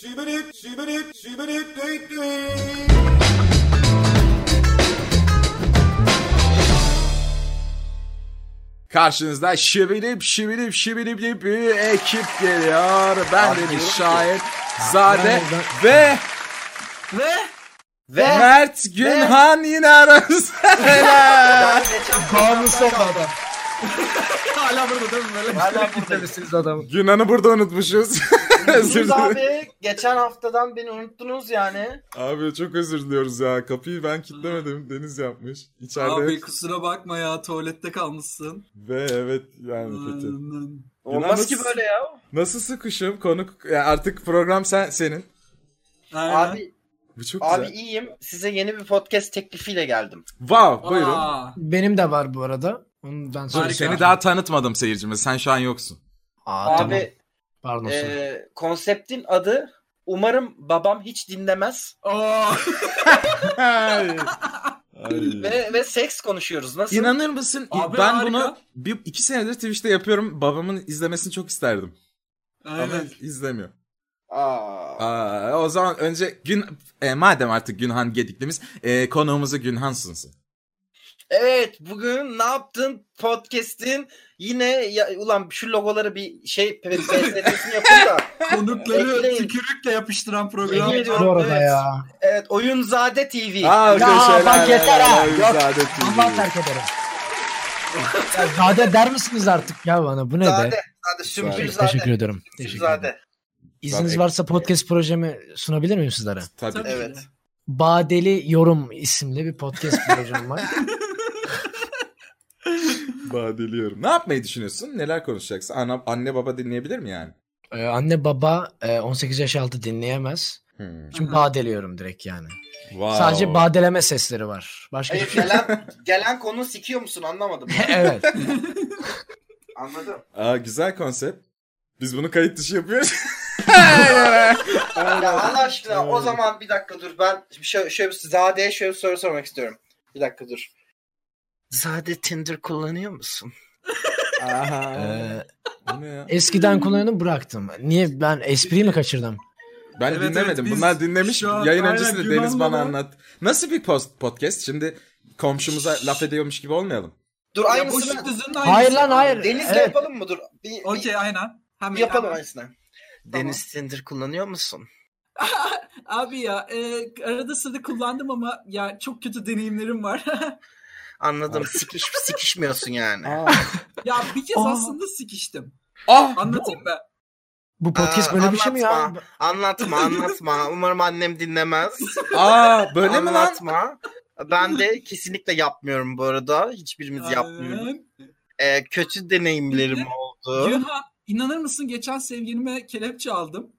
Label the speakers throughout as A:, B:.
A: Şibirik, şibirik, şibirik, düt
B: Karşınızda şibilip şibilip şibilip dip bir ekip geliyor. Ben Deniz Şair Zade ve
C: Ve
B: Mert Günhan yine aramızda. Helal.
D: Kaan'ın son adam.
C: hala burada değil mi böyle?
D: Hala buradayız. adamı.
B: Günhan'ı burada unutmuşuz. özür
D: Siz
B: dilerim.
D: abi geçen haftadan beni unuttunuz yani.
B: Abi çok özür diliyoruz ya. Kapıyı ben kilitlemedim. Deniz yapmış. İçeride
C: Abi kusura bakma ya tuvalette kalmışsın.
B: ve evet yani kötü.
D: Olmaz
B: nasıl-
D: ki böyle ya.
B: Nasıl sıkışım? Konuk ya artık program sen senin.
C: Aynen.
D: Abi
B: Bu çok
D: abi
B: güzel.
D: iyiyim. Size yeni bir podcast teklifiyle geldim.
B: Wow, buyurun.
C: Aa,
E: Benim de var bu arada. Onu ben
B: Dur,
E: sonra
C: Harika.
B: seni daha tanıtmadım seyircimiz. Sen şu an yoksun.
E: Aa, tamam.
D: Abi
E: Pardon. sorry.
D: e, konseptin adı Umarım babam hiç dinlemez
C: Oo.
B: Ay.
D: ve ve seks konuşuyoruz. Nasıl?
B: İnanır mısın?
C: Abi
B: ben
C: harika.
B: bunu bir, iki senedir Twitch'te yapıyorum. Babamın izlemesini çok isterdim. Ama
C: Aynen.
B: izlemiyor.
D: Aa,
B: Aa, o zaman önce gün e, madem artık Günhan Gediklimiz e, konuğumuzu Günhan sunsun.
D: evet bugün ne yaptın podcast'in yine ya- ulan şu logoları bir şey PSD'sini yapın da.
C: Konukları
D: Ekleyin.
C: tükürükle yapıştıran program.
D: Yemin
E: Bu
D: ediyorum,
E: arada
D: evet.
E: ya.
D: Evet Oyunzade TV.
E: arkadaşlar, bak yeter ha. helal, Yok. Allah
B: Yok.
E: terk ederim. ya zade der misiniz artık ya bana? Bu ne
D: Zade.
E: de?
D: Zade. Sümsüm
B: Zade.
E: Çok
D: Zade.
E: teşekkür ederim.
D: Sümsüm
E: Teşekkür ederim.
D: Zade.
E: İzniniz
B: Zade.
E: varsa podcast projemi sunabilir miyim sizlere?
B: Tabii.
C: Tabii ki
D: Evet.
C: de.
E: Badeli Yorum isimli bir podcast projem var.
B: Badeliyorum. Ne yapmayı düşünüyorsun? Neler konuşacaksın? Ana, anne baba dinleyebilir mi yani?
E: Ee, anne baba e, 18 yaş altı dinleyemez.
B: Hmm.
E: Şimdi badeliyorum direkt yani.
B: Wow.
E: Sadece badeleme sesleri var. Başka
D: Hayır
E: hiçbir şey.
D: gelen gelen konu sikiyor musun anlamadım.
E: evet.
D: Anladım.
B: Aa, güzel konsept. Biz bunu kayıt dışı yapıyoruz.
D: Ya Allah aşkına o zaman bir dakika dur ben şöyle, şöyle bir Zade'ye şöyle bir soru sormak istiyorum. Bir dakika dur. Zade Tinder kullanıyor musun?
B: Aha.
E: Ee,
B: Bu ne ya?
E: eskiden kullanıyordum bıraktım. Niye ben espriyi mi kaçırdım?
B: Ben
C: Evet,
B: dinlemedim.
C: evet, biz
B: Bunlar dinlemiş.
C: şu an-
B: Yayın
C: aynen,
B: öncesinde
C: Yunan'la
B: Deniz bana
C: da-
B: anlat. Nasıl bir post podcast? Şimdi komşumuza laf ediyormuş gibi olmayalım.
D: Dur
C: Ya boş
D: aynısını
C: düzünün
E: Hayır
C: aynısı.
E: lan, hayır.
D: Deniz'le
E: Evet.
D: yapalım mı? Dur. Bir, bir-
C: Okey aynen. Hem
D: bir yapalım aynısını.
C: Tamam.
D: Tinder kullanıyor musun?
C: Abi ya e, arada sırada kullandım ama ya çok kötü deneyimlerim var.
D: Anladım. Sikiş, sikişmiyorsun yani.
C: ya bir kez
E: Aa.
C: aslında sikiştim.
B: Ah!
C: Anlatayım mı?
E: Bu podcast
D: Aa,
E: böyle bir şey mi ya?
D: anlatma. Anlatma anlatma. Umarım annem dinlemez.
B: Aa böyle mi lan?
D: Anlatma. Ben de kesinlikle yapmıyorum bu arada. Hiçbirimiz yapmıyoruz.
C: Aynen.
D: Ee, kötü deneyimlerim oldu.
C: Yuha, inanır mısın geçen sevgilime kelepçe aldım.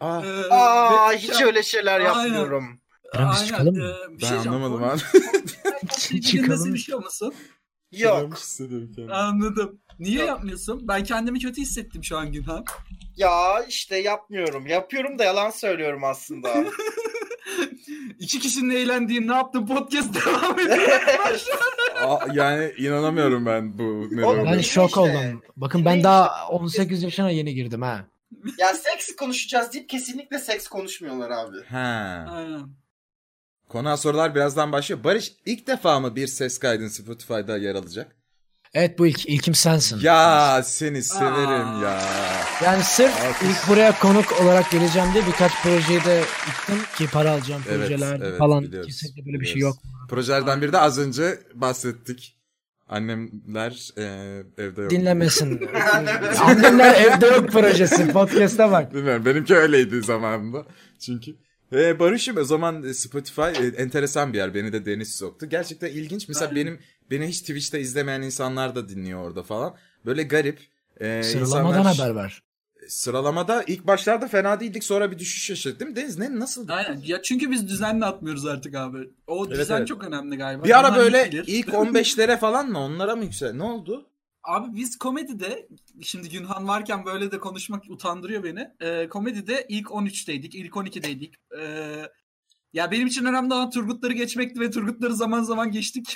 B: Ah,
C: Ee,
D: Aa
C: ve-
D: hiç öyle şeyler
C: Aynen.
D: yapmıyorum.
E: Aramız
C: Aynen,
E: çıkalım mı?
C: ee, bir
B: ben
C: şey
B: anlamadım
C: abi.
B: abi.
E: Çıkalım.
C: Çıkalım. Şey olmasın?
D: Yok.
B: hissediyorum kendimi.
C: Anladım. Niye
D: Yok.
C: yapmıyorsun? Ben kendimi kötü hissettim şu an Günhan.
D: Ya işte yapmıyorum. Yapıyorum da yalan söylüyorum aslında.
C: İki kişinin eğlendiği ne yaptın podcast devam ediyor.
B: Aa, yani inanamıyorum ben bu ne
D: Oğlum,
E: Ben
B: olduğunu.
D: Neymiş
E: şok
D: işte.
E: oldum. Bakın ben
D: Neymiş
E: daha 18 yaşına yeni girdim ha.
D: ya seks konuşacağız deyip kesinlikle seks konuşmuyorlar abi.
B: Ha.
C: Aynen.
B: Konuğa sorular birazdan başlıyor. Barış ilk defa mı bir ses kaydın Spotify'da yer alacak?
E: Evet bu ilk ilkim sensin.
B: Ya seni severim
C: Aa.
B: ya.
E: Yani sırf
B: Alkış.
E: ilk buraya konuk olarak geleceğim diye birkaç projeyi de gittim ki para alacağım
B: Evet,
E: projeler
B: evet,
E: falan.
B: biliyoruz,
E: Kesinlikle böyle bir şey yok.
B: biliyoruz. Projelerden biri de az önce bahsettik. Annemler e, evde yok.
E: Dinlemesin. Annemler evde yok projesi. Podcast'a bak.
B: Bilmiyorum benimki öyleydi zamanında çünkü. E, Barış'ım o zaman e, Spotify e, enteresan bir yer beni de Deniz soktu. Gerçekten ilginç mesela benim beni hiç Twitch'te izlemeyen insanlar da dinliyor orada falan. Böyle garip. E,
E: Sıralamadan
B: insanlar-
E: haber ver.
B: Sıralamada ilk başlarda fena değildik sonra bir düşüş yaşadık değil mi Deniz? Ne nasıl?
C: Aynen. Ya çünkü biz düzenli atmıyoruz artık abi. O
B: Evet,
C: düzen
B: evet.
C: çok önemli galiba.
B: Bir ara
C: Bunlar
B: böyle
C: bilir.
B: ilk 15'lere falan mı onlara mı yüksel? Ne oldu?
C: Abi biz komedide şimdi Günhan varken böyle de konuşmak utandırıyor beni. Ee, komedide ilk 13'teydik, ilk 12'deydik. Ee, ya benim için önemli olan Turgutları geçmekti ve Turgutları zaman zaman geçtik.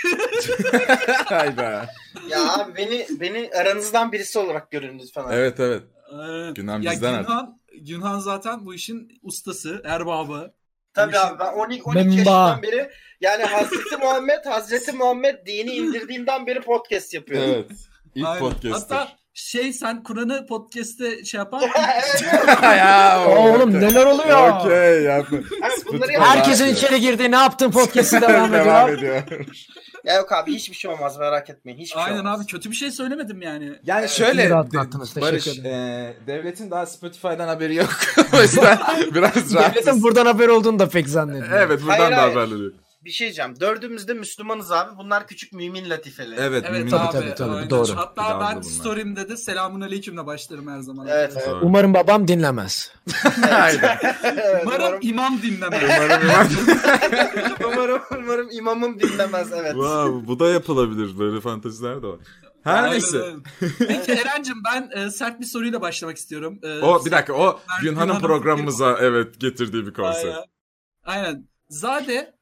B: Hayda.
D: Ya abi beni beni aranızdan birisi olarak görün lütfen. abi.
B: Evet evet.
C: Ee,
B: Günhan
C: ya
B: bizden
C: Günhan Günhan zaten bu işin ustası, erbabı.
D: Tabii
C: Bu işin-
D: abi ben 12, 12
E: Memba.
D: yaşından beri yani Hazreti Muhammed Hazreti Muhammed dini indirdiğinden beri podcast yapıyorum.
B: Evet. İlk
C: Aynen.
B: podcast'ı.
C: Hatta şey sen Kur'an'ı podcast'te şey yapar
D: evet,
B: ya,
E: Aa, oğlum neler oluyor?
B: Okey yapma.
D: evet, bunları
B: Spotify.
D: yap.
E: Herkesin içeri girdiği ne yaptın podcast'i devam ediyor.
B: Devam
E: abi.
B: ediyor.
D: Ya yok abi hiçbir şey olmaz merak etmeyin. Hiçbir şey
C: Aynen
D: olmaz.
C: abi kötü bir şey söylemedim yani.
B: Yani
D: Evet,
B: şöyle
E: iyi de atlattınız, teşekkür
B: Barış
E: ederim.
B: e, devletin daha Spotify'dan haberi yok. o yüzden biraz rahat.
E: Devletin buradan haber olduğunu da pek zannetmiyorum.
B: Evet buradan
D: Hayır,
B: da
D: hayır.
B: haberleri yok.
D: Bir şey diyeceğim. Dördümüz de Müslümanız abi. Bunlar küçük mümin latifeleri.
B: Evet,
C: Evet
B: mümin-
C: abi.
E: tabii, tabii,
C: aynen.
E: doğru.
B: Bir de
C: Hatta
B: aldı
C: ben
B: bunlar.
C: story'imde de selamun aleykümle başlarım her zaman.
D: Evet. evet.
B: Doğru.
E: Umarım babam dinlemez.
B: Aynen.
D: evet,
C: Umarım,
D: umarım,
C: imam dinlemez.
B: Umarım imam-
D: umarım, umarım imamım dinlemez. Evet.
B: Wow, bu da yapılabilir. Böyle fanteziler de var. Her
C: Aynen
B: neyse.
C: öyle. Peki Eren'cim ben e, sert bir soruyla başlamak istiyorum. E,
B: O bir dakika o Günhan'ın
C: Günhan'ın
B: programımıza evet getirdiği bir konsept.
C: Aynen. Aynen. Zade,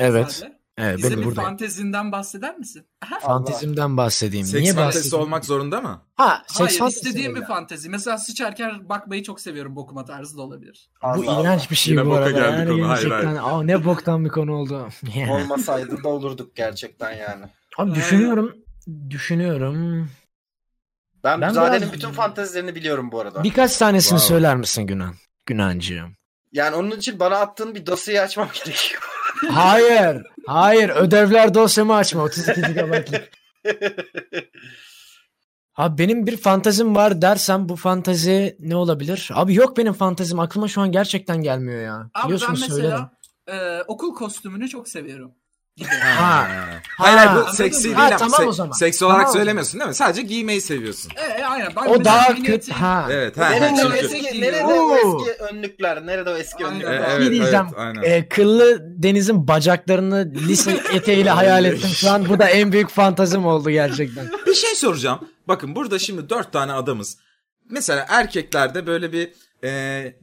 E: Evet.
C: Zade
E: Evet
C: bize
E: ben
C: bir
E: buradayım.
C: fantezinden bahseder misin? Aha.
E: Fantezimden bahsedeyim.
B: Seks
E: Niye
B: fantezisi
E: bahsedeyim?
B: olmak zorunda mı?
E: Ha, seks
C: Hayır
E: fantezisi
C: istediğim
E: mi?
C: bir fantezi. Mesela sıçarken bakmayı çok seviyorum bokuma tarzı da olabilir.
E: Bu
D: Allah Allah.
E: iğrenç bir şey
B: Yine
E: bu
B: boka
E: arada.
B: geldi
E: yani
B: konu, hayır,
E: gerçekten Aa, ne boktan bir konu oldu.
D: Olmasaydı da olurduk gerçekten yani.
E: Abi düşünüyorum. Düşünüyorum.
D: Ben,
E: Ben
D: Zade'nin
E: biraz-
D: bütün fantezilerini biliyorum bu arada.
E: Birkaç tanesini
B: Wow.
E: söyler misin Günan? Günancığım.
D: Yani onun için bana attığın bir dosyayı açmam gerekiyor.
E: Hayır. Hayır. Ödevler dosyamı açma. 32 GB'lık. Abi benim bir fantazim var dersem bu fantazi ne olabilir? Abi yok benim fantazim. Aklıma şu an gerçekten gelmiyor ya.
C: Abi ben
E: Biliyorsunuz söylerim.
C: mesela e, okul kostümünü çok seviyorum.
B: Hayır
E: Ha. Ha.
B: hayır bu
C: Anladın
B: seksi
C: mı?
B: değil
E: Ha,
B: ama
E: tamam o
B: se-
E: zaman.
B: seks olarak
E: Tamam o
B: söylemiyorsun değil mi? Sadece giymeyi seviyorsun.
C: E, e, aynen. Ben
E: O
C: mesela
E: daha
C: mini
E: kötü.
C: eteği-
E: Ha.
B: Evet. ha,
D: nerede,
B: çünkü-
D: o
C: çünkü-
D: eski, nerede o
E: Oo.
D: eski önlükler? Nerede o eski
C: Aynen.
B: E,
D: önlükler?
C: Evet.
B: evet,
E: Bir diyeceğim.
B: evet, aynen.
E: Ee, kıllı Deniz'in bacaklarını lise eteğiyle hayal ettim şu an. Bu da en büyük fantazim oldu gerçekten.
B: Bir şey soracağım. Bakın burada şimdi dört tane adamız. Mesela erkeklerde böyle bir e,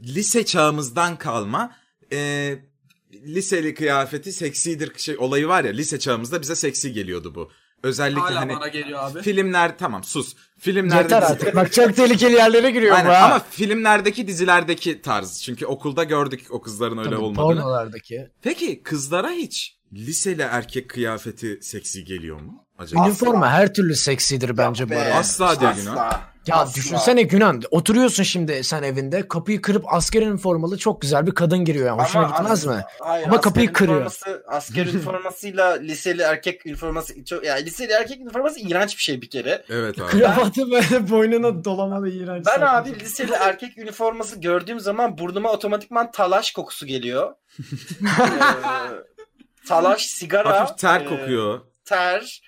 B: lise çağımızdan kalma e, liseli kıyafeti seksidir şey, olayı var ya lise çağımızda bize seksi geliyordu bu. Özellikle
C: Hala
B: hani
C: bana geliyor abi.
B: filmler tamam sus. Filmlerde
E: Yeter
B: dizi-
E: artık. Bak çok tehlikeli yerlere giriyor
B: Aynen,
E: bu ha.
B: ama filmlerdeki dizilerdeki tarz. Çünkü okulda gördük o kızların öyle
E: Tabii,
B: olmadığını.
E: pornolardaki.
B: Peki kızlara hiç liseli erkek kıyafeti seksi geliyor mu acaba?
E: Üniforma her türlü seksidir bence bu
D: Ah Be,
E: arada.
B: Asla diyor
D: Asla.
E: Ya
D: Asla.
E: düşünsene Günan oturuyorsun şimdi sen evinde kapıyı kırıp asker üniformalı çok güzel bir kadın giriyor. Yani. Hoşuna gitmez mi?
D: Hayır,
E: Ama
D: asker
E: kapıyı kırıyor.
D: üniforması- asker üniformasıyla liseli erkek üniforması çok ya liseli erkek üniforması iğrenç bir şey bir kere.
B: Evet abi.
E: Kravatı böyle boynuna dolamalı iğrenç. şey.
D: Ben abi liseli erkek üniforması gördüğüm zaman burnuma otomatikman talaş kokusu geliyor. Ee, talaş, sigara,
B: Hafif ter
D: e,
B: kokuyor.
D: ter.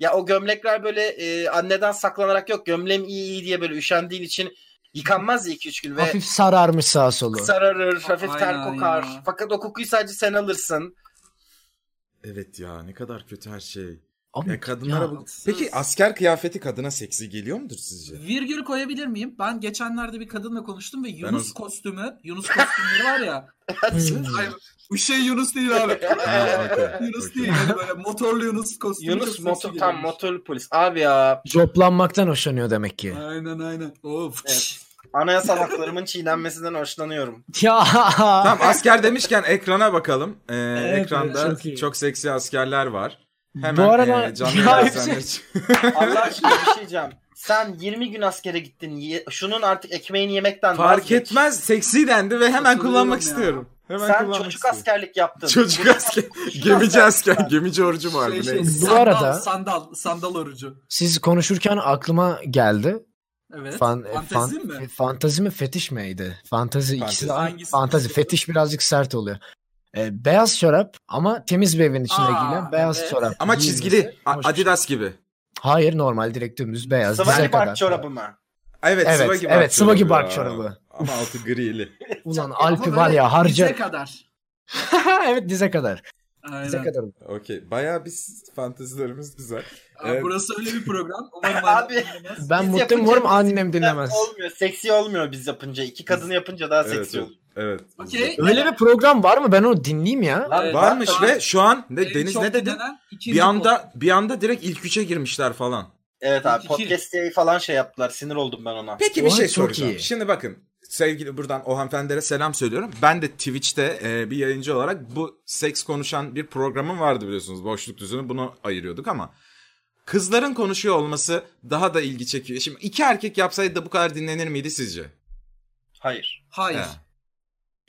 D: Ya o gömlekler böyle e, anneden saklanarak yok. Gömleğim iyi iyi diye böyle üşendiğin için yıkanmaz ya 2-3 gün ve
E: Hafif sararmış sağa solu.
D: sararır, hafif ter
C: Aynen
D: kokar.
C: ya.
D: Fakat o kokuyu sadece sen alırsın.
B: Evet ya ne kadar kötü her şey.
E: Abi,
B: Ya kadınlara
E: ya,
B: bu... Peki asker kıyafeti kadına seksi geliyor mudur sizce?
C: Virgül koyabilir miyim? Ben geçenlerde bir kadınla konuştum ve Yunus
B: o-
C: kostümü, Yunus kostümleri var ya.
E: Hmm.
C: Hayır, bu şey Yunus değil abi.
B: Ha, okey,
C: Yunus
B: okey.
C: değil hani böyle motorlu Yunus kostümü. çok
D: Yunus
C: seksi
D: motor
C: geliyor.
D: tam motorlu polis. Abi ya
E: Coplanmaktan hoşlanıyor demek ki.
C: Aynen aynen. Of.
D: Evet. anayasal haklarımın çiğnenmesinden hoşlanıyorum.
E: Ya.
B: Tamam asker demişken ekrana bakalım. Ee,
E: Evet,
B: ekranda
E: evet, çok
B: çok,
E: iyi.
B: seksi askerler var. Hemen
E: Bu arada-
B: ee, canlı
E: Ya
B: yayın
E: hepsi-
B: sahne için-
D: Allah aşkına bir şey diyeceğim. Sen 20 gün askere gittin. Ye- Şunun artık ekmeğini yemekten
B: Fark
D: vazgeç.
B: etmez seksi dendi ve hemen
C: Katılıyorum
B: kullanmak
C: ya.
B: istiyorum. Hemen
D: Sen
B: kullanmak
D: çocuk
B: istiyorum.
D: askerlik yaptın.
B: Çocuk
D: Bunu-
B: asker. Gemici asker. Gemici orucu var.
C: Şey,
B: bu
C: şey,
B: neyse.
E: Bu
C: sandal,
E: arada-
C: sandal, sandal orucu.
E: Siz konuşurken aklıma geldi.
C: Evet.
E: Fan, e,
C: Fantezi
E: fan-
C: mi?
E: Fantazi mi fetiş miydi? Fantazi ikisi de aynı.
C: Hangisi?
E: Fantazi fetiş birazcık sert oluyor. Ee, beyaz çorap ama temiz bir evin içine
C: Aa,
E: giyilen beyaz
D: evet.
E: çorap.
B: Ama
E: giyilmesi
B: çizgili. A-
E: hoş bir şey.
B: Adidas gibi.
E: Hayır normal direkt dümdüz beyaz. dize
D: Savani
E: kadar.
D: Park çorabı mı?
B: Evet,
E: Evet,
B: Swaggy Bark
E: evet, Swaggy
B: çorabı
E: Bark
B: ya.
E: çorabı.
B: Ama altı grili.
E: Ulan
C: Ama
E: Alp'i
C: böyle
E: var ya
C: Bize
E: harca.
C: kadar.
E: evet dize kadar. Dize
C: Aynen.
E: kadar.
B: Okey. Bayağı biz fantezilerimiz güzel.
C: Aa,
B: Evet.
C: Burası öyle bir program. Umarım
D: Abi,
C: ayrılmaz.
E: Ben
D: Biz
E: mutluyum
D: yapınca
E: umarım
D: biz-
E: annem dinlemez.
D: Olmuyor. Seksi olmuyor biz yapınca. İki kadını yapınca daha
B: Evet.
D: seksi
B: Evet.
D: oluyor.
B: evet.
C: Okey.
E: Öyle bir program var mı? Ben onu dinleyeyim ya.
D: Lan
C: Evet.
B: Varmış
D: zaten-
B: ve şu an ne
C: Ee, En
B: Deniz
C: çok
B: ne dedi?
C: dinlenen ikinci
B: Bir anda bir anda direkt ilk üçe girmişler falan.
D: Evet abi
C: İki.
D: podcast yayı falan şey yaptılar. Sinir oldum ben ona.
B: Peki bir
E: Oha,
B: şey
E: çok
B: soracağım.
E: iyi.
B: Şimdi bakın sevgili buradan o hanımefendilere selam söylüyorum. Ben de Twitch'te e, bir yayıncı olarak bu seks konuşan bir programım vardı biliyorsunuz. Boşluk düzünü bunu ayırıyorduk ama kızların konuşuyor olması daha da ilgi çekiyor. Şimdi iki erkek yapsaydı da bu kadar dinlenir miydi sizce?
D: Hayır.
C: Hayır.
B: He.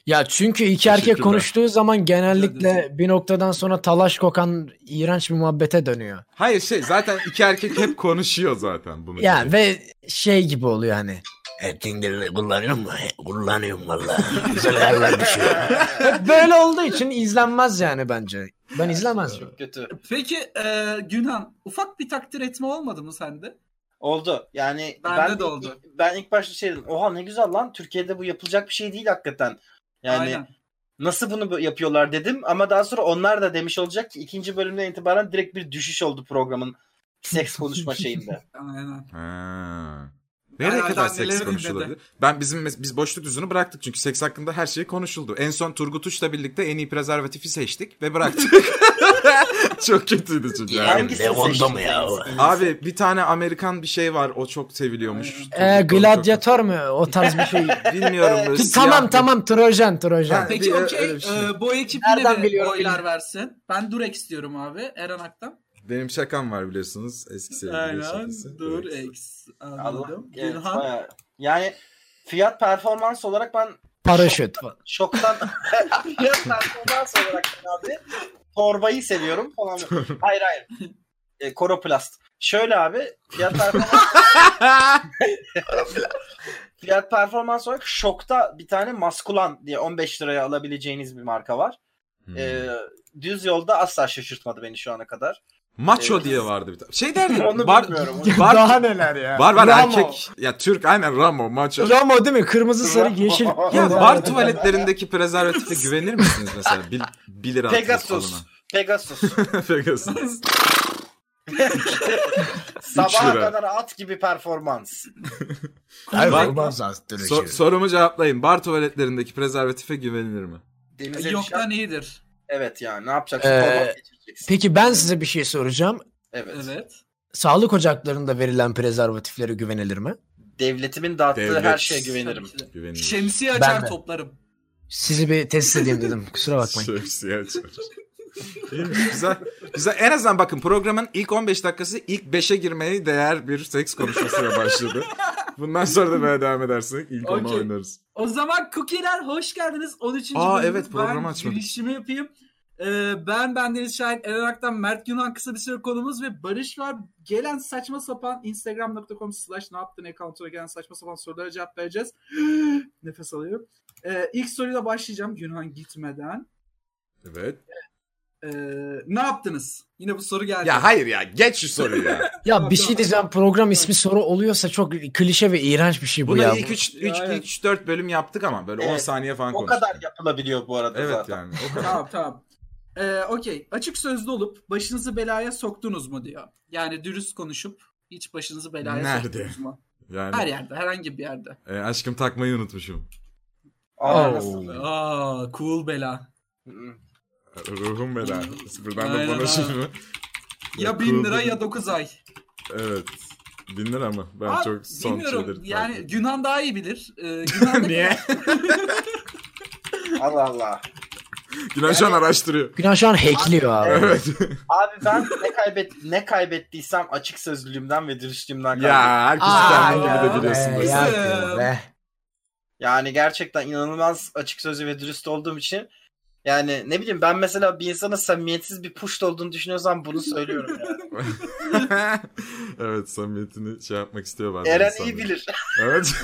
E: Ya çünkü iki erkek
B: Teşekkürler.
E: konuştuğu zaman
C: Rica
E: genellikle bir noktadan sonra talaş kokan iğrenç bir muhabbete dönüyor.
B: Hayır şey zaten iki erkek hep konuşuyor zaten bunu.
E: Ya ve şey gibi oluyor hani.
F: E, Tinder'ı kullanıyor mu? He, Kullanıyorum valla. Güzel şey. yerler düşüyor.
E: Hep böyle olduğu için izlenmez yani bence. Ben izlemez.
D: Çok kötü.
C: Peki e, Günhan ufak bir takdir etme olmadı mı sende?
D: Oldu. Yani
C: Bende
D: ben
C: de oldu.
D: Ben ilk başta şey dedim. Oha ne güzel lan. Türkiye'de bu yapılacak bir şey değil hakikaten. Yani
C: Aynen.
D: nasıl bunu bö- yapıyorlar dedim ama daha sonra onlar da demiş olacak ki ikinci bölümden itibaren direkt bir düşüş oldu programın seks konuşma şeyinde.
C: Aynen.
B: Ha. Nereye
C: Herhalde
B: kadar seks
C: anneleri
B: konuşulabilir?
C: dinledi.
B: Ben bizim mes- biz boşluk düzünü bıraktık çünkü seks hakkında her şey konuşuldu. En son Turgut Uç'la birlikte en iyi prezervatifi seçtik ve bıraktık. Çok kötüydü çünkü.
F: Ya,
B: yani.
D: Hangisi
F: Ne oldu
D: seçtin
F: mu ya?
D: sen?
B: Abi bir tane Amerikan bir şey var o çok seviliyormuş. Turgut
E: Ee,
B: Uç, çok-
E: gladyatör mü? O tarz bir şey.
B: Bilmiyorum. böyle
E: Ki
B: siyah
E: tamam
B: bir-
E: tamam Trojan Trojan.
B: Ben-
C: Peki
B: Bir-
C: okey
B: öyle bir şey.
C: e, bu ekip
E: Nereden
C: yine de
E: biliyorum
C: oylar versin. Ben Durex diyorum abi Eren Aktan.
B: Benim şakam var biliyorsunuz eski sevgili
C: Aynen
B: şakası.
E: e,
B: Evet.
C: Durex.
D: Allah,
C: Anladım.
D: evet,
C: Günhan.
D: bayağı. Yani fiyat performans olarak ben
E: Paraşüt. falan.
D: şoktan fiyat performans olarak ben abi torbayı seviyorum falan. Hayır hayır. E, koroplast. Şöyle abi fiyat performans fiyat performans olarak şokta bir tane maskulan diye 15 liraya alabileceğiniz bir marka var.
B: Hmm.
E: e,
D: Ee, düz yolda asla şaşırtmadı beni şu ana kadar.
B: Macho
D: Evet.
B: diye vardı bir tane. Şey derdi.
D: Onu
B: bar,
D: bilmiyorum.
B: bar,
E: e, Daha neler ya.
B: var var
E: Ramo.
B: erkek. Ya Türk aynen Ramo macho.
E: Ramo değil mi? Kırmızı sarı yeşil.
B: Ya
E: Ramo.
B: bar tuvaletlerindeki prezervatife güvenir misiniz mesela? Bil, bilir altı
D: Pegasus. Pegasus.
B: Pegasus.
D: Sabaha
B: lira.
D: kadar at gibi performans.
E: Hayır,
B: Bak-
E: olmaz aslında.
B: So- sorumu cevaplayın. Bar tuvaletlerindeki prezervatife güvenilir mi?
D: Denize
E: şey.
D: düşen...
C: Yoktan iyidir.
D: Evet yani ne yapacaksın?
E: Ee,
D: Torba geçireceksin.
E: Peki ben size bir şey soracağım.
D: Evet.
C: Evet.
E: Sağlık ocaklarında verilen prezervatiflere güvenilir mi?
D: Devletimin dağıttığı
B: Devlet.
D: her şeye güvenirim.
C: Tabii ki Şey- de.
B: Güvenilir.
C: Şemsiye
E: Ben
C: açar
E: de.
C: toplarım.
E: Sizi bir test edeyim dedim. Kusura bakmayın.
B: Şemsiye açar. İyi, güzel. Güzel. En azından bakın programın ilk 15 dakikası ilk 5'e girmeye değer bir seks konuşmasıyla başladı. Bundan sonra da böyle devam edersek ilk ona
C: Okey.
B: oynarız.
C: O zaman cookie'ler hoş geldiniz. 13.
B: Aa,
C: bölümümüz.
B: evet, programı
C: ben
B: açmadık.
C: girişimi yapayım. Ee, ben bendeniz Şahin Eren Aktan, Mert Günhan kısa bir süre konumuz ve Barış var. Gelen saçma sapan instagram.com slash ne yaptın account'a gelen saçma sapan sorulara cevap vereceğiz. Nefes alıyorum. Ee, ilk soruyla başlayacağım Günhan gitmeden.
B: Evet.
C: Ee, ne yaptınız? Yine bu soru geldi.
B: Ya hayır ya geç şu soruyu ya.
E: Ya bir şey diyeceğim. Program ismi soru oluyorsa çok klişe ve iğrenç bir şey bu
B: Bunu
E: ya.
B: ilk 3
C: Ya evet.
B: 3 4 bölüm yaptık ama böyle 10
D: Evet.
B: saniye falan
D: O
B: konuştuk.
D: kadar yapılabiliyor bu arada
B: Evet
D: zaten.
B: yani. O kadar.
C: tamam tamam. Ee, Okey. Açık sözlü olup başınızı belaya soktunuz mu diyor. Yani dürüst konuşup hiç başınızı belaya
B: Nerede?
C: soktunuz mu?
B: Yani
C: Her yerde, herhangi bir yerde.
B: e, aşkım takmayı unutmuşum.
D: Aa,
E: Oo.
D: nasıl? Hmm.
C: Aa, cool bela.
D: Hı.
B: Ruhum bela. Sıfırdan da
C: Aynen
B: bana şey
C: abi.
B: şimdi.
C: Ya bin
B: cool
C: lira
B: bela.
C: ya dokuz ay.
B: Evet. Bin lira mı? Ben
C: Aa,
B: çok son
C: bilmiyorum.
B: şeyleri
C: Yani
B: takip ediyorum.
C: Günhan daha iyi bilir. Ee, Günhan ne
B: Niye?
C: kadar-
D: Allah Allah.
B: Güneş şu an araştırıyor.
E: Günah şu an hackliyor abi.
B: Evet.
D: Abi ben ne kaybet ne kaybettiysem açık sözlülüğümden ve dürüstlüğümden kaybettim.
B: ya herkes
E: Aa,
B: kendin
C: ya.
B: gibi de biliyorsun.
E: Ee,
B: Barış.
E: ya,
C: Ee,
E: be.
D: Yani gerçekten inanılmaz açık sözlü ve dürüst olduğum için yani ne bileyim ben mesela bir insana samimiyetsiz bir puşt olduğunu düşünüyorsam bunu söylüyorum yani.
B: evet samimiyetini şey yapmak istiyor bazen.
D: Eren iyi
B: insanlar.
D: bilir.
B: Evet.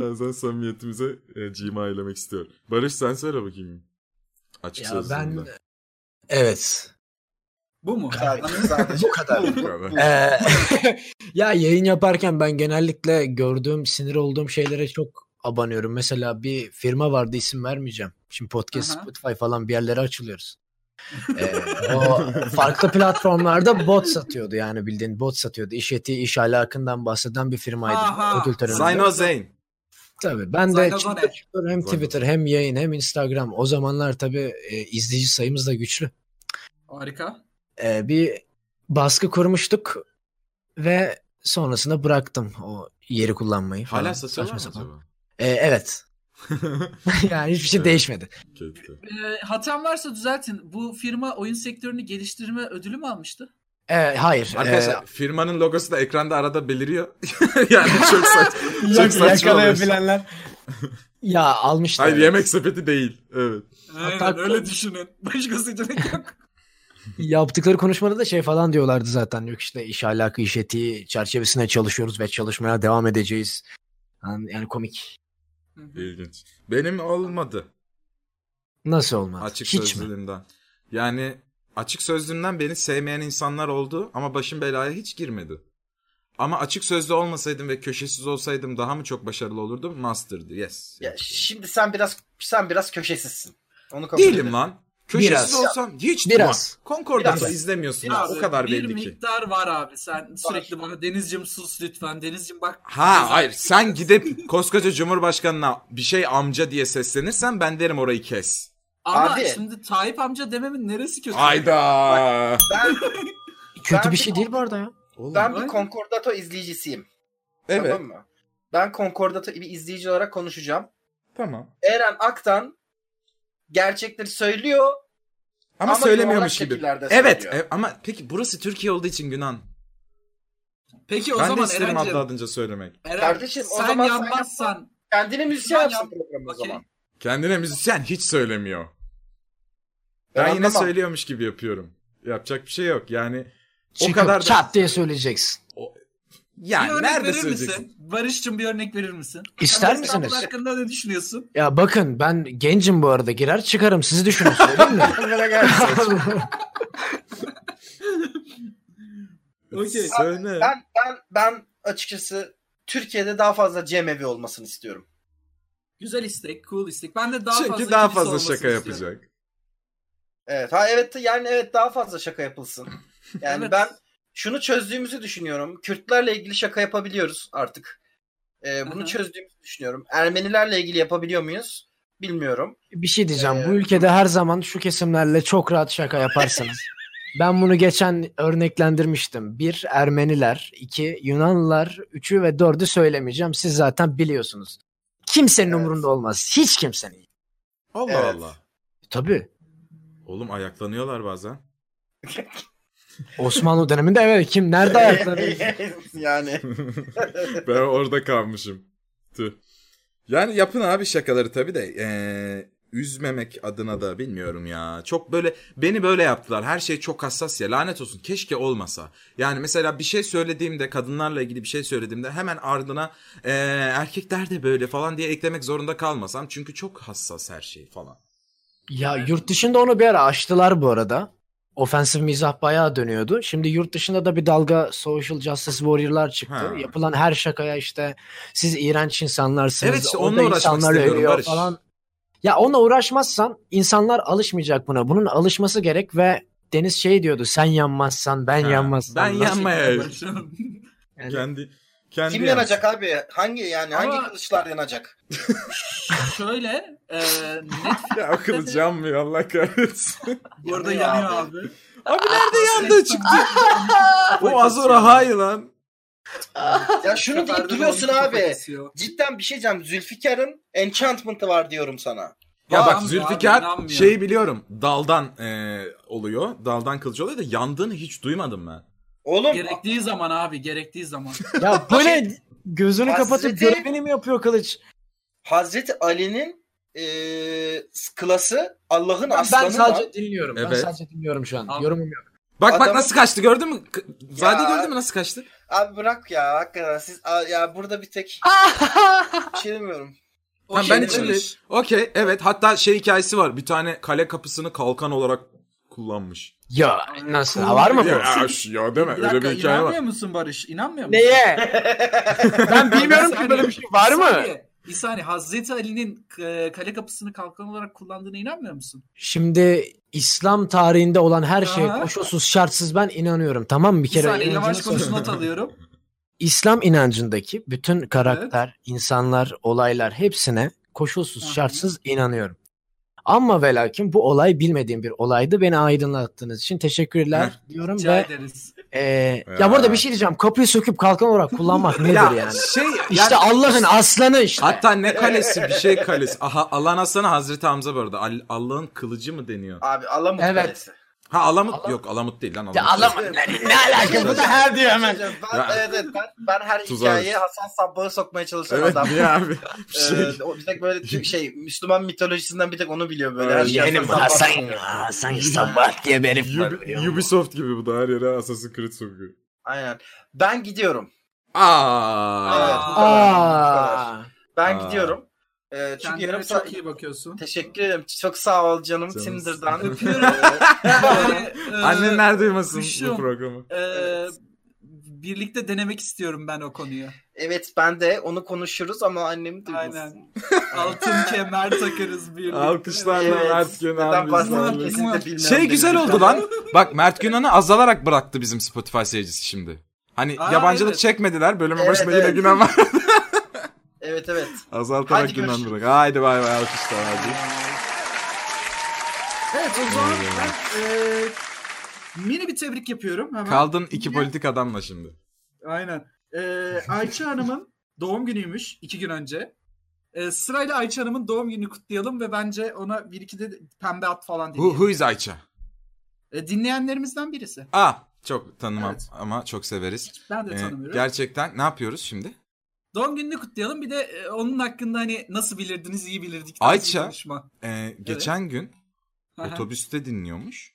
B: bazen samimiyetimize e, cima eylemek istiyor. Barış sen söyle bakayım. Açık
E: Ya
B: sözlüğünde.
E: ben Evet.
C: Bu mu?
D: Sadece, sadece.
E: Bu kadar.
B: Bu kadar.
E: Ee, ya yayın yaparken ben genellikle gördüğüm, sinir olduğum şeylere çok abanıyorum. Mesela bir firma vardı isim vermeyeceğim. Şimdi podcast,
C: Aha.
E: Spotify falan bir yerlere açılıyoruz. Ee, o farklı platformlarda bot satıyordu yani bildiğin bot satıyordu. İş etiği, iş ahlakından bahseden bir firmaydı.
C: Aha.
E: Ödül töreninde.
B: Zayno Zeyn.
E: Tabii ben de
C: Zaynozone.
E: çıktı çıktı hem
B: Zaynozone.
E: Twitter hem yayın hem Instagram. O zamanlar tabii e, izleyici sayımız da güçlü.
C: Harika.
E: Ee, bir baskı kurmuştuk ve sonrasında bıraktım o yeri kullanmayı. falan.
B: Hala satıyorlar mı
E: Saçma sapan.
B: acaba?
E: Ee, evet. yani hiçbir şey
B: Evet.
E: değişmedi.
B: Kötü.
C: Ee, hatam varsa düzeltin. Bu firma oyun sektörünü geliştirme ödülü mü almıştı?
E: Ee, hayır.
B: Arkadaşlar firmanın logosu da ekranda arada beliriyor. yani çok saçma.
E: ee,
B: çok saçma oluyor.
E: Ya almışlar.
B: Hayır yemek sepeti değil. Evet.
C: Aynen,
E: Hatta-
C: öyle düşünün. Başka seçenek yok.
E: Yaptıkları konuşmada da şey falan diyorlardı zaten. Yok işte iş alakı, iş etiği çerçevesinde çalışıyoruz ve çalışmaya devam edeceğiz. Yani, yani komik.
C: Hı hı.
B: İlginç. Benim olmadı.
E: Nasıl olmaz?
B: Açık
E: Hiç mi?
B: sözlülüğümden. Yani açık sözlüğümden beni sevmeyen insanlar oldu ama başım belaya hiç girmedi. Ama açık sözlü olmasaydım ve köşesiz olsaydım daha mı çok başarılı olurdum? Master'dı. Yes.
D: Ya şimdi sen biraz sen biraz köşesizsin. Onu kabul
B: Değilim
D: ederim.
B: lan. Köşesiz
E: Biraz.
B: olsam hiç
E: Biraz.
B: durmam. Concordance'ı
D: Biraz.
B: izlemiyorsunuz.
C: Abi,
B: o kadar
C: bir
B: belli ki.
C: miktar var abi. Sen sürekli bana Deniz'cim sus lütfen. Deniz'cim bak.
B: Ha hayır sen gidip koskoca cumhurbaşkanına bir şey amca diye seslenirsen ben derim orayı kes.
C: Ama
D: Abi.
C: şimdi Tayyip amca dememin neresi kötü?
B: Hayda.
D: Ben,
E: Kötü
D: Ben
E: bir
D: bir
E: şey değil bu arada ya.
D: ben
C: Oğlum.
D: bir Concordato izleyicisiyim.
B: evet
D: Tamam mı? Ben Concordato bir izleyici olarak konuşacağım.
B: tamam.
D: Eren Aktan gerçekleri söylüyor.
B: Ama,
D: Ama
B: söylemiyormuş
D: yuvarlak
B: gibi.
D: şekillerde
B: Evet
D: söylüyor.
B: e, ama peki burası Türkiye olduğu için Günan.
C: Peki o
B: ben de
C: zaman
B: isterim
C: Eren'cim.
B: adlı adınca söylemek.
C: Eren,
D: Kardeşim, o
C: sen
D: zaman sen
C: yanmazsan.
D: Kendini müzisyen
C: Ben
D: yapsın
C: yap-
D: programı o
C: Okey.
D: zaman.
B: Kendine müzisyen hiç söylemiyor. Ben,
D: Ben
B: yine
D: anlamam.
B: söylüyormuş gibi yapıyorum. Yapacak bir şey yok yani.
E: Çıkıp
B: kadar da-
E: çat diye söyleyeceksin.
C: bir
B: Yani
C: örnek
B: nerede
C: verir
B: söyleyeceksin?
C: misin? Barış'cığım bir örnek verir misin?
E: İster
C: Sen İstanbul
E: misiniz?
C: hakkında ne düşünüyorsun?
E: Ya bakın ben gencim bu arada girer çıkarım sizi düşünün söyleyeyim mi?
C: Okey.
B: Söyle.
D: Ben, ben, ben açıkçası Türkiye'de daha fazla cemevi olmasını istiyorum.
C: Güzel istek, cool istek. Ben de daha
B: Çünkü
C: fazla
B: daha
C: kilise
B: fazla
C: olmasını
B: şaka
C: istiyorum.
B: yapacak.
D: Evet. Ha evet yani evet daha fazla şaka yapılsın. Yani
C: Evet.
D: ben şunu çözdüğümüzü düşünüyorum. Kürtlerle ilgili şaka yapabiliyoruz artık. Ee, bunu
C: Aha.
D: çözdüğümüzü düşünüyorum. Ermenilerle ilgili yapabiliyor muyuz? Bilmiyorum.
E: Bir şey diyeceğim.
D: Ee,
E: Bu ülkede her zaman şu kesimlerle çok rahat şaka yaparsınız. ben bunu geçen örneklendirmiştim. Bir Ermeniler, iki Yunanlılar, üçü ve dördü söylemeyeceğim. Siz zaten biliyorsunuz. Kimsenin
D: Evet.
E: umurunda olmaz. Hiç kimsenin.
B: Allah
D: Evet.
B: Allah.
E: Tabii.
B: Oğlum ayaklanıyorlar bazen.
E: Osmanlı döneminde evet kim nerede ayakları?
D: yani
B: ben orada kalmışım. Tüh. Yani yapın abi şakaları tabii de eee, üzmemek adına da bilmiyorum ya. Çok böyle beni böyle yaptılar. Her şey çok hassas ya. Lanet olsun. Keşke olmasa. Yani mesela bir şey söylediğimde kadınlarla ilgili bir şey söylediğimde hemen ardına eee, erkekler de böyle falan diye eklemek zorunda kalmasam. Çünkü çok hassas her şey falan.
E: ya yurt dışında onu bir ara açtılar bu arada. Ofensif mizah bayağı dönüyordu. Şimdi yurt dışında da bir dalga social justice warrior'lar çıktı.
B: Ha.
E: Yapılan her şakaya işte siz iğrenç insanlarsınız.
B: Evet işte
E: orada
B: onunla uğraşmak
E: insanlar
B: istemiyorum
E: ölüyor
B: Barış.
E: Ya onunla uğraşmazsan insanlar alışmayacak buna. Bunun alışması gerek ve Deniz şey diyordu sen yanmazsan ben
B: Ha,
E: yanmazsam.
B: ben
E: Nasıl-
B: yanmam. Ama evet.
C: Barış'ım.
E: Yani-
B: Kendi kendi
D: kim
B: yansın.
D: yanacak abi? Hangi yani
C: Ama-
D: hangi kılıçlar yanacak?
C: Şöyle, e, Netflix
B: Ya akıl canmıyor Allah kahretsin.
C: burada
D: Yanıyor
C: yanıyor
D: abi.
C: abi.
B: abi nerede yandı çıktı? o Azora hay lan.
D: Ya şunu deyip
C: Pardon,
D: duruyorsun
C: onu
D: abi.
C: kapatıyor.
D: Cidden bir şey diyeceğim. Zülfikar'ın Enchantment'ı var diyorum sana.
B: Ya
C: Var
B: bak
C: abi,
B: Zülfikar
C: abi, inanmıyorum.
B: şeyi biliyorum. Daldan eee, oluyor. Daldan kılıcı oluyor da yandığını hiç duymadım ben.
D: Oğlum
C: Gerektiği zaman abi, gerektiği zaman.
E: Ya böyle gözünü
D: Hasreti-
E: kapatıp görevini mi yapıyor kılıç?
D: Hazreti Ali'nin eee, klası Allah'ın
E: Ben
D: aslanı
E: sadece
D: lan.
E: dinliyorum. Ben
B: Evet.
E: sadece dinliyorum şu an.
C: Abi.
E: Yorumum yok.
B: Bak bak
D: Adam-
B: nasıl kaçtı gördün mü? K- Zade
D: Ya.
B: gördün mü nasıl kaçtı?
D: Abi bırak ya hakikaten siz a- ya burada bir tek bir şey demiyorum.
B: Tamam,
D: şey
B: ben içinde. Okey evet hatta şey hikayesi var. Bir tane kale kapısını kalkan olarak kullanmış.
E: Ya nasıl?
C: Cool.
E: var mı bu?
B: Ya, ya, şu- ya deme
C: Bir
B: öyle
C: dakika,
B: bir hikaye
C: inanmıyor
B: var.
C: musun Barış? İnanmıyor musun?
E: Neye? ben bilmiyorum ki böyle bir şey var
C: Bir
E: mı?
C: saniye, Bir saniye. Hazreti Ali'nin e, kale kapısını kalkan olarak kullandığına inanmıyor musun?
E: Şimdi İslam tarihinde olan her şey
C: Aha.
E: koşulsuz şartsız ben inanıyorum. Tamam mı? bir
C: Bir,
E: kere
C: saniye
E: inancını
C: yavaş konuş
E: söyle.
C: not alıyorum.
E: İslam inancındaki bütün karakter, insanlar, olaylar hepsine koşulsuz
C: Hı hı.
E: şartsız inanıyorum. Ama ve lakin bu olay bilmediğim bir olaydı. Beni aydınlattığınız için teşekkürler diyorum
C: Rica
E: ve
C: ederiz.
E: Ee, ya burada bir şey diyeceğim. Kapıyı söküp kalkan olarak kullanmak nedir
B: Ya
E: yani?
B: Şey,
E: İşte
B: yani-
E: Allah'ın aslanı işte.
B: Hatta ne kalesi bir şey kalesi. Aha Allah'ın aslanı Hazreti Hamza bu arada. Al- Allah'ın kılıcı mı deniyor?
D: Abi Alamut
E: Evet.
D: Kalesi.
B: Ha Alamut yok Alamut değil lan Alamut.
E: Ya Allah ne, ne alakası bu da her diyor hemen.
D: Ben,
B: Ya.
D: evet, evet, ben, ben her
B: Tuzağız.
D: hikayeye Hasan Sabbah'ı sokmaya çalışan
B: Evet
D: adam.
B: niye abi? Bir şey.
D: Ee, o bir tek böyle Türk şey Müslüman mitolojisinden bir tek onu biliyor böyle.
B: Evet.
D: Her şey
F: Yeğenim
D: Hasan Sabbah
F: Hasan,
D: sanıyor.
F: Hasan Sabah diye bir herif var.
B: Ubi- Ubisoft gibi bu da her yere Assassin's Creed sokuyor.
D: Aynen. Ben gidiyorum. Evet,
B: Aa.
D: bu kadar, bu kadar.
E: Aa.
D: Ben
B: Aa.
D: gidiyorum. Ee, çünkü yarım
C: Kendine
D: saat...
C: çok iyi bakıyorsun.
D: Teşekkür ederim. Çok sağ ol canım.
B: Canım.
D: Tinder'dan.
C: Öpüyorum. Ee,
B: Annenler duymasın
C: Kuşum.
B: bu programı.
C: e,
D: Evet.
C: Birlikte denemek istiyorum ben o konuyu.
D: evet ben de onu konuşuruz ama annem duymasın.
C: Aynen. Altın kemer takarız birlikte.
B: Alkışlarla
D: Evet.
B: Mert Günan
D: Neden bahsettiğimi
C: Güzel.
B: bizlerle.
D: kesinlikle bilmiyorum.
B: Şey
D: Benim
B: güzel
D: bir
B: oldu
D: tane-
B: lan. Bak Mert Günan'ı azalarak bıraktı bizim Spotify seyircisi şimdi. Hani
C: Aa,
B: yabancılık
C: evet.
B: çekmediler. Bölümün
D: Evet,
B: başında yine
D: evet.
B: Günan var.
D: Evet evet.
B: Azaltarak
D: Hadi
B: Günan
D: görüşürüz.
B: bırak. Haydi bay bay alkışlar hadi.
C: Evet o zaman ben e, mini bir tebrik yapıyorum. Hemen.
B: Kaldın iki politik adamla şimdi.
C: Aynen. E, Ayça Hanım'ın doğum günüymüş iki gün önce. E, sırayla Ayça Hanım'ın doğum gününü kutlayalım ve bence ona bir iki de pembe at falan
B: Who,
C: diyelim.
B: who is Ayça?
C: E, dinleyenlerimizden birisi.
B: Aa çok tanımam
C: Evet.
B: ama çok severiz.
C: Ben de
B: Ee,
C: tanımıyorum.
B: gerçekten ne yapıyoruz şimdi?
C: Doğum gününü kutlayalım. Bir de e, onun hakkında hani nasıl bilirdiniz iyi bilirdik.
B: Ayça.
C: tarzı bir konuşma.
B: Ee, geçen gün
C: Hı hı,
B: otobüste dinliyormuş.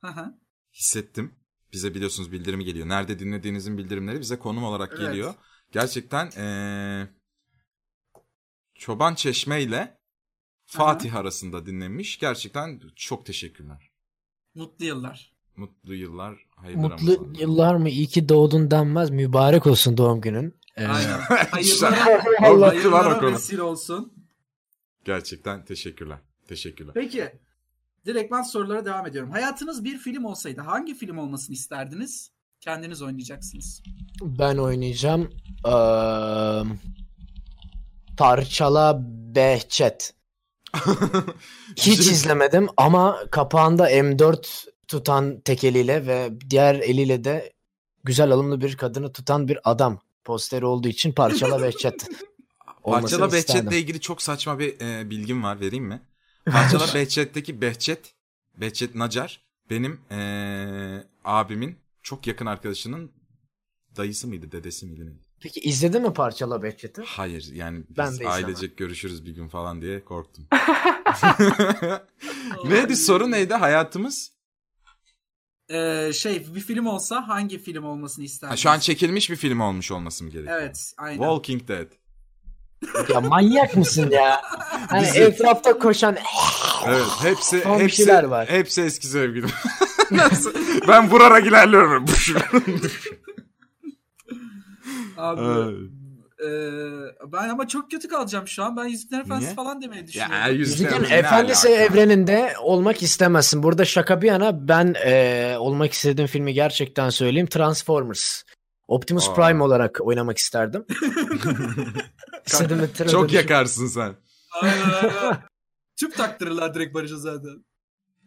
C: hı hı.
B: Hissettim. Bize biliyorsunuz bildirimi geliyor. Nerede dinlediğinizin bildirimleri bize konum olarak
D: Evet.
B: geliyor. Gerçekten ee, Çoban Çeşme ile Fatih arasında dinlemiş. Gerçekten çok teşekkürler.
C: Mutlu yıllar.
B: Mutlu yıllar. Hayırlı
E: Mutlu yıllar mı? İyi ki doğdun denmez. Mübarek olsun doğum günün. Ee,
C: Aynen.
B: Güzel.
C: Hayırlara,
B: Allah
C: hayırlara vesile olsun.
B: Gerçekten teşekkürler. Teşekkürler.
C: Peki. Direkt ben sorulara devam ediyorum. Hayatınız bir film olsaydı hangi film olmasını isterdiniz? Kendiniz oynayacaksınız.
E: Ben oynayacağım. Ee, Eee, Parçala Behçet. Hiç izlemedim ama kapağında M4 tutan tek eliyle ve diğer eliyle de güzel alımlı bir kadını tutan bir adam posteri olduğu için Parçala Behçet. olmasını
B: Parçala
E: isterdim.
B: Behçet'le ilgili çok saçma bir e, bilgim var vereyim mi? Parçala Behçet'teki Behçet, Behçet Nacar benim e, abimin çok yakın arkadaşının dayısı mıydı, dedesi miydi? neydi?
E: Peki izledin mi Parçala Behçet'i?
B: Hayır yani
E: Ben de
B: biz
E: izlemem.
B: ailecek görüşürüz bir gün falan diye korktum. neydi soru neydi hayatımız?
C: Ee, şey bir film olsa hangi film olmasını
B: Ha,
C: isterdiniz?
B: şu an çekilmiş bir film olmuş olması mı gerekiyor?
C: Evet aynen.
B: Walking Dead.
E: Ya manyak mısın ya? Hani
B: Bizi-
E: etrafta koşan
B: Evet hepsi
E: Son bir
B: hepsi,
E: şeyler var.
B: hepsi eski sevgilim. Nasıl? ben vurarak ilerliyorum.
C: Abi,
B: Evet.
C: e, ben ama çok kötü kalacağım şu an. Ben Yüzükler Efendisi
B: Ee. Niye?
C: falan demeye düşünüyorum.
B: ya yüzükler
E: Yüzüklerin
B: ne
E: Efendisi
B: alaka?
E: evreninde olmak istemezsin. Burada şaka bir yana ben eee, olmak istediğim filmi gerçekten söyleyeyim. Transformers. Optimus
B: Aa.
E: Prime olarak oynamak isterdim. İstediğimi
B: Çok
E: tırnadırışım-
B: yakarsın sen.
C: Aynen, aynen. Tüp taktırırlar direkt Barış'a zaten.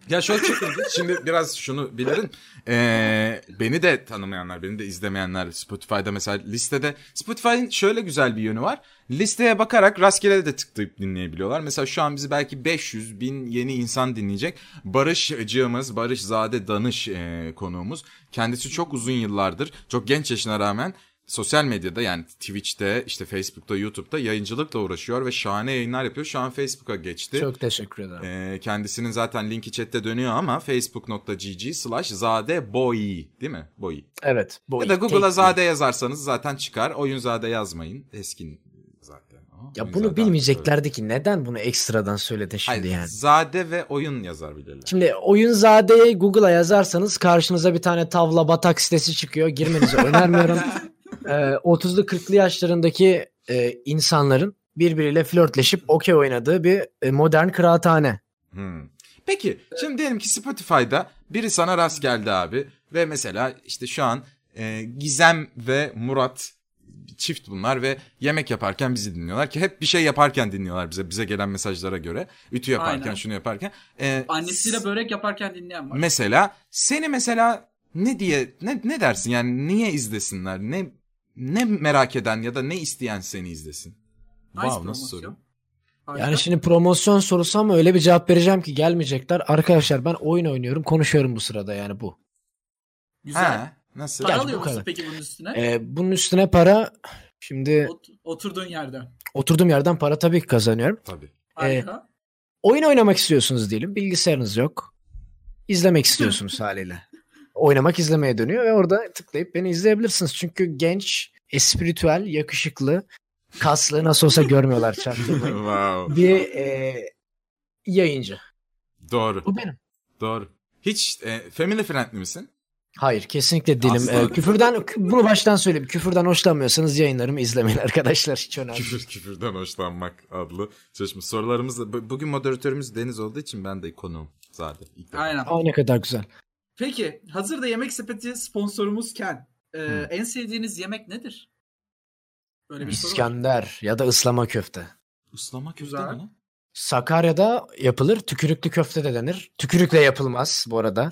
B: Ya şu çok ilginç. Şimdi biraz şunu bilirin. Ee, beni de tanımayanlar, beni de izlemeyenler Spotify'da mesela listede. Spotify'ın şöyle güzel bir yönü var. Listeye bakarak rastgele de tıklayıp dinleyebiliyorlar. Mesela şu an bizi belki 500 bin yeni insan dinleyecek. Barışcığımız, Barış Zade Danış e, konuğumuz. Kendisi çok uzun yıllardır, çok genç yaşına rağmen sosyal medyada yani Twitch'te, işte Facebook'ta, YouTube'da yayıncılıkla uğraşıyor ve şahane yayınlar yapıyor. Şu an Facebook'a geçti.
E: Çok teşekkür ederim.
B: Ee, kendisinin zaten linki chatte dönüyor ama facebook.gg slash zadeboy değil mi? Boy.
E: Evet. Bu
B: Ya da Google'a
E: ilk-
B: zade yazarsanız zaten çıkar. Oyun zade yazmayın. Eskin zaten. Ama
E: Ya
B: oyun
E: bunu
B: zade artık
E: bilmeyeceklerdi ki. Neden bunu ekstradan söyledin
B: öyle.
E: şimdi
B: Hayır,
E: yani?
B: Zade ve oyun yazar bilirler.
E: Şimdi oyunzadeyi Google'a yazarsanız karşınıza bir tane tavla batak sitesi çıkıyor. Girmenizi önermiyorum. Ee, 30'lu 40'lı yaşlarındaki e, insanların birbiriyle flörtleşip okey oynadığı bir e, modern kıraathane.
B: Hmm. Peki şimdi diyelim ki Spotify'da biri sana rast geldi abi ve mesela işte şu an e, Gizem ve Murat çift bunlar ve yemek yaparken bizi dinliyorlar ki hep bir şey yaparken dinliyorlar bize bize gelen mesajlara göre ütü yaparken
C: Aynen.
B: şunu yaparken E,
C: Annesiyle börek yaparken dinleyen var.
B: mesela seni mesela ne diye ne, ne dersin yani niye izlesinler? Ne ne merak eden ya da ne isteyen seni izlesin?
C: Nice
B: Wow, nasıl
C: promosyon.
B: soru?
C: Harika.
E: Yani şimdi promosyon sorusu ama öyle bir cevap vereceğim ki gelmeyecekler. Arkadaşlar ben oyun oynuyorum konuşuyorum bu sırada yani bu.
C: Güzel.
B: Ha, nasıl?
C: Para
E: Gel, bu
C: alıyor musun
E: kadar.
C: peki bunun üstüne?
E: Ee, bunun üstüne para şimdi
C: Ot- oturduğun
E: e,
C: yerden.
E: oturduğum yerden para tabii ki kazanıyorum.
B: Tabii.
C: Harika.
E: Oyun oynamak istiyorsunuz diyelim bilgisayarınız yok. İzlemek istiyorsunuz haliyle. Oynamak izlemeye dönüyor ve orada tıklayıp beni izleyebilirsiniz. Çünkü genç, espritüel, yakışıklı, kaslı nasıl olsa görmüyorlar çarptırmayı.
B: wow.
E: bir e, yayıncı.
B: Doğru.
E: Bu benim.
B: Doğru. Hiç e, family friendly misin?
E: Hayır kesinlikle dilim.
B: Asla.
E: Ee, küfürden kü- bunu baştan söyleyeyim. Küfürden hoşlanmıyorsanız yayınlarımı izlemeyin arkadaşlar. Hiç önemli. değil.
B: Küfür küfürden hoşlanmak adlı çalışma. Sorularımız da- bu- bugün moderatörümüz Deniz olduğu için ben de konuğum zaten. İlk defa.
C: Aynen.
E: Aa, ne kadar güzel.
C: Peki hazır da yemek sepeti sponsorumuzken e, en sevdiğiniz yemek nedir? Böyle bir soru. var.
E: İskender ya da ıslama köfte.
B: Islama köfte
C: Güzel.
B: mi lan?
E: Sakarya'da yapılır. Tükürüklü köfte de denir. Tükürükle yapılmaz bu arada.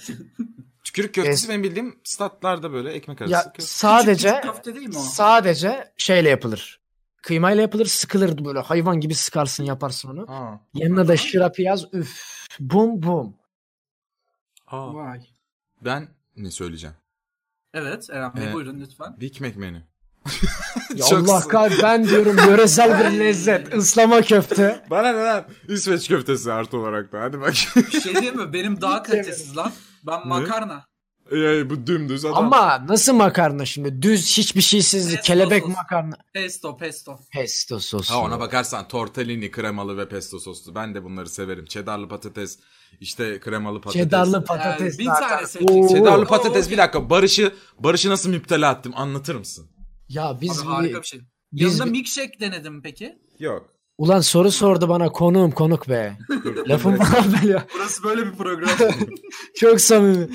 B: Tükürük köftesi
E: Es-
B: benim bildiğim statlarda böyle ekmek arası.
E: ya
B: köfte.
E: sadece
C: Küçük bir köfte değil mi o?
E: sadece şeyle yapılır. Kıymayla yapılır. Sıkılır böyle hayvan gibi sıkarsın yaparsın onu.
B: Aa,
E: Yanına da şırapiyaz üf. Bum bum.
B: aa.
C: Vay.
B: Ben ne söyleyeceğim?
C: Evet Eren Bey
B: Ee,
C: buyurun lütfen.
B: Big Mac menü.
E: Ya
B: Çok
E: Allah
B: sığ-
E: kah- ben diyorum yöresel bir lezzet. Islama köfte.
B: Bana ne lan? İsveç köftesi artı olarak da hadi bak.
C: Bir şey diyeyim mi? Benim daha kalitesiz lan. Ben makarna.
B: yani bu dümdüz adam.
E: Ama nasıl makarna şimdi? Düz hiçbir şeysiz
C: Pesto
E: kelebek
C: sos.
E: makarna.
C: Pesto pesto.
E: Pesto sosu.
B: Ha ona bakarsan tortellini kremalı ve pesto soslu. Ben de bunları severim. Çedarlı patates, işte kremalı patates.
E: Çedarlı
C: Yani
E: patates.
C: bin
E: zaten.
C: Ee, tane seçeceksin.
B: Çedarlı
C: Oo.
B: patates bir dakika. Barış'ı Barış'ı nasıl müptela ettim anlatır mısın?
E: Ya biz
C: Abi,
E: bir-
C: harika bir şey.
E: biz
C: Yanında
E: bir-
C: milkshake denedim peki.
B: Yok.
E: ulan soru sordu bana konuğum konuk be.
B: Dur,
E: Lafım
B: dur.
E: bana böyle.
C: Burası böyle bir program.
E: Çok samimi.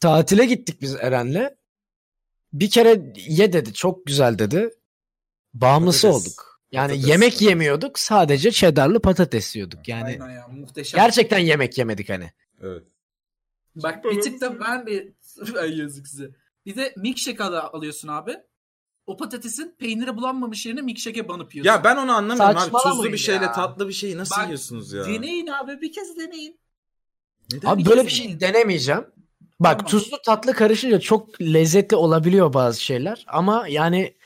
E: Tatile gittik biz Eren'le. Bir kere ye dedi. Çok güzel dedi. Bağımlısı
B: Patates.
E: olduk. Yani
B: Patates.
E: yemek yemiyorduk. Sadece çedarlı patates yiyorduk. Yani
C: Aynen ya muhteşem.
E: gerçekten yemek yemedik hani.
B: Evet.
C: Bak bir tık da ben bir... Ay yazık size. Bir de milkshake al- alıyorsun abi. O patatesin peynire bulanmamış yerine milkshake'e banıp yiyorsun.
B: Ya ben onu anlamıyorum abi.
E: Saçmalamayın
B: Tuzlu bir şeyle
C: ya.
B: tatlı bir şeyi nasıl
C: Bak,
B: yiyorsunuz ya?
C: Deneyin abi bir kez deneyin.
B: Neden?
E: Abi
C: Bir
E: böyle
C: kez
E: bir şey
C: deneyin.
E: denemeyeceğim. Bak
C: Tamam.
E: tuzlu tatlı karışınca çok lezzetli olabiliyor bazı şeyler ama yani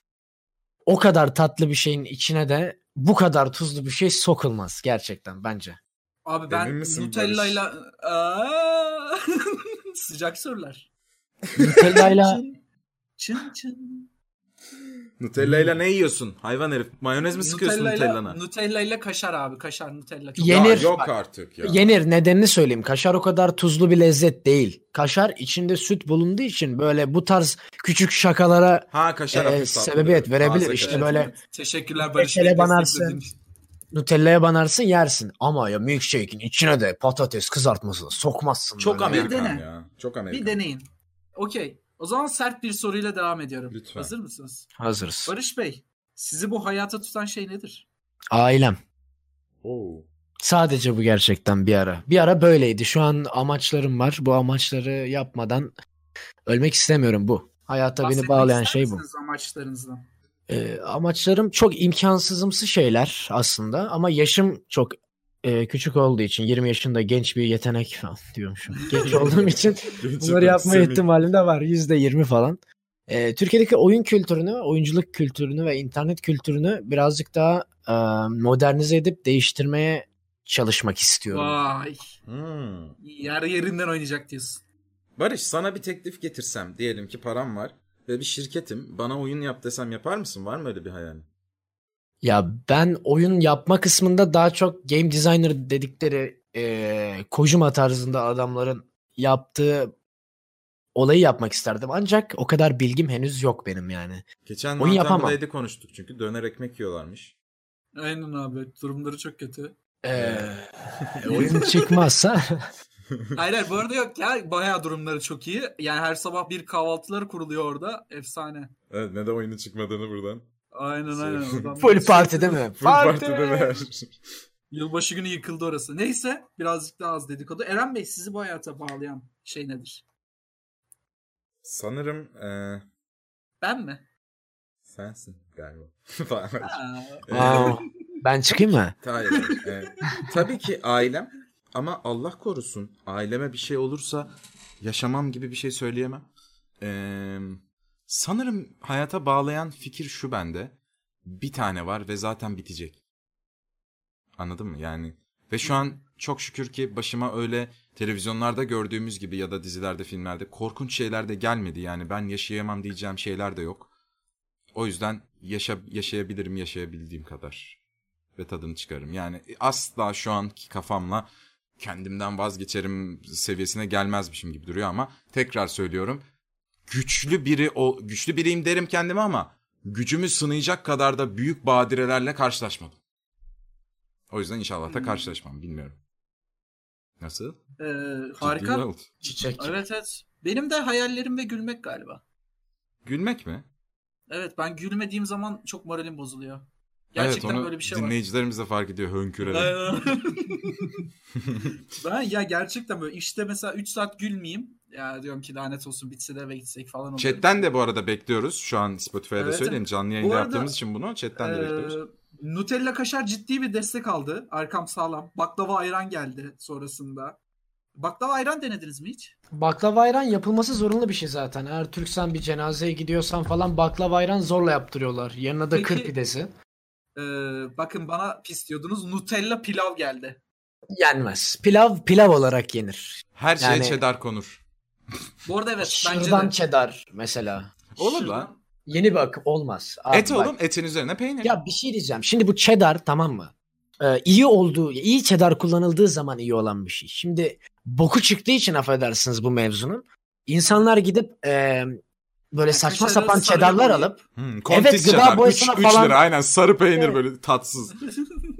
E: o kadar tatlı bir şeyin içine de bu kadar tuzlu bir şey sokulmaz gerçekten bence.
C: Abi ben
B: Emin misin
C: Nutella'yla... Aa! Sıcak sorular.
E: Nutella'yla
C: Çın çın çın.
B: Nutella'yla ne yiyorsun? Hayvan herif. Mayonez mi sıkıyorsun Nutella'na?
C: Nutella'yla Nutella'yla kaşar abi. Kaşar Nutella. Çok-
E: Ye- Yenir.
B: Ya yok artık ya.
E: yenir nedenini söyleyeyim. Kaşar o kadar tuzlu bir lezzet değil. Kaşar içinde süt bulunduğu için böyle bu tarz küçük şakalara
B: Ha kaşar
E: Ee,
B: hafif tatlı.
E: sebebiyet verebilir
B: Taze
E: işte
B: kaşar.
E: böyle.
C: Teşekkürler Barış.
E: Nutella
C: Bey,
E: banarsın.
C: desteklediğin için.
E: Nutella'ya banarsın yersin. Ama ya milkshake'in içine de patates kızartması da sokmazsın.
B: Çok
E: böyle.
B: Amerikan
C: dene.
B: ya. Çok Amerikan.
C: Bir deneyin. Okey. O zaman sert bir soruyla devam ediyorum.
B: Lütfen.
C: Hazır mısınız?
E: Hazırız.
C: Barış Bey, sizi bu hayata tutan şey nedir?
E: Ailem.
B: Oo.
E: Sadece bu gerçekten bir ara. Bir ara böyleydi. Şu an amaçlarım var. Bu amaçları yapmadan ölmek istemiyorum bu. Hayata beni
C: Bahsetmek
E: bağlayan
C: ister
E: şey bu.
C: misiniz Amaçlarınızdan.
E: Ee, amaçlarım çok imkansızımsı şeyler aslında ama yaşım çok e, küçük olduğu için 20 yaşında genç bir yetenek falan diyormuşum. Genç olduğum için bunları yapma
B: Semih.
E: ihtimalim de var. %20 falan. Ee, Türkiye'deki oyun kültürünü, oyunculuk kültürünü ve internet kültürünü birazcık daha e, modernize edip değiştirmeye çalışmak istiyorum.
C: Vay.
B: Hmm.
C: Yer yerinden oynayacak diyorsun.
B: Barış sana bir teklif getirsem diyelim ki param var ve bir şirketim bana oyun yap desem yapar mısın? Var mı öyle bir hayalin?
E: Ya ben oyun yapma kısmında daha çok game designer dedikleri eee Kojima tarzında adamların yaptığı olayı yapmak isterdim. Ancak o kadar bilgim henüz yok benim yani.
B: Geçen
E: Oyun yapamam.
B: Mantamda'ydı konuştuk çünkü döner ekmek yiyorlarmış.
C: Aynen abi. Durumları çok kötü.
E: Eee, E, oyun çıkmazsa
C: Hayır hayır, bu arada yok ya. Bayağı durumları çok iyi. Yani her sabah bir kahvaltıları kuruluyor orada. Efsane.
B: Evet ne de oyunun çıkmadığını buradan.
C: Aynen aynen. Oradan
E: full
C: bir-
E: parti değil mi?
B: Full partide ver.
C: Yılbaşı günü yıkıldı orası. Neyse birazcık daha az dedikodu. Eren Bey sizi bu hayata bağlayan şey nedir?
B: Sanırım e,
C: Ben mi?
B: sensin galiba. Falan.
C: Ha,
B: E,
E: Aa, ben çıkayım mı?
B: Hayır. e, tabii ki ailem ama Allah korusun aileme bir şey olursa yaşamam gibi bir şey söyleyemem. E, sanırım hayata bağlayan fikir şu bende. Bir tane var ve zaten bitecek. Anladın mı? Yani ve şu an çok şükür ki başıma öyle televizyonlarda gördüğümüz gibi ya da dizilerde, filmlerde korkunç şeyler de gelmedi. Yani ben yaşayamam diyeceğim şeyler de yok. O yüzden yaşa, yaşayabilirim yaşayabildiğim kadar ve tadını çıkarım. Yani asla şu anki kafamla kendimden vazgeçerim seviyesine gelmezmişim gibi duruyor ama tekrar söylüyorum. Güçlü biri o güçlü biriyim derim kendime ama gücümü sınayacak kadar da büyük badirelerle karşılaşmadım. O yüzden inşallah da karşılaşmam bilmiyorum. Nasıl?
C: e,
B: Ciddi
C: harika.
B: oldu.
E: Çiçek.
C: Evet evet. Benim de hayallerim ve gülmek galiba.
B: Gülmek mi?
C: Evet ben gülmediğim zaman çok moralim bozuluyor. Gerçekten
B: evet onu
C: böyle bir şey var.
B: dinleyicilerimiz de fark ediyor hönkürerek.
C: Aynen. ben ya gerçekten böyle işte mesela 3 saat gülmeyeyim. Ya diyorum ki lanet olsun bitse de eve gitsek falan. oluyor.
B: Chatten de bu arada bekliyoruz. Şu an Spotify'da
C: Evet,
B: söyleyeyim. Canlı yayında
C: arada-
B: yaptığımız için bunu chatten de
C: Ee,
B: bekliyoruz.
C: Nutella Kaşar ciddi bir destek aldı. Arkam sağlam. Baklava ayran geldi sonrasında. Baklava ayran denediniz mi hiç?
E: Baklava ayran yapılması zorunlu bir şey zaten. Eğer Türksen bir cenazeye gidiyorsan falan baklava ayran zorla yaptırıyorlar. Yanına da kır
C: Peki-
E: pidesi.
C: Ee, bakın bana pis diyordunuz. Nutella pilav geldi.
E: Yenmez. Pilav pilav olarak yenir.
B: Her şeye
E: Yani-
B: çedar konur.
C: Bu arada evet bence
E: Şırdan
C: de.
E: çedar mesela.
B: Olur
C: Şırdan-
B: lan.
E: Yeni bir akım olmaz. Abi
B: Et
E: bak.
B: oğlum etin üzerine peynir.
E: Ya bir şey diyeceğim. Şimdi bu cheddar tamam mı? Ee, iyi olduğu, iyi cheddar kullanıldığı zaman iyi olan bir şey. Şimdi boku çıktığı için affedersiniz bu mevzunun. İnsanlar gidip e, böyle saçma
C: Kaşarı
E: sapan
C: sarıya
E: cheddarlar
C: koyup-
E: alıp
B: Hmm, kontis
E: Evet, gıda
B: çedar. 3,
E: boyasına falan-
B: lira aynen sarı peynir
E: Evet.
B: böyle tatsız.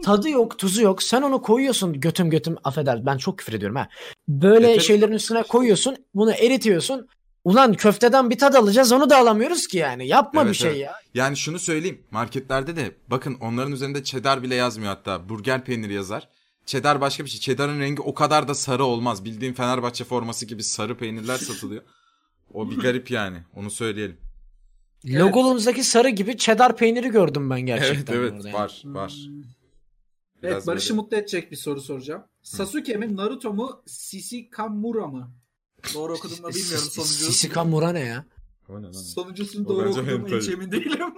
E: tadı yok, tuzu yok. Sen onu koyuyorsun götüm götüm affeder. Ben çok küfür ediyorum ha. Böyle
B: Yeter.
E: şeylerin üstüne koyuyorsun. Bunu eritiyorsun. Ulan köfteden bir tad alacağız onu da alamıyoruz ki yani. Yapma
B: Evet,
E: bir şey
B: evet.
E: ya.
B: Yani şunu söyleyeyim marketlerde de bakın onların üzerinde çedar bile yazmıyor hatta burger peyniri yazar. Çedar başka bir şey. Çedarın rengi o kadar da sarı olmaz. Bildiğin Fenerbahçe forması gibi sarı peynirler satılıyor. O bir garip yani. Onu söyleyelim.
E: Logolunuzdaki sarı gibi cheddar peyniri gördüm ben
B: Evet
E: gerçekten.
B: evet
E: orada yani.
B: var var.
C: Evet
B: Biraz
C: Barış'ı
B: böyle-
C: mutlu edecek bir soru soracağım. Sasuke mi Naruto mu Sisi Kamura mı? Doğru okudum mu bilmiyorum sonucu.
E: Sisikamura ne ya?
B: O ne lan?
C: Sonuncusunu
B: O
C: doğru
B: bence
C: okudum mu hiç
B: hentai.
C: emin değilim.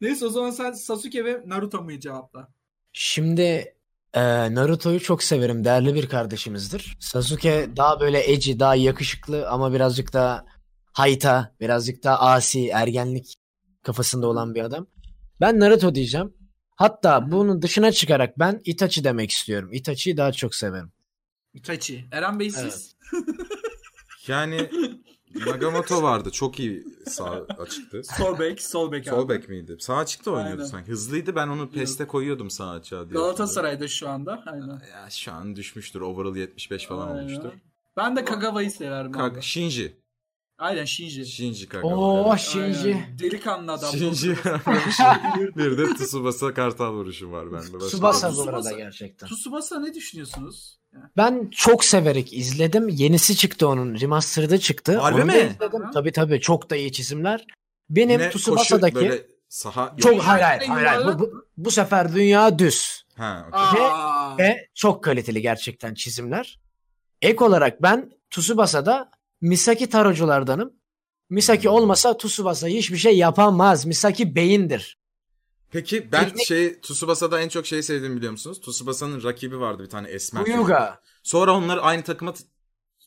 C: Neyse o zaman sen Sasuke ve Naruto mu'yu cevapla.
E: Şimdi e, Naruto'yu çok severim. Değerli bir kardeşimizdir. Sasuke daha böyle eci, daha yakışıklı ama birazcık daha hayta, birazcık daha asi, ergenlik kafasında olan bir adam. Ben Naruto diyeceğim. Hatta bunun dışına çıkarak ben Itachi demek istiyorum. Itachi'yi daha çok severim.
C: Itachi. Eren Bey siz?
E: Evet.
B: Yani Nagamoto vardı. Çok iyi sağ açıktı.
C: Sol bek, sol bek abi.
B: Sol bek miydi? Sağ açıkta oynuyordu
C: Aynen.
B: sanki. Hızlıydı ben onu peste koyuyordum sağ açığa diye.
C: Galatasaray'da şu anda. Aynen.
B: hatırlıyorum. Ya şu an düşmüştür. Overall 75 falan
C: Aynen.
B: olmuştur.
C: Ben de Kagawa'yı severim
B: Kag
C: abi.
B: Shinji.
C: Aynen Shinji.
B: Shinji Kagawa.
E: Oo
B: evet.
E: Shinji.
C: Aynen. Delikanlı adam.
B: Shinji. Şey, bir de Tsubasa kartal vuruşum var bende. Başka- şey
E: Tsubasa bu
C: Tsubasa.
E: arada gerçekten.
C: Tsubasa ne düşünüyorsunuz?
E: Ben çok severek izledim. Yenisi çıktı onun. Remaster'da çıktı.
B: Harbi
E: Onu
B: mi?
E: da izledim. Tabii tabii. Çok da iyi çizimler. Benim
B: Yine
E: Tsubasa'daki
B: koşu böyle saha
E: Çok-
B: Yok.
E: hayır, hayır, hayır, hayır. Bu- bu sefer dünya düz.
B: Ha, okey.
C: Aa,
E: Ve çok kaliteli gerçekten çizimler. Ek olarak ben Tsubasa'da Misaki Taroculardanım. Misaki
B: Hmm.
E: olmasa Tsubasa hiçbir şey yapamaz. Misaki beyindir.
B: Peki ben şey Tsubasa'da en çok şeyi sevdiğimi biliyor musunuz? Tsubasa'nın rakibi vardı bir tane esmer. çocuk.
E: Hyuga.
B: Sonra onlar aynı takıma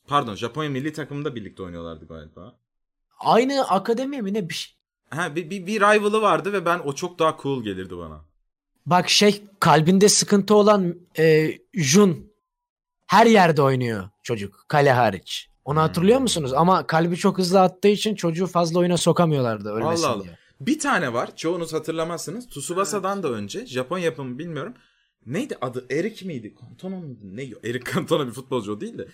B: pardon Japonya milli takımında birlikte oynuyorlardı galiba.
E: Aynı akademi mi ne bir şey.
B: Ha bir, bir, bir rival'ı vardı ve ben o çok daha cool gelirdi bana.
E: Bak şey kalbinde sıkıntı olan e, Jun her yerde oynuyor çocuk kale hariç. Onu hatırlıyor
B: Hmm.
E: musunuz? Ama kalbi çok hızlı attığı için çocuğu fazla oyuna sokamıyorlardı ölmesin
B: Allah Allah.
E: diye.
B: Bir tane var. Çoğunuz hatırlamazsınız. Tsubasa'dan da önce Japon yapımı bilmiyorum. Neydi adı? Erik miydi? Cantona mıydı? Ne? Erik Cantona bir futbolcu o değil de.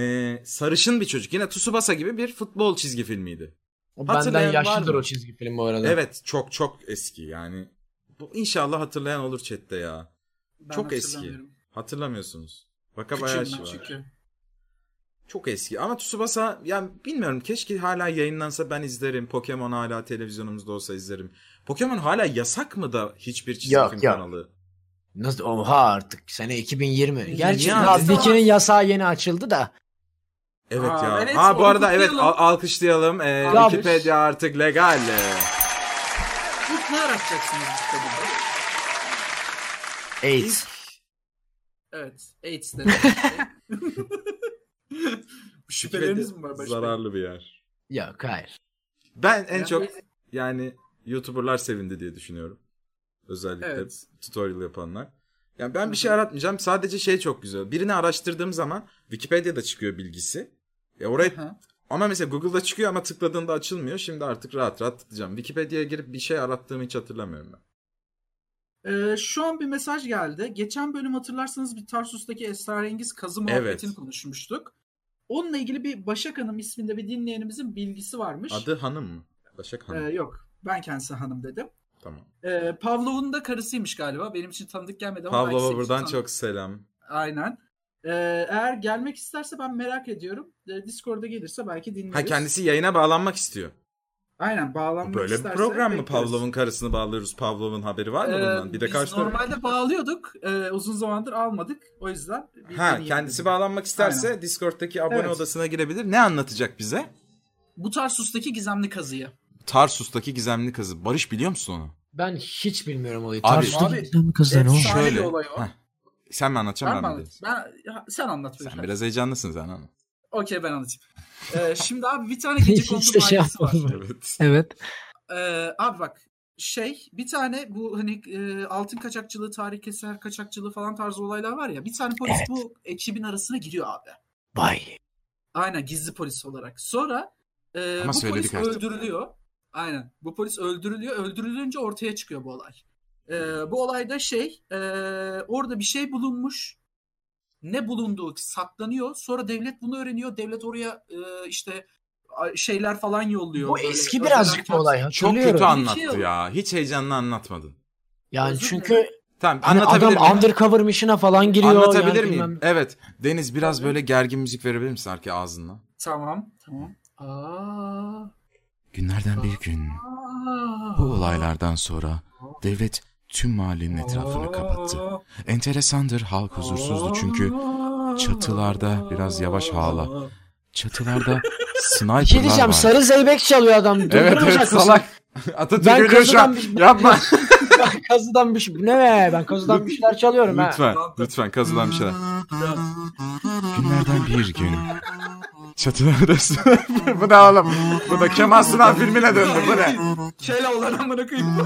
B: Ee, sarışın bir çocuk. Yine Tsubasa gibi bir futbol çizgi filmiydi.
E: O
B: Hatırlayan
E: benden
B: var
E: yaşlıdır
B: mı?
E: o çizgi film bu arada.
B: Evet çok çok eski yani. Bu inşallah hatırlayan olur chatte ya.
C: ben
B: çok eski.
C: hatırlamıyorum.
B: Hatırlamıyorsunuz. Baka
C: Küçüğüm
B: bayağı
C: ben
B: şey var.
C: çünkü.
B: Çok eski ama Tsubasa yani bilmiyorum keşke hala yayınlansa ben izlerim. Pokemon hala televizyonumuzda olsa izlerim. Pokemon hala yasak mı da hiçbir çizgi
E: Yok,
B: film
E: yok.
B: kanalı?
E: Nasıl? Oha artık. Sene 2020. Gerçi
B: Ya,
E: ya,
C: mesela-
E: Dikinin yasağı yeni açıldı da.
B: Evet
C: Aa,
B: ya.
C: evet,
B: ha bu
C: onu
B: arada evet
C: kutlayalım.
B: al- alkışlayalım. Ee,
E: Bravo.
B: Wikipedia artık legal. Ee,
C: İlk ne aratacaksınız bu kitabında?
E: AIDS.
C: Evet. AIDS dedi. Şüpheleriniz mi var
B: Wikipedia
C: başka?
B: Zararlı bir yer.
E: Yok hayır.
B: Ben en
C: Yani-
B: çok yani YouTuber'lar sevindi diye düşünüyorum. Özellikle
C: Evet.
B: tutorial yapanlar. Yani ben bir şey aratmayacağım. Sadece şey çok güzel. Birini araştırdığım zaman Wikipedia'da çıkıyor bilgisi. E oraya
C: Hı.
B: ama mesela Google'da çıkıyor ama tıkladığında açılmıyor. Şimdi artık rahat rahat tıklayacağım. Wikipedia'ya girip bir şey arattığımı hiç hatırlamıyorum ben.
C: Ee, şu an bir mesaj geldi. Geçen bölüm hatırlarsanız bir Tarsus'taki esrarengiz kazı muhabbetini
B: Evet.
C: konuşmuştuk. Onunla ilgili bir Başak Hanım isminde bir dinleyenimizin bilgisi varmış.
B: Adı Hanım mı? Başak
C: Ee,
B: Hanım.
C: yok. Ben kendisi hanım dedim.
B: Tamam.
C: Ee, Pavlov'un da karısıymış galiba. Benim için tanıdık gelmedi ama belki
B: Pavlova
C: senin için
B: buradan
C: tanıdık.
B: çok selam.
C: Aynen. Ee, eğer gelmek isterse ben merak ediyorum. Ee, Discord'a gelirse belki dinleriz.
B: Ha kendisi yayına bağlanmak istiyor.
C: Aynen
B: Bu
C: bağlanmak
B: Böyle bir
C: isterse
B: program mı?
C: bekleriz.
B: Pavlov'un karısını bağlıyoruz. Pavlov'un haberi var mı
C: Ee,
B: bundan? Bir de
C: biz
B: karşı taraf-
C: normalde bağlıyorduk. Ee, uzun zamandır almadık. O yüzden. bir
B: Ha
C: deneyelim
B: kendisi
C: dedim.
B: bağlanmak isterse Discord'daki abone
C: Evet.
B: odasına girebilir. Ne anlatacak bize?
C: Bu Tarsus'taki gizemli kazıyı.
B: Tarsus'taki gizemli kızı. Barış biliyor musun onu?
E: Ben hiç bilmiyorum olayı.
B: Abi-
E: Tarsus'ta
C: Abi,
E: giden bir kızdan o.
C: efsane- bir olay o.
B: Heh. Sen mi anlatacaksın
C: Ben,
B: ben,
C: mi
B: mi
C: anlatayım? ben ha, sen anlat.
B: diyeyim? Sen
C: beyefendi.
B: biraz heyecanlısın sen anlat.
C: Okey ben anlatayım. Ee, şimdi abi bir tane gece kondu
E: Hiç de şey
C: mahallesi var.
E: yapmadım.
B: Evet.
E: Evet.
C: Ee, abi bak şey bir tane bu hani e, altın kaçakçılığı, tarih keser kaçakçılığı falan tarzı olaylar var ya. Bir tane polis
E: Evet.
C: bu ekibin arasına giriyor abi.
E: Vay.
C: Aynen gizli polis olarak. Sonra e,
B: Ama
C: bu
B: söyledik
C: polis
B: artık.
C: öldürülüyor. Aynen. Bu polis öldürülüyor. Öldürülünce ortaya çıkıyor bu olay. E, bu olayda şey e, orada bir şey bulunmuş. Ne bulunduğu saklanıyor. Sonra devlet bunu öğreniyor. Devlet oraya e, işte a- şeyler falan yolluyor.
E: Bu
C: Böyle
E: eski
C: özel
E: birazcık bir
C: harekat-
E: olay.
B: Çok
E: Hatırlıyorum.
B: kötü anlattı
C: yıl.
B: ya. Hiç heyecanlı anlatmadın.
E: Yani
C: Özür
E: çünkü
C: dilerim.
B: Tamam
E: hani
B: anlatabilir
E: adam
B: miyim?
E: undercover işine falan giriyor.
B: Anlatabilir
E: yani
B: miyim?
E: bilmem-
B: Evet. Deniz biraz böyle gergin müzik verebilir misin arka ağzından?
C: Tamam. Tamam. Aa,
B: Günlerden bir gün
C: aa,
B: bu olaylardan sonra devlet tüm mahallenin etrafını kapattı.
C: aa,
B: Enteresandır halk huzursuzdu çünkü çatılarda biraz yavaş ağla. çatılarda
E: Bir şey
B: sniperlar
E: diyeceğim.
B: var.
E: Sarı zeybek çalıyor adam.
B: Evet
E: Durdurmayacak
B: evet
E: mısın?
B: salak. Atatürk
E: Ben
B: ölüyor şu an.
E: kazıdan bir-
B: Yapma.
E: Ben kazıdan bir şey. Bu Ne be? Ben kazıdan bir şeyler çalıyorum ha.
B: lütfen lütfen kazılan bir şeyler. Günlerden bir gün çatılarda sniper. bu ne oğlum? Bu da Kemal Sunal filmine döndü bu ne?
C: Şöyle olan amına koyayım.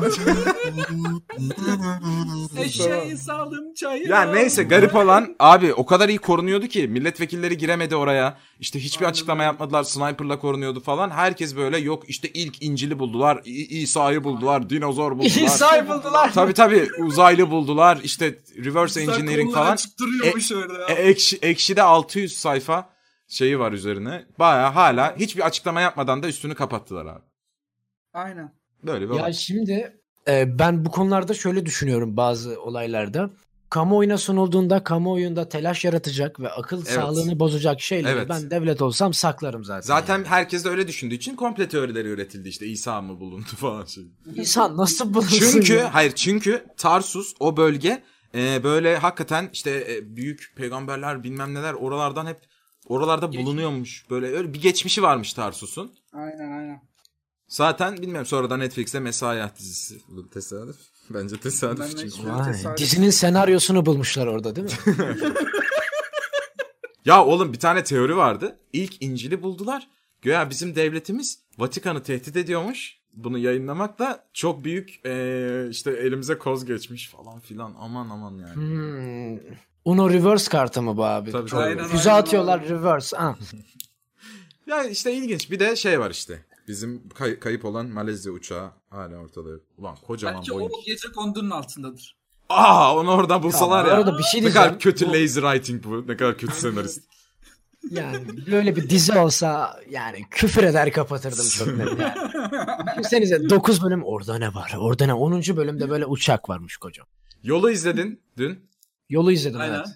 C: Eşeği saldım çayı.
B: Ya neyse garip olan abi o kadar iyi korunuyordu ki milletvekilleri giremedi oraya. İşte hiçbir açıklama yapmadılar. Sniper'la korunuyordu falan. Herkes böyle yok işte ilk İncil'i buldular. İ- İsa'yı buldular. Dinozor buldular.
E: İsa'yı buldular.
B: tabii tabii uzaylı buldular. İşte reverse engineering falan.
C: Çıktırıyormuş orada.
B: E, ekşi, ekşi de 600 sayfa şeyi var üzerine. Baya hala hiçbir açıklama yapmadan da üstünü kapattılar abi.
C: Aynen.
B: Böyle bir
E: Ya
B: olay.
E: şimdi e, ben bu konularda şöyle düşünüyorum bazı olaylarda. Kamuoyuna sunulduğunda kamuoyunda telaş yaratacak ve akıl
B: Evet.
E: sağlığını bozacak şeyleri
B: Evet.
E: ben devlet olsam saklarım zaten.
B: Zaten herkes de öyle düşündüğü için komple teorileri üretildi işte İsa mı bulundu falan şey.
E: yani. insan nasıl bulursun?
B: Çünkü
E: ya?
B: hayır çünkü Tarsus o bölge e, böyle hakikaten işte e, büyük peygamberler bilmem neler oralardan hep oralarda bulunuyormuş. Böyle öyle bir geçmişi varmış Tarsus'un.
C: Aynen aynen.
B: Zaten bilmiyorum sonradan Netflix'te Mesai Hayat dizisi. Bu tesadüf. Bence
C: Ben
B: tesadüf
C: de
B: çünkü.
C: şöyle
E: Vay,
C: tesadüf-
E: dizinin senaryosunu bulmuşlar orada değil mi?
B: Ya oğlum bir tane teori vardı. İlk İncil'i buldular. Güya bizim devletimiz Vatikan'ı tehdit ediyormuş. Bunu yayınlamakla çok büyük e, işte elimize koz geçmiş falan filan. Aman aman yani.
E: Hmm. Uno reverse kartı mı bu abi?
B: Tabii,
E: Çok-
B: tabii. Aynen,
E: Füze
C: aynen,
E: atıyorlar
C: aynen.
E: reverse. Ha.
B: Ya işte ilginç. Bir de şey var işte. Bizim kay- kayıp olan Malezya uçağı hala ortada. yok. Ulan kocaman
C: Belki
B: Boeing.
C: o gece kondunun altındadır.
B: Aa onu oradan bulsalar
E: Bu
B: ya.
E: arada bir şey
B: Ne
E: diyeceğim.
B: kadar kötü
E: Bu-
B: lazy writing bu. Ne kadar kötü senarist.
E: Yani böyle bir dizi olsa yani küfür eder kapatırdım çok net yani. Düşünsenize 9 bölüm orada ne var? Orada ne? 10. bölümde böyle uçak varmış kocam.
B: Yolu izledin dün.
E: Yolu izledim
C: Aynen.
E: evet.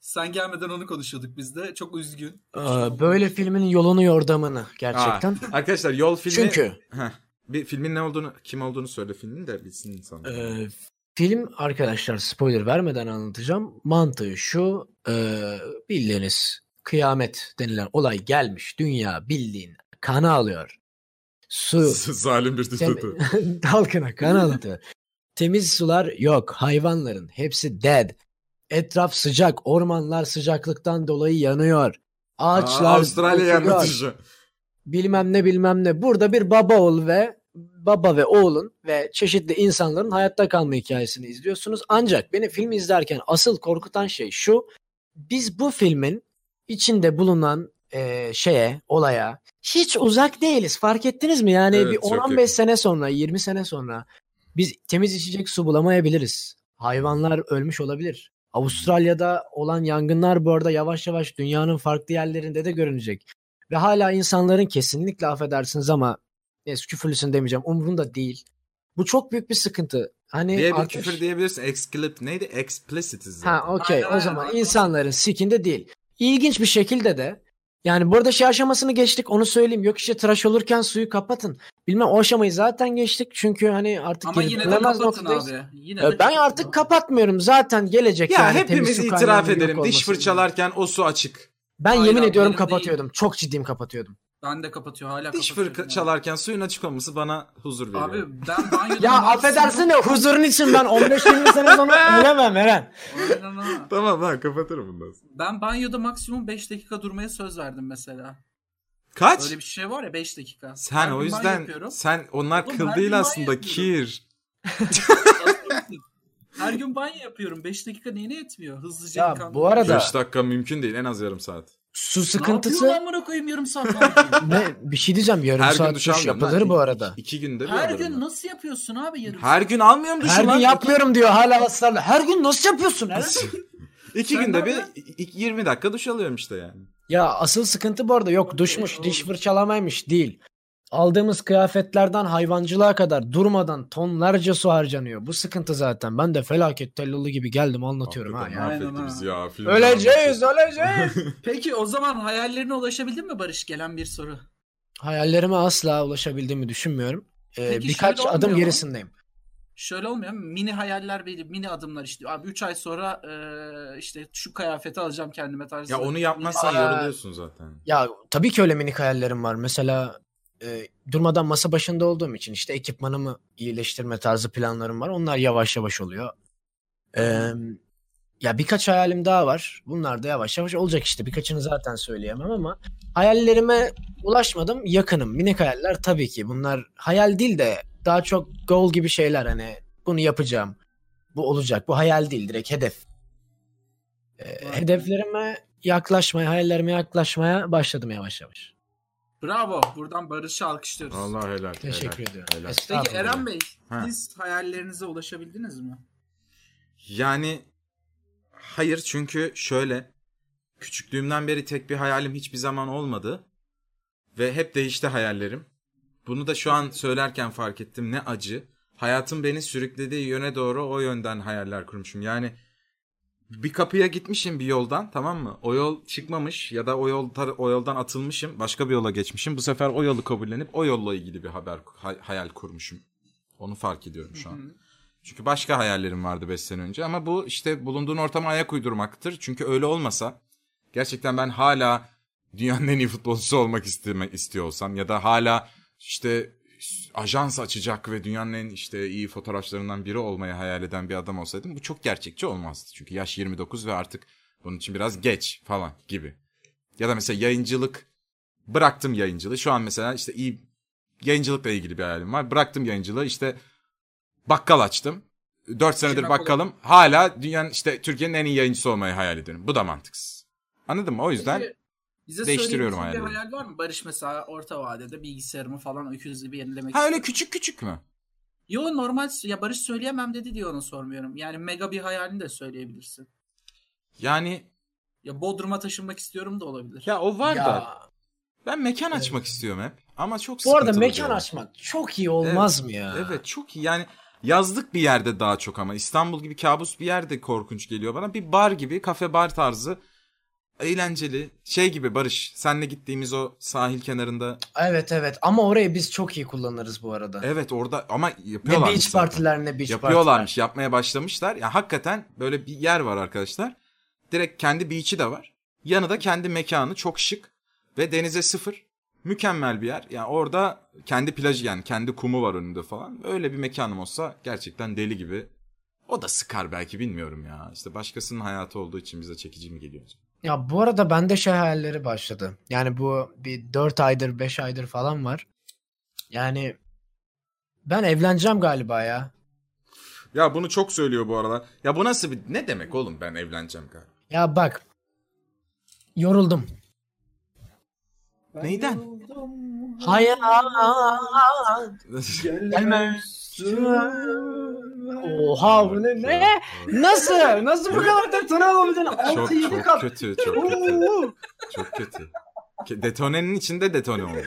C: Sen gelmeden onu konuşuyorduk biz de. Çok üzgün.
E: Ee, Böyle filmin yolunu yordamını gerçekten.
B: Aa, arkadaşlar yol filmi...
E: Çünkü
B: Heh. bir filmin ne olduğunu, kim olduğunu söyle filmin de bilsin insanlar.
E: e, film arkadaşlar spoiler vermeden anlatacağım. Mantığı şu e, bildiğiniz kıyamet denilen olay gelmiş. Dünya bildiğin kana alıyor. Su
B: Zalim bir
E: Tem-
B: diktatör.
E: halkına kan aldı. Temiz sular yok. Hayvanların hepsi dead. Etraf sıcak. Ormanlar sıcaklıktan dolayı yanıyor. Ağaçlar
B: Aa, Avustralya
E: dökülüyor.
B: yanlatıcı.
E: Bilmem ne bilmem ne. Burada bir baba oğul ve baba ve oğlun ve çeşitli insanların hayatta kalma hikayesini izliyorsunuz. Ancak beni filmi izlerken asıl korkutan şey şu. Biz bu filmin içinde bulunan eee, şeye, olaya hiç uzak değiliz. Fark ettiniz mi? Yani
B: Evet,
E: bir
B: çok
E: 10-15
B: yakın.
E: sene sonra, 20 sene sonra biz temiz içecek su bulamayabiliriz. Hayvanlar ölmüş olabilir. Avustralya'da olan yangınlar bu arada yavaş yavaş dünyanın farklı yerlerinde de görünecek. Ve hala insanların kesinlikle affedersiniz ama neyse küfürlüsün demeyeceğim. Umurunda değil. Bu çok büyük bir sıkıntı. Hani
B: Diye bir
E: artık-
B: küfür diyebilirsin. Exclip neydi? Explicit zaten.
E: Ha okey
C: Aynen,
E: o zaman
C: aynen.
E: insanların sikinde değil. İlginç bir şekilde de yani burada şey aşamasını geçtik onu söyleyeyim. Yok işte tıraş olurken suyu kapatın. Bilmem o aşamayı zaten geçtik çünkü hani artık
C: Ama
E: geri
C: yine de
E: dönülemez
C: kapatın
E: noktadayız.
C: abi. Yine
E: Ee,
C: de
E: Ben
C: kapatın
E: artık
C: abi.
E: kapatmıyorum zaten gelecek.
B: ya
E: yani temiz
B: hepimiz
E: su
B: itiraf
E: kaynağının yok
B: edelim. Diş
E: olması.
B: fırçalarken o su açık.
E: Ben
C: Hayır
E: yemin
C: abi,
E: ediyorum
C: benim değil.
E: kapatıyordum. Çok ciddiyim kapatıyordum.
C: Ben de kapatıyor hala
B: Diş
C: kapatıyorum ya.
B: fırçalarken suyun açık olması bana huzur veriyor.
C: Abi ben banyoda
E: Ya
C: maksimum-
E: affedersin de huzurun için ben 15-20 sene sonra ölemem Eren.
C: Aynen ha.
B: Tamam lan kapatırım bundan sonra.
C: Ben banyoda maksimum 5 dakika durmaya söz verdim mesela.
B: Kaç?
C: Öyle bir şey var ya 5 dakika.
B: Sen
C: Her
B: o
C: gün banyo
B: yüzden
C: yapıyorum.
B: sen onlar
C: Oğlum,
B: kıl
C: her gün
B: değil
C: banyo
B: aslında
C: yapıyorum.
B: kir.
C: Her gün banyo yapıyorum. 5 dakika neyine yetmiyor? Hızlıca
E: Ya,
C: yıkandım.
E: bu arada-
C: Ne
B: 5 dakika mümkün değil en az yarım saat.
E: Su
C: Ne
E: sıkıntısı
C: yapıyorsun amına koyayım yarım saat banyo?
E: ne bir şey diyeceğim yarım
B: Her gün
E: saat
B: duş
E: duş
B: almıyorum. lan.
E: yapılır bu
B: İki-
E: arada.
B: İki günde bir
C: Her
B: alırım ben.
C: gün nasıl yapıyorsun abi yarım
B: Her gün almıyorum duşu
E: Her gün
B: lan.
E: yapmıyorum diyor hala ısrarla. Her gün nasıl yapıyorsun Eren?
B: İki
C: Sen
B: günde
C: ne
B: bir
C: yapıyorsun?
B: i- i- 20 dakika duş alıyorum işte yani.
E: ya asıl sıkıntı bu arada yok duşmuş,
C: Okey,
E: diş
C: doğru.
E: fırçalamaymış değil. Aldığımız kıyafetlerden hayvancılığa kadar durmadan tonlarca su harcanıyor. Bu sıkıntı zaten. Ben de felaket tellalı gibi geldim anlatıyorum ha
B: Hakikaten
E: ya.
C: Aynen
B: mahvetti
C: ha.
B: bizi ya. Film
E: Öleceğiz, öleceğiz.
C: saat? Peki o zaman hayallerine ulaşabildin mi Barış? Gelen bir soru.
E: Hayallerime asla ulaşabildiğimi düşünmüyorum. Ee,
C: Peki
E: birkaç
C: şöyle
E: adım
C: olmuyor mu?
E: gerisindeyim.
C: Şöyle olmuyor mu? Mini hayaller belli, mini adımlar işte. Abi 3 ay sonra eee, işte şu kıyafeti alacağım kendime tarzı.
B: Ya onu yapmazsan
E: Aa.
B: yoruluyorsun zaten.
E: Ya tabii ki öyle minik hayallerim var. Mesela e, durmadan masa başında olduğum için işte ekipmanımı iyileştirme tarzı planlarım var. Onlar yavaş yavaş oluyor. Eee, ya birkaç hayalim daha var. Bunlar da yavaş yavaş olacak işte. Birkaçını zaten söyleyemem ama hayallerime ulaşmadım. Yakınım. Minik hayaller tabii ki. Bunlar hayal değil de daha çok goal gibi şeyler. Hani bunu yapacağım. Bu olacak. Bu hayal değil. Direkt hedef. Eee,
C: Vay be.
E: hedeflerime yaklaşmaya, hayallerime yaklaşmaya başladım yavaş yavaş.
C: Bravo. Buradan Barış'ı alkışlıyoruz.
B: Allah helal.
E: Teşekkür
B: helal,
E: ediyorum.
B: helal.
E: Estağfurullah.
C: Peki Eren Bey,
B: Ha.
C: siz hayallerinize ulaşabildiniz mi?
B: Yani hayır çünkü şöyle küçüklüğümden beri tek bir hayalim hiçbir zaman olmadı ve hep değişti hayallerim. Bunu da şu an söylerken fark ettim ne acı. Hayatım beni sürüklediği yöne doğru o yönden hayaller kurmuşum. Yani bir kapıya gitmişim bir yoldan tamam mı? O yol çıkmamış ya da o yol tar- o yoldan atılmışım, başka bir yola geçmişim. Bu sefer o yolu kabullenip o yolla ilgili bir haber hay- hayal kurmuşum. Onu fark ediyorum şu an.
C: Hı.
B: Çünkü başka hayallerim vardı 5 sene önce ama bu işte bulunduğun ortama ayak uydurmaktır. Çünkü öyle olmasa gerçekten ben hala dünyanın en iyi futbolcusu olmak isteme, istiyor olsam ya da hala işte ajans açacak ve dünyanın en işte iyi fotoğrafçılarından biri olmayı hayal eden bir adam olsaydım bu çok gerçekçi olmazdı. Çünkü yaş 29 ve artık bunun için biraz geç falan gibi. Ya da mesela yayıncılık bıraktım yayıncılığı. Şu an mesela işte iyi yayıncılıkla ilgili bir hayalim var. Bıraktım yayıncılığı işte bakkal açtım. 4 senedir
C: Şuna kolay.
B: bakkalım. Hala dünyanın işte Türkiye'nin en iyi yayıncısı olmayı hayal ediyorum. Bu da mantıksız. Anladın mı? O yüzden
C: Peki, bize
B: değiştiriyorum
C: söyleyebileceğin bir
B: hayallerimi.
C: hayal var mı? Barış mesela orta vadede bilgisayarımı falan öküz gibi yenilemek
B: ha öyle
C: istiyor.
B: küçük küçük mü?
C: Yo normal ya Barış söyleyemem dedi diye onu sormuyorum. Yani mega bir hayalini de söyleyebilirsin.
B: Yani
C: Ya Bodrum'a taşınmak istiyorum da olabilir.
B: ya o var
E: Ya,
B: da ben mekan açmak istiyorum hep. Ama çok
E: bu arada
B: sıkıntılı
E: mekan
B: diyorum.
E: açmak çok iyi olmaz mı ya?
B: Evet çok iyi yani Yazlık bir yerde daha çok ama İstanbul gibi kabus bir yerde korkunç geliyor bana. Bir bar gibi, kafe bar tarzı eğlenceli şey gibi Barış. Senle gittiğimiz o sahil kenarında.
E: Evet evet ama orayı biz çok iyi kullanırız bu arada.
B: Evet orada ama
E: Ne
B: yapıyorlar.
E: beach partiler ne beach partiler.
B: Yapıyorlarmış, yapmaya başlamışlar. Ya hakikaten böyle bir yer var arkadaşlar. Direkt kendi beach'i de var. Yanı da kendi mekanı çok şık ve denize sıfır. Mükemmel bir yer. Yani orada kendi plajı yani kendi kumu var önünde falan. Öyle bir mekanım olsa gerçekten deli gibi. O da sıkar belki bilmiyorum ya. İşte başkasının hayatı olduğu için bize çekici mi geliyor? acaba?
E: Ya bu arada bende şey hayalleri başladı. Yani bu bir 4 aydır 5 aydır falan var. Yani ben evleneceğim galiba ya.
B: Ya bunu çok söylüyor bu aralar. Ya bu nasıl bir ne demek oğlum ben evleneceğim galiba.
E: Ya bak yoruldum.
B: Neyden?
E: Hayat Oha bu ne? ne? Nasıl? Nasıl bu kadar detone olabildin? 6
B: Çok
E: 7
B: çok
E: kat.
B: kötü, çok kötü.
E: Oo.
B: Çok kötü. Ke- Detonenin içinde detone oldu.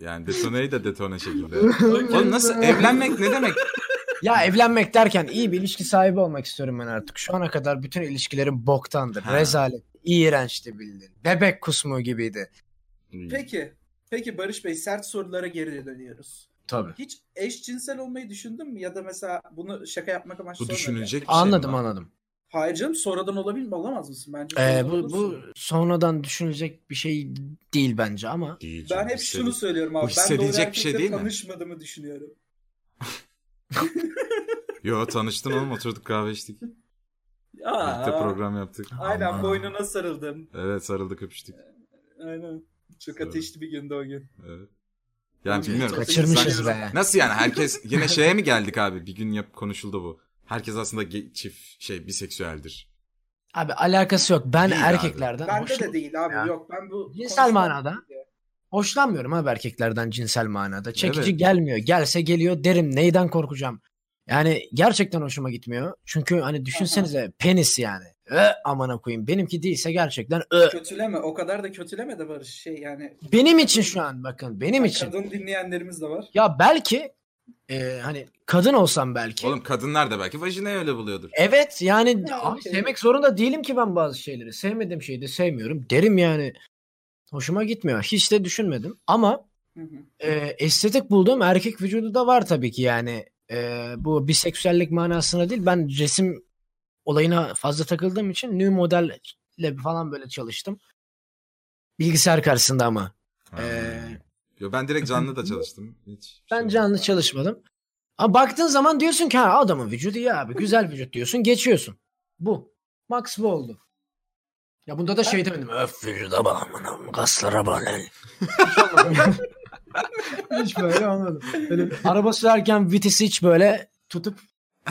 B: Yani detoneyi de detone şekilde. Oğlum nasıl evlenmek ne demek?
E: Ya evlenmek derken iyi bir ilişki sahibi olmak istiyorum ben artık. Şu ana kadar bütün ilişkilerim boktandır.
B: Ha.
E: Rezalet. iğrençti bildin. Bebek kusmuğu gibiydi.
C: Peki. Peki Barış Bey sert sorulara geri dönüyoruz.
E: Tabii.
C: Hiç eşcinsel olmayı düşündün mü? Ya da mesela bunu şaka yapmak amaçlı
B: Bu
C: sormuyorum.
B: düşünülecek bir şey mi
E: Anladım
B: lan?
E: anladım.
C: Hayır canım sonradan olabil mi? Olamaz mısın? Bence
E: Ee,
C: sonradan
E: bu, bu
C: olursun.
E: sonradan düşünülecek bir şey değil bence ama.
B: şey Değil canım,
C: Ben hep
B: hissedi-
C: şunu söylüyorum abi.
B: Bu hissedilecek
C: ben
B: bir şey değil mi?
C: tanışmadığımı düşünüyorum.
B: Yo tanıştın oğlum oturduk kahve içtik. Birlikte
C: Aa,
B: program yaptık.
C: Aynen
E: Aman.
C: boynuna sarıldım.
B: Evet sarıldık öpüştük.
C: Aynen. Çok
B: Sarı.
C: ateşli bir gündü o gün.
B: Evet. Yani
C: Abi,
B: bilmiyorum.
E: Kaçırmışız
B: Sanki-
E: be.
B: Nasıl yani herkes yine şeye mi geldik abi? Bir gün yap konuşuldu bu. Herkes aslında ge- çift şey biseksüeldir.
E: Abi alakası yok. Ben
B: Değil abi.
E: erkeklerden
C: Bende
E: hoşlan-
C: de değil abi.
E: ya.
C: Yok ben bu
E: Cinsel
C: konuşma-
E: manada. hoşlanmıyorum abi erkeklerden cinsel manada. Çekici
B: Evet.
E: gelmiyor. Gelse geliyor derim neyden korkacağım. Yani gerçekten hoşuma gitmiyor. Çünkü hani düşünsenize penis yani. Ö, amına koyayım. Benimki değilse gerçekten ö.
C: Kötüleme. O kadar da kötüleme de Barış. Şey yani.
E: Benim için şu an bakın benim
C: Bak,
E: için.
C: Kadın dinleyenlerimiz de var.
E: Ya belki e, hani kadın olsam belki.
B: Oğlum kadınlar da belki vajinayı öyle buluyordur.
E: Evet yani
C: Ya,
E: abi
C: okey.
E: sevmek zorunda değilim ki ben bazı şeyleri. Sevmediğim şeyi de sevmiyorum. Derim yani. Hoşuma gitmiyor. Hiç de düşünmedim. Ama
C: Hı hı.
E: e, estetik bulduğum erkek vücudu da var tabii ki yani. E, bu biseksüellik manasına değil. Ben resim olayına fazla takıldığım için new modelle falan böyle çalıştım. Bilgisayar karşısında ama.
B: Ha.
E: Ee,
B: Yo ben direkt canlı da çalıştım. Hiç
E: Ben
B: şey-
E: canlı çalışmadım. Ama baktığın zaman diyorsun ki ha adamın vücudu iyi abi. Güzel vücut diyorsun. Geçiyorsun. Bu. Max bu oldu. Ya bunda da şey demedim.
G: Öf
E: Öf.
G: vücuda bak amına kaslara bak lan.
E: Hiç böyle olmadı. Böyle araba sürerken vitesi hiç böyle tutup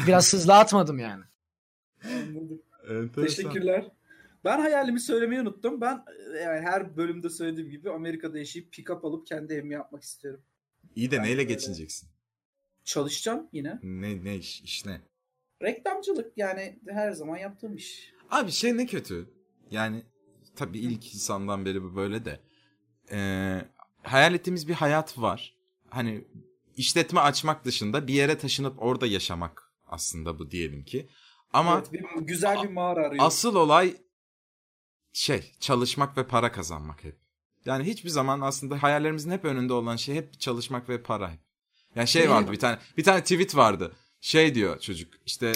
E: biraz hızlı atmadım yani.
C: Anladım.
B: Enteresan.
C: Teşekkürler. Ben hayalimi söylemeyi unuttum. Ben e, yani her bölümde söylediğim gibi Amerika'da yaşayıp pick-up alıp kendi evimi yapmak istiyorum.
B: İyi de
C: Ben
B: neyle
C: böyle-
B: geçineceksin?
C: Çalışacağım yine.
B: Ne ne iş, iş ne?
C: Reklamcılık yani her zaman yaptığım iş.
B: Abi şey ne kötü. Yani tabii ilk insandan beri bu böyle de. Ee, hayal ettiğimiz bir hayat var. Hani işletme açmak dışında bir yere taşınıp orada yaşamak aslında bu diyelim ki. Ama
C: Evet, bir, güzel bir mağara arıyorum.
B: asıl olay şey çalışmak ve para kazanmak hep. Yani hiçbir zaman aslında hayallerimizin hep önünde olan şey hep çalışmak ve para hep. Yani şey vardı bir tane bir tane tweet vardı. Şey diyor çocuk işte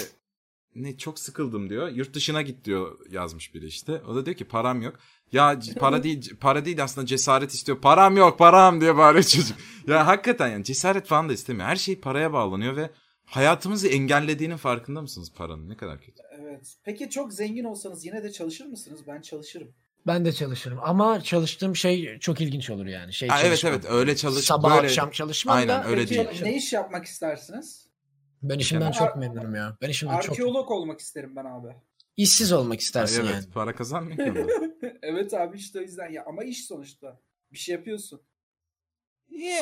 B: ne çok sıkıldım diyor. Yurt dışına git diyor yazmış biri işte. O da diyor ki param yok. Ya c- para değil para değil aslında cesaret istiyor. Param yok param diye bağırıyor çocuk. Ya hakikaten yani cesaret falan da istemiyor. Her şey paraya bağlanıyor ve hayatımızı engellediğinin farkında mısınız paranın? Ne kadar kötü.
C: Evet. Peki çok zengin olsanız yine de çalışır mısınız? Ben çalışırım.
E: Ben de çalışırım ama çalıştığım şey çok ilginç olur yani. Şey
B: Ha, evet
E: çalışmam.
B: evet öyle çalış.
E: Sabah
B: böyle...
E: akşam çalışmam
B: Aynen,
E: da
B: öyle
E: belki
B: değil.
E: çalışırım.
C: Ne iş yapmak istersiniz?
E: Ben işimden
C: Ar-
E: çok memnunum ya. Ben işimden çok
C: Arkeolog olmak isterim ben abi.
E: işsiz olmak
B: Ha,
E: istersin
B: evet
E: yani.
B: para kazanmıyor ki bu.
C: evet abi işte o yüzden ya ama iş sonuçta. Bir şey yapıyorsun.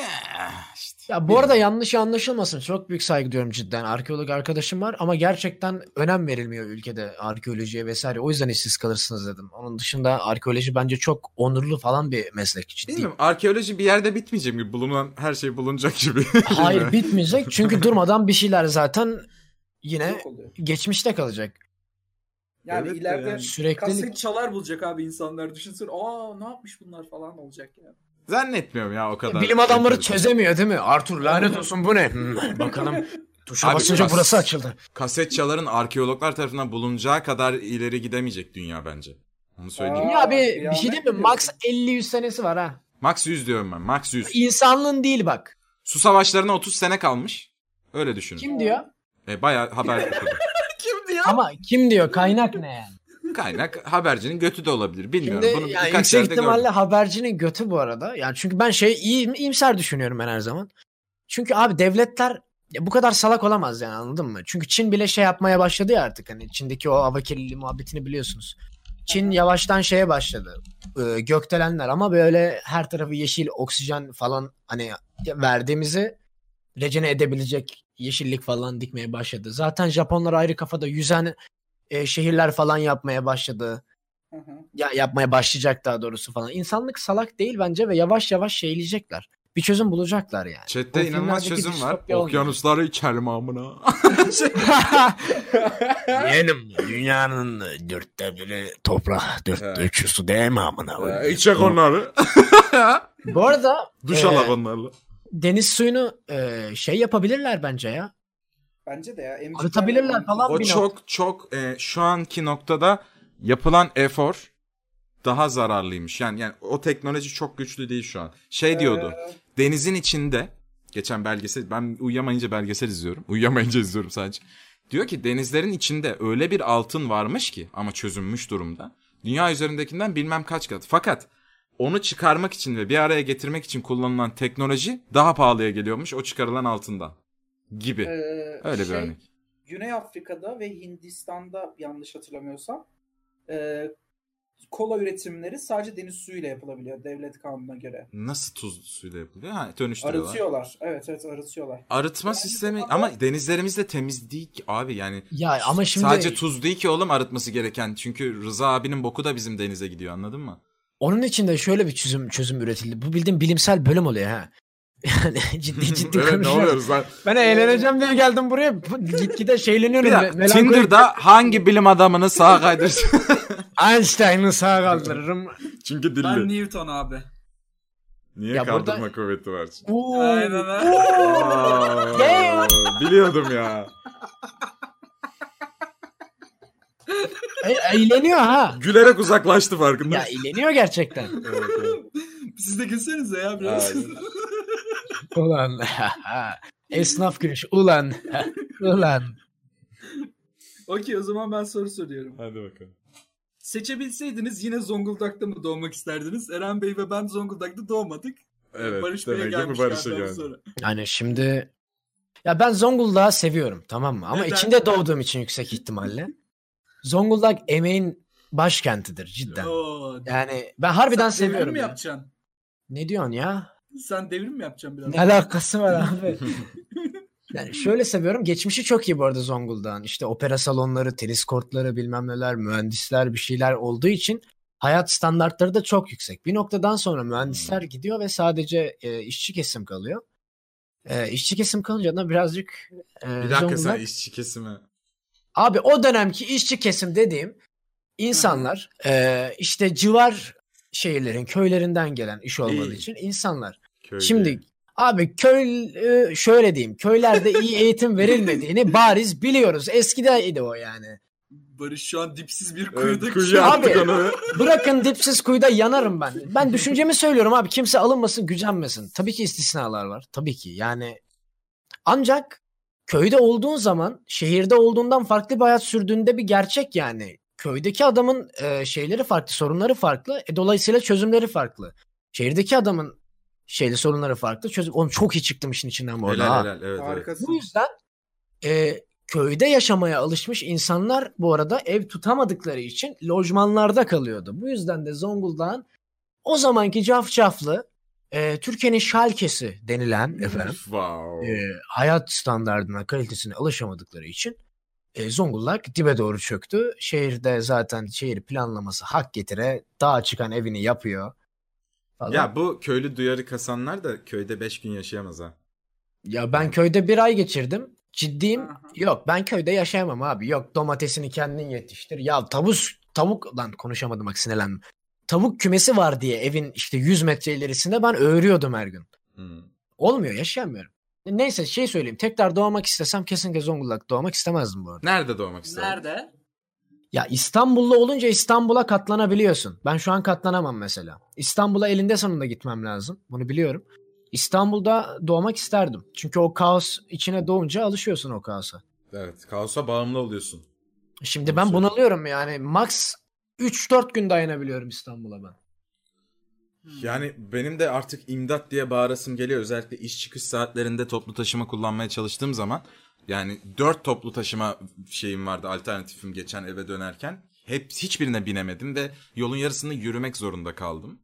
B: Yeah. işte.
E: Ya bu arada yanlış anlaşılmasın. Çok büyük saygı duyuyorum cidden. Arkeolog arkadaşım var ama gerçekten önem verilmiyor ülkede arkeolojiye vesaire. O yüzden işsiz kalırsınız dedim. Onun dışında arkeoloji bence çok onurlu falan bir meslek ciddi.
B: Bilmiyorum Şey arkeoloji bir yerde bitmeyecek gibi bulunan her şey bulunacak gibi.
E: Hayır bitmeyecek. Çünkü durmadan bir şeyler zaten yine
H: Yok oluyor.
E: geçmişte kalacak.
H: Yani
B: Evet de
H: ileride
B: yani.
E: Sürekli
H: kaset çalar bulacak abi insanlar. Düşünsün aa ne yapmış bunlar falan olacak yani.
B: Zannetmiyorum ya o kadar.
E: bilim adamları
B: enteresan.
E: çözemiyor değil mi? Arthur lanet olsun bu ne? şey Hmm, bakalım. Tuşa
B: Abi,
E: basınca
B: bas-
E: burası açıldı.
B: Kasetçaların arkeologlar tarafından bulunacağı kadar ileri gidemeyecek dünya bence. Onu söyleyeyim.
H: Aa,
E: Ya abi bir
H: kıyamet
E: şey değil mi?
H: diyorsun.
E: Max 50-100 senesi var ha.
B: Max 100 diyorum ben. Max 100.
E: İnsanlığın değil bak.
B: Su savaşlarına 30 sene kalmış. Öyle düşünün.
E: Kim diyor?
B: E, bayağı haber okudu.
H: Kim diyor?
E: Ama kim diyor? Kaynak ne yani?
B: Kaynak habercinin götü de olabilir. Bilmiyorum.
E: Şimdi
B: Bunu
E: yani
B: birkaç
E: yüksek
B: yerde
E: ihtimalle
B: gördüm.
E: habercinin götü bu arada. Yani çünkü ben şey iyi iyimser düşünüyorum ben her zaman. Çünkü abi devletler ya bu kadar salak olamaz yani anladın mı? Çünkü Çin bile şey yapmaya başladı ya artık hani Çin'deki o hava kirliliği muhabbetini biliyorsunuz. Çin yavaştan şeye başladı. Ee, gökdelenler ama böyle her tarafı yeşil oksijen falan hani verdiğimizi rejene edebilecek yeşillik falan dikmeye başladı. Zaten Japonlar ayrı kafada yüzen e, şehirler falan yapmaya başladı
H: Hı hı.
E: ya yapmaya başlayacak daha doğrusu falan. İnsanlık salak değil bence ve yavaş yavaş şeyleyecekler. Bir çözüm bulacaklar yani. O
B: Chat'te inanılmaz
E: filmlerdeki
B: çözüm var.
E: distopya olmuyor.
B: Okyanusları içerim amına.
F: Yeğenim dünyanın dörtte biri toprak,
B: Evet.
F: dörtte üçü su değil mi amına? koyayım?
B: İçek Ee, onları.
E: Bu arada
B: Duş
E: e,
B: alak onlarla.
E: deniz suyunu e, şey yapabilirler bence ya.
H: Bence de ya. emziklerle
E: Arıtabilirler
H: olan-
E: falan
B: O
E: bir
B: çok çok e, şu anki noktada yapılan efor daha zararlıymış. Yani yani o teknoloji çok güçlü değil şu an. Şey diyordu.
H: Ee,
B: denizin içinde geçen belgesel ben uyuyamayınca belgesel izliyorum. Uyuyamayınca izliyorum sadece. Diyor ki denizlerin içinde öyle bir altın varmış ki ama çözünmüş durumda. Dünya üzerindekinden bilmem kaç kat. Fakat onu çıkarmak için ve bir araya getirmek için kullanılan teknoloji daha pahalıya geliyormuş o çıkarılan altından gibi.
H: ee,
B: Öyle bir
H: şey,
B: örnek.
H: Güney Afrika'da ve Hindistan'da yanlış hatırlamıyorsam e, kola üretimleri sadece deniz suyuyla yapılabiliyor devlet kanununa göre.
B: Nasıl tuzlu suyla yapılıyor? Ha, dönüştürüyorlar.
H: Arıtıyorlar. Evet evet arıtıyorlar.
B: Arıtma sistemi ama denizlerimiz de temiz değil ki abi yani
E: Ya E, ama şimdi
B: Sadece tuz değil ki oğlum arıtması gereken. Çünkü Rıza abinin boku da bizim denize gidiyor anladın mı?
E: onun için de şöyle bir çözüm çözüm üretildi. Bu bildiğin bilimsel bölüm oluyor ha. Yani ciddi ciddi konuşuyorum.
B: lan?
E: Ben eğleneceğim diye geldim buraya. Gitgide şeyleniyorum.
B: Bir
E: be-
B: dakika
E: melankolik-
B: Tinder'da hangi bilim adamını sağa kaydırsın?
E: Einstein'ı sağa kaldırırım.
B: Çünkü
C: Ben Newton abi.
B: Niye
E: Ya burada- kaldırma
B: kuvveti var?
E: Oo.
C: Aynen ha.
E: Damn.
B: biliyordum ya.
E: E- eğleniyor ha.
B: Gülerek uzaklaştı farkında.
E: Ya eğleniyor gerçekten.
C: Siz de gülsenize ya biraz.
E: Ulan. Esnaf gülüş. Ulan. Ulan.
H: Okey o zaman ben soru soruyorum.
B: Hadi bakalım.
C: Seçebilseydiniz yine Zonguldak'ta mı doğmak isterdiniz? Eren Bey ve ben Zonguldak'ta doğmadık. Barış Bey'e gelmiş galiba bu soru.
E: Yani şimdi ya ben Zonguldak'ı seviyorum tamam mı? Ama
C: Neden?
E: içinde doğduğum için yüksek ihtimalle. Zonguldak emeğin başkentidir cidden.
C: Oo.
E: Yani ben harbiden
C: Sen devrim
E: seviyorum.
C: mi
E: ya.
C: yapacaksın?
E: Ne diyorsun ya?
C: Sen devrim mi yapacaksın biraz?
E: Ne alakası var abi? yani şöyle seviyorum. Geçmişi çok iyi bu arada Zonguldak'ın. İşte opera salonları, tenis kortları bilmem neler, mühendisler bir şeyler olduğu için hayat standartları da çok yüksek. Bir noktadan sonra mühendisler gidiyor ve sadece e, işçi kesim kalıyor. E, işçi kesim kalınca da birazcık e,
B: Bir dakika sen
E: Zonguldak-
B: işçi kesimi.
E: Abi o dönemki işçi kesim dediğim insanlar e, işte civar şehirlerin, köylerinden gelen iş olmadığı
B: İyi.
E: için insanlar
B: Köy
E: Şimdi abi köy e, şöyle diyeyim köylerde iyi eğitim verilmediğini bariz biliyoruz. Eskideydi o yani.
C: Barış şu an dipsiz bir kuyuda.
E: kuyuya attık Abi.
B: onu.
E: Bırakın dipsiz kuyuda yanarım ben. Ben düşüncemi söylüyorum abi kimse alınmasın gücenmesin. Tabii ki istisnalar var tabii ki yani. Ancak köyde olduğun zaman şehirde olduğundan farklı bir hayat sürdüğünde bir gerçek yani. Köydeki adamın e, şeyleri farklı sorunları farklı e, dolayısıyla çözümleri farklı. Şehirdeki adamın şeyli sorunları farklı. Çözüm... Oğlum çok iyi çıktım işin içinden bu arada.
B: Helal
E: ha.
B: helal evet evet.
H: Harikasın.
E: Bu yüzden e, köyde yaşamaya alışmış insanlar bu arada ev tutamadıkları için lojmanlarda kalıyordu. Bu yüzden de Zonguldak'ın o zamanki cafcaflı e, Türkiye'nin şalkesi denilen efendim
B: Wow.
E: e, hayat standartına kalitesine alışamadıkları için e, Zonguldak dibe doğru çöktü. Şehirde zaten şehir planlaması hak getire dağa çıkan evini yapıyor. Falan.
B: Ya bu köylü duyarı kasanlar da köyde 5 gün yaşayamaz ha.
E: Ya ben köyde bir ay geçirdim. Ciddiyim.
C: Aha.
E: Yok ben köyde yaşayamam abi. Yok domatesini kendin yetiştir. Ya tavus tavuk lan konuşamadım bak sinirlendim. Tavuk kümesi var diye evin işte 100 metre ilerisinde ben öğürüyordum her gün.
B: Hmm.
E: Olmuyor yaşayamıyorum. Neyse şey söyleyeyim. Tekrar doğmak istesem kesinlikle Zonguldak doğmak istemezdim bu arada.
B: Nerede doğmak isterdin?
C: Nerede?
E: Ya İstanbullu olunca İstanbul'a katlanabiliyorsun. Ben şu an katlanamam mesela. İstanbul'a elinde sonunda gitmem lazım. Bunu biliyorum. İstanbul'da doğmak isterdim. Çünkü o kaos içine doğunca alışıyorsun o kaosa.
B: Evet. Kaosa bağımlı oluyorsun.
E: Şimdi
B: Doğru
E: ben
B: söylüyorsun.
E: bunalıyorum yani. Max 3-4 gün dayanabiliyorum İstanbul'a ben.
B: Yani benim de artık imdat diye bağırasım geliyor. Özellikle iş çıkış saatlerinde toplu taşıma kullanmaya çalıştığım zaman. Yani 4 toplu taşıma şeyim vardı alternatifim geçen eve dönerken. Hep hiçbirine binemedim ve yolun yarısını yürümek zorunda kaldım.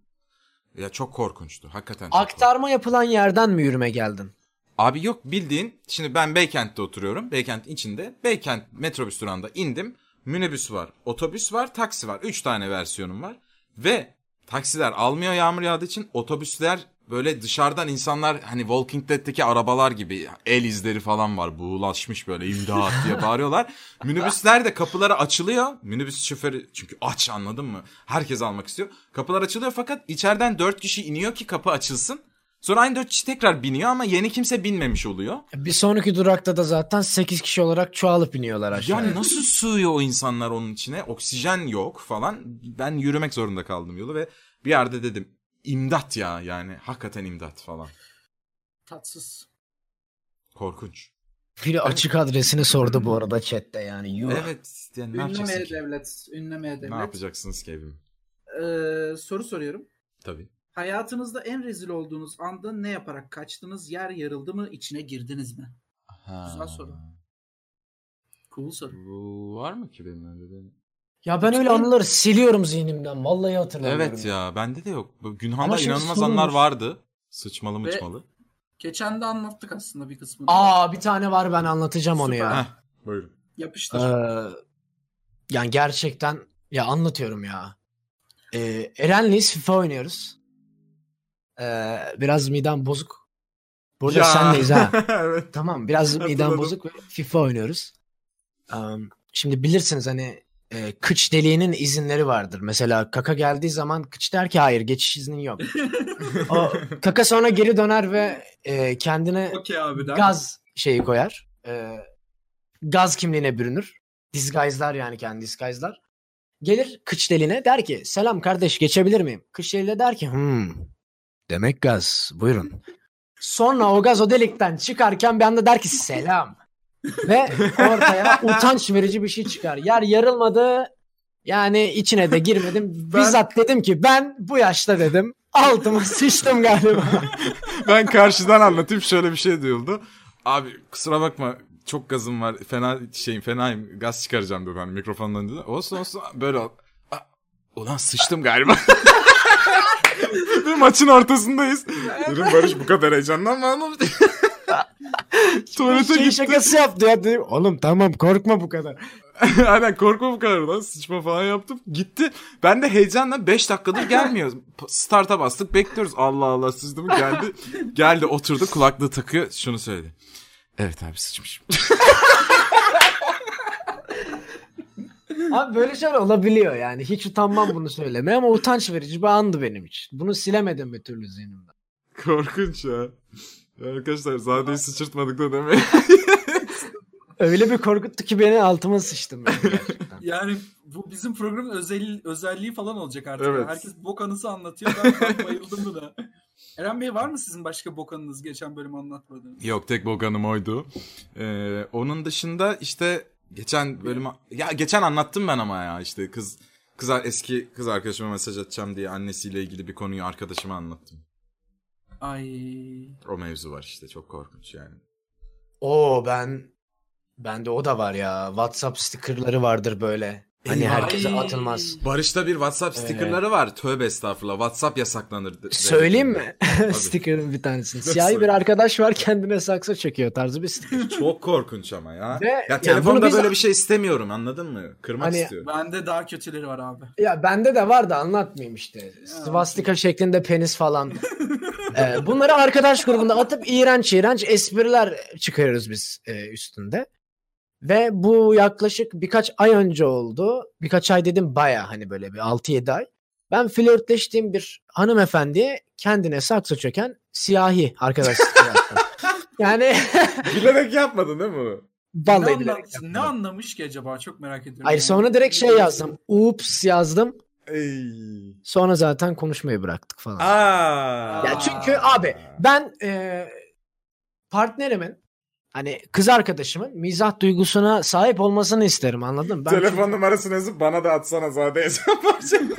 B: Ya çok korkunçtu. Hakikaten çok korkunçtu.
E: Aktarma yapılan yerden mi yürüme geldin?
B: Abi yok bildiğin şimdi ben Beykent'te oturuyorum. Beykent'in içinde. Beykent metrobüs durağında indim. Minibüs var, otobüs var, taksi var. Üç tane versiyonum var. Ve taksiler almıyor yağmur yağdığı için otobüsler böyle dışarıdan insanlar hani Walking Dead'teki arabalar gibi el izleri falan var. Buğulaşmış böyle imdat diye bağırıyorlar. Minibüsler de kapıları açılıyor. Minibüs şoförü çünkü aç anladın mı? Herkes almak istiyor. Kapılar açılıyor fakat içeriden dört kişi iniyor ki kapı açılsın. Sonra aynı dört kişi tekrar biniyor ama yeni kimse binmemiş oluyor.
E: Bir sonraki durakta da zaten 8 kişi olarak çoğalıp iniyorlar aşağıya.
B: Yani nasıl sığıyor o insanlar onun içine? Oksijen yok falan. Ben yürümek zorunda kaldım yolu ve bir yerde dedim imdat ya yani hakikaten imdat falan.
C: Tatsız.
B: Korkunç.
E: Biri açık adresini sordu bu arada chatte yani. Yuh.
B: Evet yani ne yapacaksın
H: Ünlemeye
B: ki?
H: devlet. Ünlemeye
B: Ne
H: devlet.
B: yapacaksınız ki evim?
H: Ee, soru soruyorum.
B: Tabii.
H: Hayatınızda en rezil olduğunuz anda ne yaparak kaçtınız? Yer yarıldı mı? içine girdiniz mi?
B: Ha.
H: Güzel soru. Cool soru.
B: Bu var mı ki benim öyle bir-
E: Ya ben öyle anıları siliyorum zihnimden. Vallahi hatırlamıyorum.
B: Evet ya bende de yok. Bu
E: Ama
B: Günhan'da
E: şimdi
B: inanılmaz
E: sorulmuş.
B: anlar vardı. Sıçmalı
C: Ve-
B: mıçmalı.
C: Geçen de anlattık aslında bir kısmını.
E: Aa bir tane var ben anlatacağım onu
H: Süper.
E: ya.
B: Heh, buyurun.
H: Yapıştır.
E: Ee, yani gerçekten ya anlatıyorum ya. Ee, Eren'leyiz FIFA oynuyoruz. Ee, biraz midem bozuk. Burada
B: Ya.
E: senleyiz ha.
B: evet.
E: Tamam biraz midem
B: Hatırladım.
E: bozuk ve FIFA oynuyoruz. Am, şimdi bilirsiniz hani e, kıç deliğinin izinleri vardır. Mesela kaka geldiği zaman kıç der ki hayır geçiş iznin yok. o, kaka sonra geri döner ve e, kendine
C: Okey abi der.
E: gaz şeyi koyar. E, gaz kimliğine bürünür. Disguise'lar yani kendi disguise'lar. Gelir kıç deliğine der ki selam kardeş geçebilir miyim? Kıç deliği de der ki hmm, demek gaz buyurun. Sonra o gaz o delikten çıkarken bir anda der ki selam. Ve ortaya utanç verici bir şey çıkar. Yer yarılmadı. Yani içine de girmedim. Bizzat dedim ki ben bu yaşta dedim. Altıma sıçtım galiba.
B: ben karşıdan anlatayım şöyle bir şey duyuldu. Abi kusura bakma çok gazım var. Fena şeyim fenayım. Gaz çıkaracağım diyor ben mikrofondan dedi. Olsun olsun böyle ol. Aa, Ulan sıçtım galiba. Ve maçın ortasındayız. Dedim Barış bu kadar heyecanlanma oğlum. Tuvalete
E: şey
B: gitti.
E: şakası yaptı ya. Dedim, Oğlum tamam korkma bu kadar.
B: Aynen korkma bu kadar lan sıçma falan yaptım. Gitti. Ben de heyecanla 5 dakikadır gelmiyor. P- Start'a bastık bekliyoruz. Allah Allah sıçtı mı geldi. Geldi oturdu kulaklığı takıyor şunu söyledi. Evet abi sıçmışım.
E: Abi böyle şeyler olabiliyor yani. Hiç utanmam bunu söylemeye ama utanç verici bir andı benim için. Bunu silemedim bir türlü zihnimden.
B: Korkunç ya. Arkadaşlar zaten sıçırtmadık da demeyin.
E: Öyle bir korkuttu ki beni altıma sıçtım yani gerçekten.
C: Yani bu bizim programın özel, özelliği falan olacak artık.
B: Evet.
C: Herkes bok anısı anlatıyor. Ben, ben bayıldım buna. Eren Bey var mı sizin başka bok anınız geçen bölüm anlatmadığınız?
B: Yok tek boganım oydu. Ee, onun dışında işte geçen bölüm ya geçen anlattım ben ama ya işte kız kız eski kız arkadaşıma mesaj atacağım diye annesiyle ilgili bir konuyu arkadaşıma anlattım.
C: Ay.
B: O mevzu var işte çok korkunç yani.
E: Oo ben bende o da var ya. WhatsApp stickerları vardır böyle. Hani
B: Eyvah.
E: herkese
C: Ay.
E: atılmaz.
B: Barış'ta bir WhatsApp
E: Evet.
B: stickerları var. Tövbe estağfurullah. WhatsApp yasaklanır. de-
E: Söyleyeyim mi?
B: Tabii.
E: Sticker'ın bir tanesini.
B: Nasıl?
E: Siyahi bir arkadaş var kendine saksı çekiyor tarzı bir sticker.
B: Çok korkunç ama ya.
E: Ve
B: ya
E: yani
B: telefonda
E: bunu biz-
B: böyle bir şey istemiyorum anladın mı? Kırmak
E: Hani-
B: istiyorum.
C: Bende daha kötüleri var abi.
E: ya bende de var da anlatmayayım işte. Svastika şeklinde penis falan. Ee, bunları arkadaş grubunda atıp iğrenç iğrenç espriler çıkarıyoruz biz e, üstünde. Ve bu yaklaşık birkaç ay önce oldu. Birkaç ay dedim baya hani böyle bir 6-7 ay. Ben flörtleştiğim bir hanımefendiye kendine saksı çöken siyahi arkadaş sticker attım. yani
B: Bilerek yapmadın değil mi? bunu?
E: vallahi
C: ne,
E: bilerek
C: anla-
E: yapmadım.
C: ne anlamış ki acaba? Çok merak ediyorum.
E: Ay
C: yani.
E: sonra direkt şey yazdım. Ups yazdım.
B: Ey.
E: Sonra zaten konuşmayı bıraktık falan.
B: Aa.
E: Ya çünkü abi ben e, partnerimin hani kız arkadaşımın mizah duygusuna sahip olmasını isterim anladın mı? Ben çünkü
B: Telefon numarasını yazıp bana da atsana zaten hesap açın.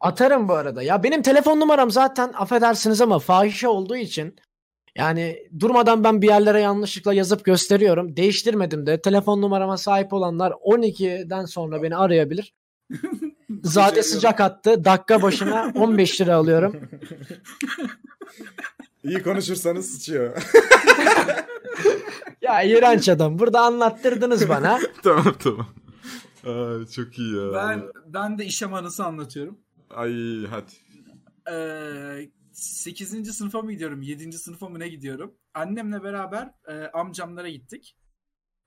E: atarım bu arada. Ya benim telefon numaram zaten affedersiniz ama fahişe olduğu için yani durmadan ben bir yerlere yanlışlıkla yazıp gösteriyorum. Değiştirmedim de telefon numarama sahip olanlar 12'den sonra beni arayabilir. Zade sıcak attı. Dakika başına 15 lira alıyorum.
B: İyi konuşursanız sıçıyor.
E: Ya iğrenç adam. Burada anlattırdınız bana.
B: tamam tamam. Aa, çok iyi ya.
C: Ben, ben de işem anısı anlatıyorum.
B: Ay hadi.
C: Ee, 8. sınıfa mı gidiyorum? 7. sınıfa mı ne gidiyorum? Annemle beraber e, amcamlara gittik.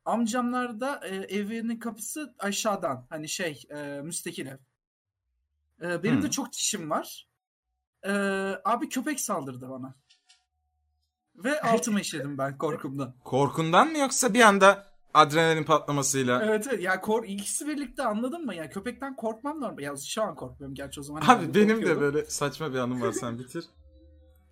C: Amcamlarda e, evinin kapısı aşağıdan. Hani şey e, müstakil ev. E, benim de
B: Hmm.
C: çok dişim var. E, abi köpek saldırdı bana. Ve altıma işledim ben korkumdan.
B: Korkundan mı yoksa bir anda adrenalin patlamasıyla?
C: Evet evet ya kor ikisi birlikte anladın mı? Ya köpekten korkmam normal. Ya şu an korkmuyorum gerçi o zaman.
B: Abi
C: herhalde
B: benim de
C: korkuyordum.
B: böyle saçma bir anım var sen bitir.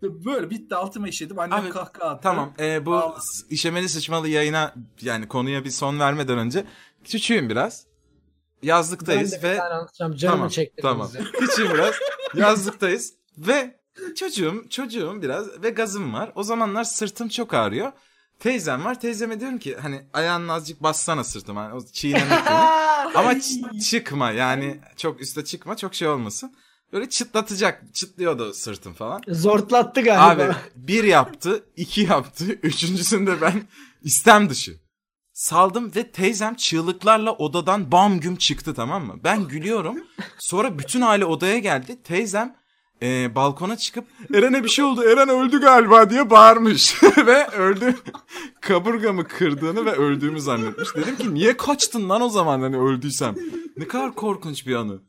C: Böyle bitti altıma işledim. Annem
B: Abi,
C: kahkaha attı.
B: Tamam e, bu
C: Vallahi.
B: s- işemeli sıçmalı yayına yani konuya bir son vermeden önce küçüğüm biraz.
E: Ben de
B: Yazlıktayız
E: bir
B: ve
E: tane anlatacağım. Canımı
B: Tamam,
E: çekti.
B: tamam. küçüğüm biraz. Yazlıktayız ve çocuğum çocuğum biraz ve gazım var. O zamanlar sırtım çok ağrıyor. Teyzem var. Teyzeme diyorum ki hani ayağını azıcık bassana sırtıma. Hani o çiğnemek gibi. Ama çı- çıkma yani çok üste çıkma çok şey olmasın. Böyle çıtlatacak. Çıtlıyordu sırtım falan.
E: Zortlattı galiba.
B: Abi bir yaptı, iki yaptı. Üçüncüsünde ben istem dışı. Saldım ve teyzem çığlıklarla odadan bam güm çıktı tamam mı? Ben gülüyorum. Sonra bütün aile odaya geldi. Teyzem e, balkona çıkıp Eren'e bir şey oldu. Eren öldü galiba diye bağırmış. ve öldü. Kaburgamı kırdığını ve öldüğümü zannetmiş. Dedim ki niye kaçtın lan o zaman hani öldüysem. Ne kadar korkunç bir anı.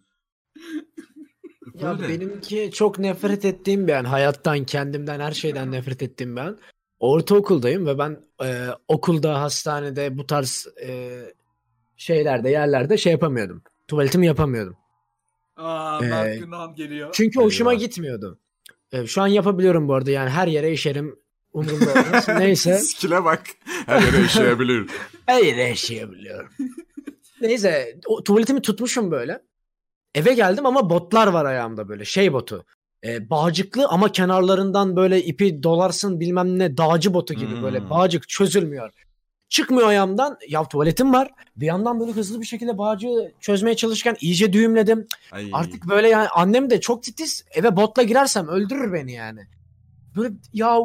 E: Ya
B: Böyle.
E: benimki çok nefret ettiğim bir an. Hayattan, kendimden, her şeyden nefret ettiğim bir an. Ortaokuldayım ve ben e, okulda, hastanede bu tarz e, şeylerde, yerlerde şey yapamıyordum. Tuvaletimi yapamıyordum.
C: Aa
E: Ee,
C: Mert Günhan geliyor.
E: Çünkü hoşuma
B: Eyvah.
E: gitmiyordu. E, şu an yapabiliyorum bu arada. Yani her yere işerim. Umurumda olmaz. Neyse.
B: Skile bak. Her yere işeyebilir.
E: Hayır yaşayabiliyorum. Neyse o, tuvaletimi tutmuşum böyle. Eve geldim ama botlar var ayağımda böyle şey botu. Ee, bağcıklı ama kenarlarından böyle ipi dolarsın bilmem ne dağcı botu gibi
B: Hmm.
E: böyle bağcık çözülmüyor. Çıkmıyor ayağımdan. Ya tuvaletim var. Bir yandan böyle hızlı bir şekilde bağcığı çözmeye çalışırken iyice düğümledim.
B: Ay.
E: Artık böyle yani annem de çok titiz. Eve botla girersem öldürür beni yani. Böyle ya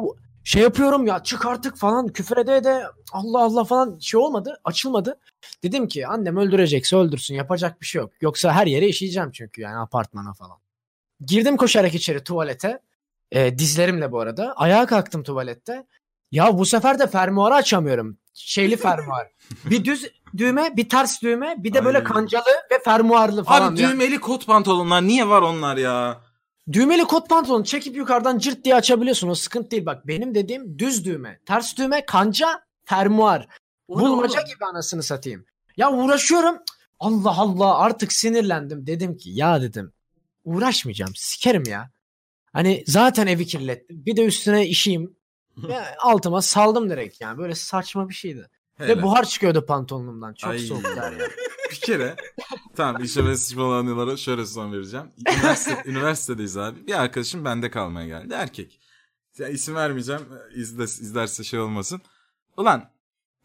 E: şey yapıyorum ya çık artık falan küfür ede ede Allah Allah falan şey olmadı açılmadı. Dedim ki annem öldürecekse öldürsün yapacak bir şey yok. Yoksa her yere işeyeceğim çünkü yani apartmana falan. Girdim koşarak içeri tuvalete. Ee, dizlerimle bu arada. Ayağa kalktım tuvalette. Ya bu sefer de fermuarı açamıyorum. Şeyli fermuar. bir düz düğme, bir ters düğme, bir de böyle
B: Ay.
E: kancalı ve fermuarlı falan.
B: Abi
E: ya.
B: düğmeli kot pantolonlar niye var onlar ya?
E: Düğmeli kot pantolonu çekip yukarıdan cırt diye açabiliyorsun. O sıkıntı değil. Bak benim dediğim düz düğme. Ters düğme kanca fermuar.
C: O ne
E: Bulmaca
C: oğlum?
E: gibi anasını satayım. Ya uğraşıyorum. Allah Allah artık sinirlendim. Dedim ki ya dedim uğraşmayacağım sikerim ya. Hani zaten evi kirlettim. Bir de üstüne işeyim. Ve altıma saldım direkt yani. Böyle saçma bir şeydi. Ve
B: Hele.
E: buhar çıkıyordu pantolonumdan. Çok
B: Ay.
E: soğuktu her yer.
B: bir kere tamam işe ve sıçmalı anılara şöyle son vereceğim. Üniversite, üniversitedeyiz abi. Bir arkadaşım bende kalmaya geldi. Erkek. Ya isim vermeyeceğim. İzle, izlerse şey olmasın. Ulan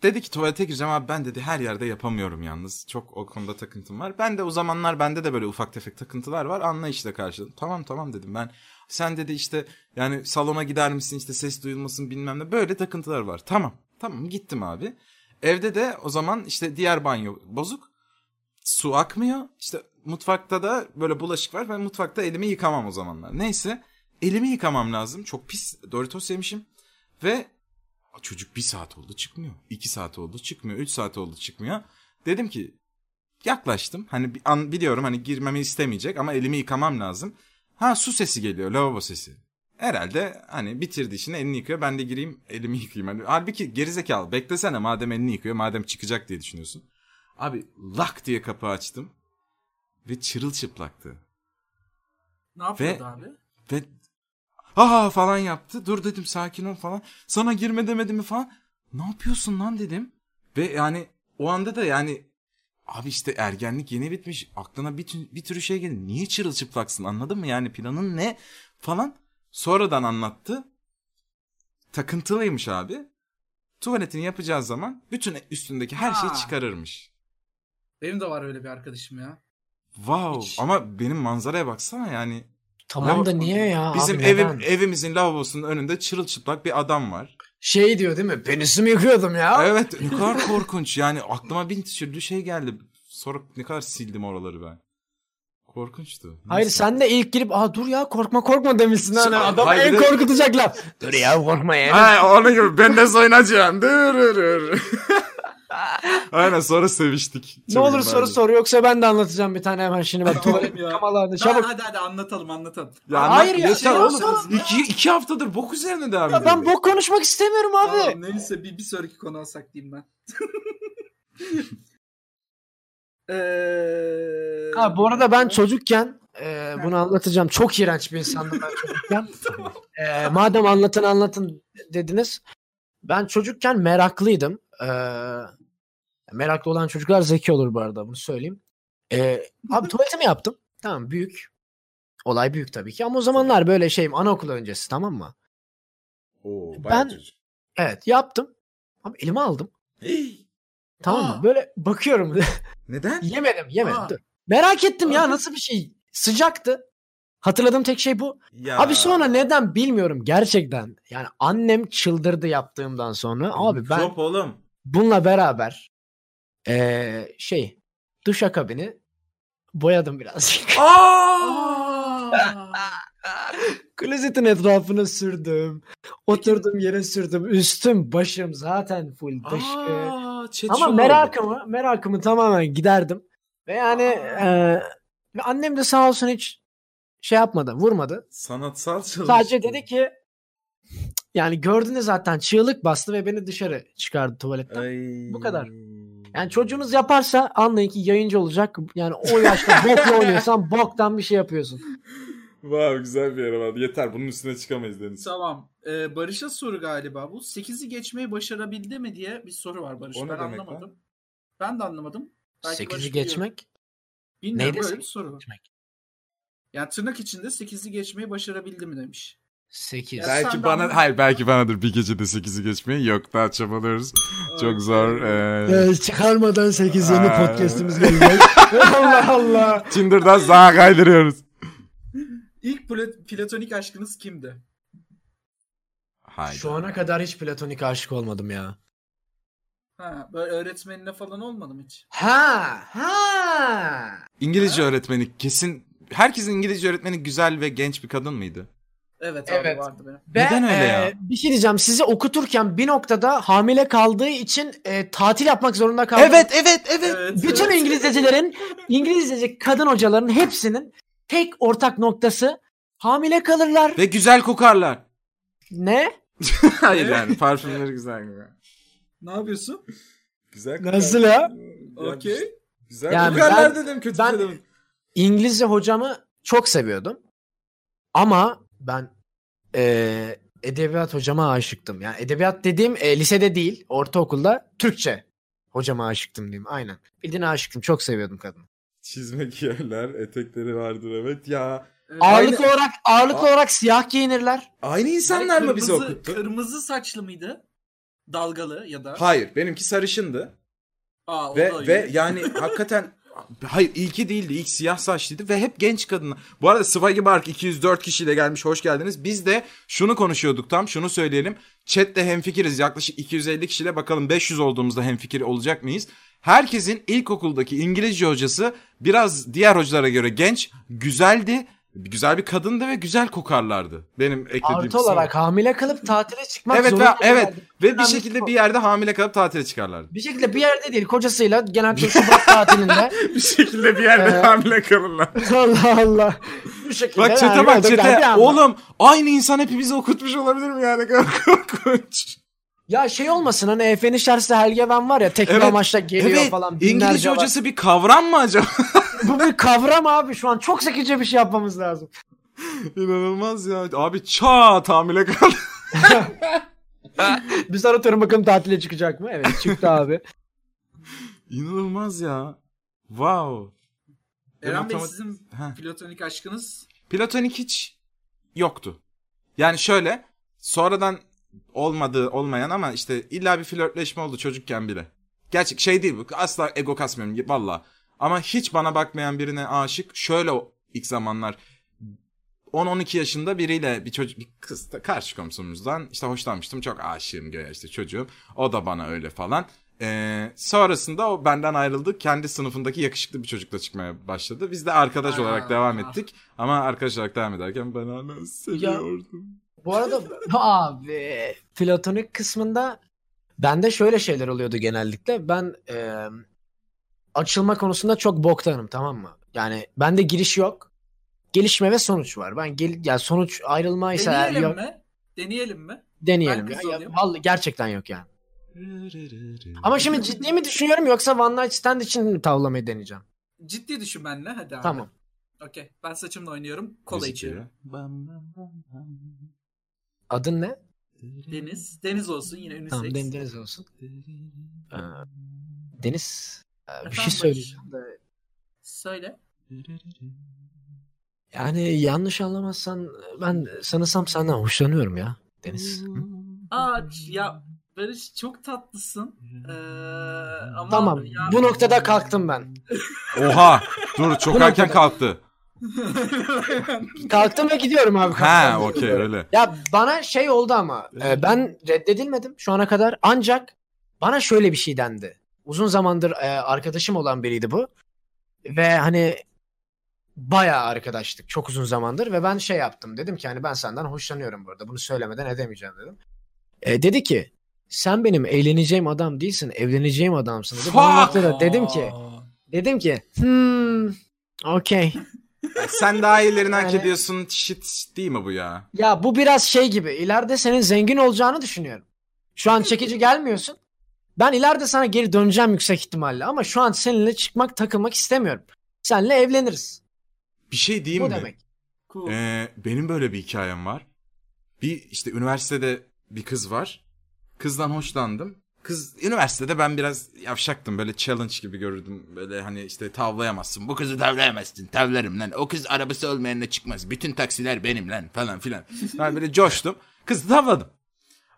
B: Dedi ki tuvalete gireceğim abi ben dedi her yerde yapamıyorum yalnız. Çok o konuda takıntım var. Ben de o zamanlar bende de böyle ufak tefek takıntılar var. Anlayışla karşıladım. Tamam tamam dedim ben. Sen dedi işte yani salona gider misin işte ses duyulmasın bilmem ne. Böyle takıntılar var. Tamam tamam gittim abi. Evde de o zaman işte diğer banyo bozuk. Su akmıyor. İşte mutfakta da böyle bulaşık var. Ben mutfakta elimi yıkamam o zamanlar. Neyse elimi yıkamam lazım. Çok pis Doritos yemişim. Ve çocuk bir saat oldu çıkmıyor. iki saat oldu çıkmıyor. Üç saat oldu çıkmıyor. Dedim ki yaklaştım. Hani bi- an, biliyorum hani girmemi istemeyecek ama elimi yıkamam lazım. Ha su sesi geliyor lavabo sesi. Herhalde hani bitirdi işini elini yıkıyor. Ben de gireyim elimi yıkayayım. Hani, halbuki gerizekalı beklesene madem elini yıkıyor. Madem çıkacak diye düşünüyorsun. Abi lak diye kapı açtım. Ve çırılçıplaktı.
C: Ne yapıyordu
B: Ve-
C: abi?
B: Ve aa falan yaptı. Dur dedim sakin ol falan. Sana girme demedim mi falan. Ne yapıyorsun lan dedim. Ve yani o anda da yani abi işte ergenlik yeni bitmiş. Aklına bir, tü- bir türlü şey geldi. Niye çırılçıplaksın anladın mı? Yani planın ne falan. Sonradan anlattı. Takıntılıymış abi. Tuvaletini yapacağı zaman bütün üstündeki her şeyi
C: Aa.
B: çıkarırmış.
C: Benim de var öyle bir arkadaşım ya.
B: Wow
C: Hiç-
B: ama benim manzaraya baksana yani.
E: Tamam da niye ya?
B: Bizim
E: abi,
B: evim,
E: neden?
B: evimizin lavabosunun önünde çırılçıplak bir adam var.
E: Şey diyor değil mi? Penisimi yıkıyordum ya.
B: Evet ne kadar korkunç yani aklıma bin türlü şey geldi. Sonra ne kadar sildim oraları ben. Korkunçtu. Neyse.
E: Hayır sen de ilk girip aa dur ya korkma korkma demişsin
B: Sen-
E: hani adam
B: Hayır,
E: en
B: bir de-
E: korkutacak laf. Dur ya korkma ya.
B: Ha, onu gibi ben de oynayacağım. Dur, dur, dur. Aynen sonra seviştik.
E: Ne
B: Çok
E: olur
B: güzeldi.
E: soru sor yoksa ben de anlatacağım bir tane hemen şimdi bak tuvalet
C: Ya.
E: yıkamalarını
C: Lan
E: çabuk.
C: hadi hadi anlatalım anlatalım.
B: Ya,
E: Hayır ya,
B: yeter
E: şey
B: oğlum.
E: olsun.
B: İki, iki haftadır bok üzerine devam
E: Ya
B: ediyor.
E: ben bok konuşmak istemiyorum abi.
C: Tamam, neyse bir, bir sonraki konu alsak diyeyim ben. Eee,
E: Ha bu arada ben çocukken e, bunu anlatacağım. Çok iğrenç bir insandım ben çocukken. E, madem anlatın anlatın dediniz. Ben çocukken meraklıydım. E, meraklı olan çocuklar zeki olur bu arada bunu söyleyeyim. E, abi tuvaletimi yaptım. Tamam büyük. Olay büyük tabii ki ama o zamanlar böyle şeyim anaokulu öncesi tamam mı?
B: Oo, bayağı
E: Ben-
B: çocuk.
E: Evet yaptım. Abi elime aldım.
B: Hey,
E: Tamam mı?
C: Aa.
E: Böyle bakıyorum.
B: Neden?
E: Yemedim, yemedim.
C: Aa.
E: Dur. Merak ettim ya
C: Abi.
E: nasıl bir şey? Sıcaktı. Hatırladığım tek şey bu.
B: Ya.
E: Abi sonra neden bilmiyorum gerçekten. Yani annem çıldırdı yaptığımdan sonra. Abi ben
B: Mikrop oğlum.
E: bununla beraber eee şey duşakabini boyadım birazcık.
C: Aa!
E: Klozetin etrafını sürdüm. Oturdum yere sürdüm. Üstüm başım zaten full dış. eee,
B: Aa, chat
E: Ama
B: şov oldu.
E: merakımı, merakımı tamamen giderdim. Ve yani eee, ve annem de sağ olsun hiç şey yapmadı, vurmadı.
B: Sanatsal çalıştı.
E: Sadece dedi ki yani gördüğünde zaten çığlık bastı ve beni dışarı çıkardı tuvaletten. Bu kadar. Yani çocuğunuz yaparsa anlayın ki yayıncı olacak. Yani o yaşta bokla oynuyorsan boktan bir şey yapıyorsun.
B: Wow güzel bir yere vardı. Yeter bunun üstüne çıkamayız Deniz.
C: tamam. Eee, Barış'a soru galiba bu. 8'i geçmeyi başarabildi mi diye bir soru var Barış.
B: O ne
C: ben
B: demek
C: anlamadım. Ben de anlamadım. Belki Barış
E: 8'i
C: biliyor.
E: geçmek.
C: Bilmiyorum
E: Neydi
C: böyle bir
E: sekizi
C: soru var.
E: geçmek?
C: Yani tırnak içinde 8'i geçmeyi başarabildi mi demiş.
E: 8.
C: Ya sen
B: Belki
C: de
B: bana
C: anladın.
B: hayır belki banadır bir gecede 8'i geçmeyi yok daha çabalıyoruz. Çok zor. Ee,
E: çıkarmadan 8
B: yeni Aa. podcastimiz
E: gelecek. Allah Allah.
B: Tinder'dan sağa kaydırıyoruz.
C: İlk pla- platonik aşkınız kimdi?
B: Hayır.
E: Şu ana kadar hiç platonik aşık olmadım ya.
C: Ha, böyle öğretmenine falan olmadı mı hiç?
E: Ha ha.
B: İngilizce öğretmeni kesin herkesin İngilizce öğretmeni güzel ve genç bir kadın mıydı?
C: Evet,
E: Evet.
C: abi vardı benim.
E: Ve,
B: Neden
C: e,
B: öyle ya?
E: Bir şey diyeceğim. Sizi okuturken bir noktada hamile kaldığı için e, tatil yapmak zorunda kaldım.
B: evet evet.
E: Bütün
C: evet.
E: İngilizcecilerin, İngilizceci kadın hocaların hepsinin tek ortak noktası hamile kalırlar.
B: Ve güzel kokarlar.
E: Ne?
B: hayır yani parfümleri güzel gibi.
C: Ne yapıyorsun?
B: Güzel
E: Nasıl ya?
C: Okey.
B: Güzel
E: Yani
B: kokarlar
E: ben-
B: dedim kötü
E: ben-
B: dedim.
E: İngilizce hocamı çok seviyordum. Ama ben e, edebiyat hocama aşıktım. Yani edebiyat dediğim e, lisede değil, ortaokulda Türkçe hocama aşıktım diyeyim. Aynen. Bildiğine aşıktım. Çok seviyordum kadını.
B: Çizme giyerler, etekleri vardır evet ya.
C: Evet.
E: Ağırlık olarak ağırlık
B: Aa.
E: olarak siyah giyinirler.
B: Aynı insanlar mı bizi
C: Kırmızı-
B: okuttu?
C: Kırmızı saçlı mıydı? Dalgalı ya da.
B: Hayır benimki sarışındı.
C: Aa, o da
B: Ve,
C: iyi.
B: ve yani hakikaten hayır iyi ki değildi. İlk siyah saçlıydı ve hep genç kadın. Bu arada Swaggy Bark 204 kişiyle gelmiş. Hoş geldiniz. Biz de şunu konuşuyorduk tam şunu söyleyelim. Chat'te hemfikiriz. Yaklaşık 250 kişiyle bakalım 500 olduğumuzda hemfikir olacak mıyız? Herkesin ilkokuldaki İngilizce hocası biraz diğer hocalara göre genç, güzeldi. Güzel bir kadındı ve güzel kokarlardı. Benim eklediğim
E: Artı
B: kısım o.
E: olarak hamile kalıp tatile çıkmak
B: Evet ve
E: zorunda
B: evet
E: kaldı.
B: ve bir şekilde bir yerde hamile kalıp tatile çıkarlardı.
E: Bir şekilde bir yerde değil kocasıyla genel Türk Şubat tatilinde.
B: bir şekilde bir yerde
E: Ee,
B: hamile kalırlar.
E: Allah Allah. Bu şekilde.
B: Bak çete
E: yani
B: bak
E: oldu geldi
B: çete.
E: ama.
B: Oğlum aynı insan hepimizi okutmuş olabilir mi yani? Korkunç.
E: Ya şey olmasın hani Efe'nin şahsı Helge ben var ya tekne
B: Evet,
E: amaçla geliyor
B: evet
E: falan. binlerce
B: İngilizce
E: var.
B: hocası bir kavram mı acaba?
E: Bu bir kavram abi şu an çok zekice bir şey yapmamız lazım.
B: İnanılmaz ya. Abi çat hamile kaldı.
E: Biz aratıyorum bakalım tatile çıkacak mı? Evet çıktı abi.
B: İnanılmaz ya. Wow.
C: Eren Bey
B: Matematik-
C: sizin
B: Heh.
C: platonik aşkınız
B: Platonik hiç yoktu. Yani şöyle sonradan olmadığı olmayan ama işte illa bir flörtleşme oldu çocukken bile. Gerçek şey değil bu. Asla ego kasmıyorum valla. Ama hiç bana bakmayan birine aşık şöyle o- ilk zamanlar 10-12 yaşında biriyle bir çocuk bir kız da karşı komşumuzdan işte hoşlanmıştım çok aşığım göğe işte çocuğum o da bana öyle falan. Ee, sonrasında o benden ayrıldı kendi sınıfındaki yakışıklı bir çocukla çıkmaya başladı biz de arkadaş
C: Aa.
B: olarak devam ettik ama arkadaş olarak devam ederken ben hala seviyordum.
E: Bu arada abi platonik kısmında bende şöyle şeyler oluyordu genellikle. Ben e, açılma konusunda çok boktanım tamam mı? Yani bende giriş yok. Gelişme ve sonuç var. Ben gel ya sonuç ayrılmaysa eğer
C: deneyelim
E: yok
C: mi? Deneyelim mi?
E: deneyelim.
C: Ben
E: Ya,
C: kız
E: ya,
C: olayım.
E: vallahi gerçekten yok yani. Ama şimdi ciddi mi düşünüyorum yoksa one night stand için mi tavlamayı deneyeceğim?
C: Ciddi düşün benimle hadi abi.
E: Tamam.
C: Okey ben saçımla oynuyorum kola
B: Müzik
C: içiyorum.
E: Adın ne?
C: Deniz. Deniz olsun yine unisex.
E: Tamam Den- Deniz olsun. Ee, Deniz ee, bir şey
C: Efendim,
E: söyleyeceğim de
C: Söyle.
E: yani yanlış anlamazsan ben sanırsam senden hoşlanıyorum ya Deniz. Hı?
C: Aa ya Barış çok tatlısın. Ee, ama
E: Tamam
C: ya-
E: bu noktada kalktım ben.
B: Oha dur çok
E: Bu
B: erken
E: noktada-
B: kalktı.
E: Hmm. Kalktım ve gidiyorum abi.
B: Ha
E: kalktım.
B: okey öyle.
E: Ya bana şey oldu ama e, ben reddedilmedim şu ana kadar ancak bana şöyle bir şey dendi. Uzun zamandır e, arkadaşım olan biriydi bu ve hani bayağı arkadaştık çok uzun zamandır ve ben şey yaptım dedim ki hani ben senden hoşlanıyorum burada bunu söylemeden edemeyeceğim dedim. E, dedi ki sen benim eğleneceğim adam değilsin evleneceğim adamsın dedi. Bana
B: Fuck!
E: noktada dedim ki dedim ki hmm okey.
B: Sen daha iyilerini hak
E: Yani-
B: ediyorsun. Shit değil mi bu ya?
E: Ya bu biraz şey gibi. İleride senin zengin olacağını düşünüyorum. Şu an çekici gelmiyorsun. Ben ileride sana geri döneceğim yüksek ihtimalle ama şu an seninle çıkmak takılmak istemiyorum. Seninle evleniriz.
B: Bir şey diyeyim
E: bu
B: mi?
E: demek.
C: Cool.
B: Ee, benim böyle bir hikayem var. Bir işte üniversitede bir kız var. Kızdan hoşlandım. Kız üniversitede ben biraz yavşaktım böyle challenge gibi görürdüm. Böyle hani işte tavlayamazsın. Bu kızı tavlayamazsın. Tavlarım lan. O kız arabası olmayanla çıkmaz. Bütün taksiler benim lan falan filan. Ben böyle coştum. Kızı tavladım.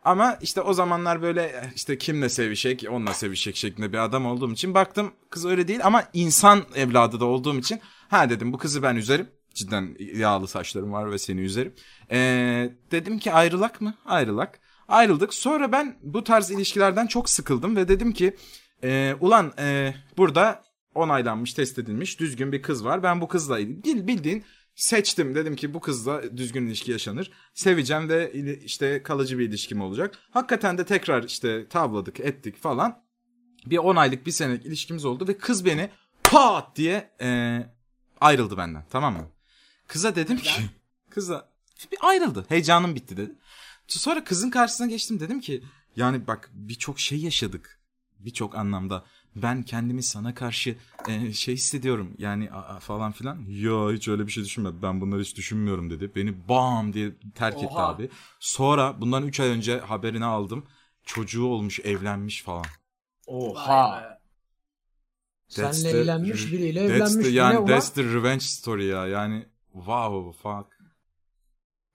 B: Ama işte o zamanlar böyle eh, işte kimle sevişecek, onunla sevişecek şeklinde bir adam olduğum için baktım kız öyle değil ama insan evladı da olduğum için ha dedim bu kızı ben üzerim. Cidden yağlı saçlarım var ve seni üzerim. Ee, dedim ki ayrılak mı? Ayrılak. Ayrıldık. Sonra ben bu tarz ilişkilerden çok sıkıldım ve dedim ki e, ulan e, burada onaylanmış, test edilmiş düzgün bir kız var. Ben bu kızla bil- bildiğin seçtim. Dedim ki bu kızla düzgün ilişki yaşanır. Seveceğim ve ili- işte kalıcı bir ilişkim olacak. Hakikaten de tekrar işte tavladık, ettik falan. Bir 10 aylık, bir senelik ilişkimiz oldu ve kız beni pat diye e, ayrıldı benden. Tamam mı? Kıza dedim ki kıza bir ayrıldı. Heyecanım bitti dedi. Sonra kızın karşısına geçtim dedim ki yani bak birçok şey yaşadık. Birçok anlamda ben kendimi sana karşı e, şey hissediyorum yani a- a- falan filan. Yo hiç öyle bir şey düşünme. Ben bunları hiç düşünmüyorum dedi. Beni bam diye terk etti
C: Oha.
B: abi. Sonra bundan 3 ay önce haberini aldım. Çocuğu olmuş, evlenmiş falan.
C: Vay be.
E: Senle
B: That's the-
E: evlenmiş biriyle
B: That's
E: evlenmiş
B: the-
E: biriyle
B: yani
E: ulan.
B: that's the revenge story ya. Yani wow fuck.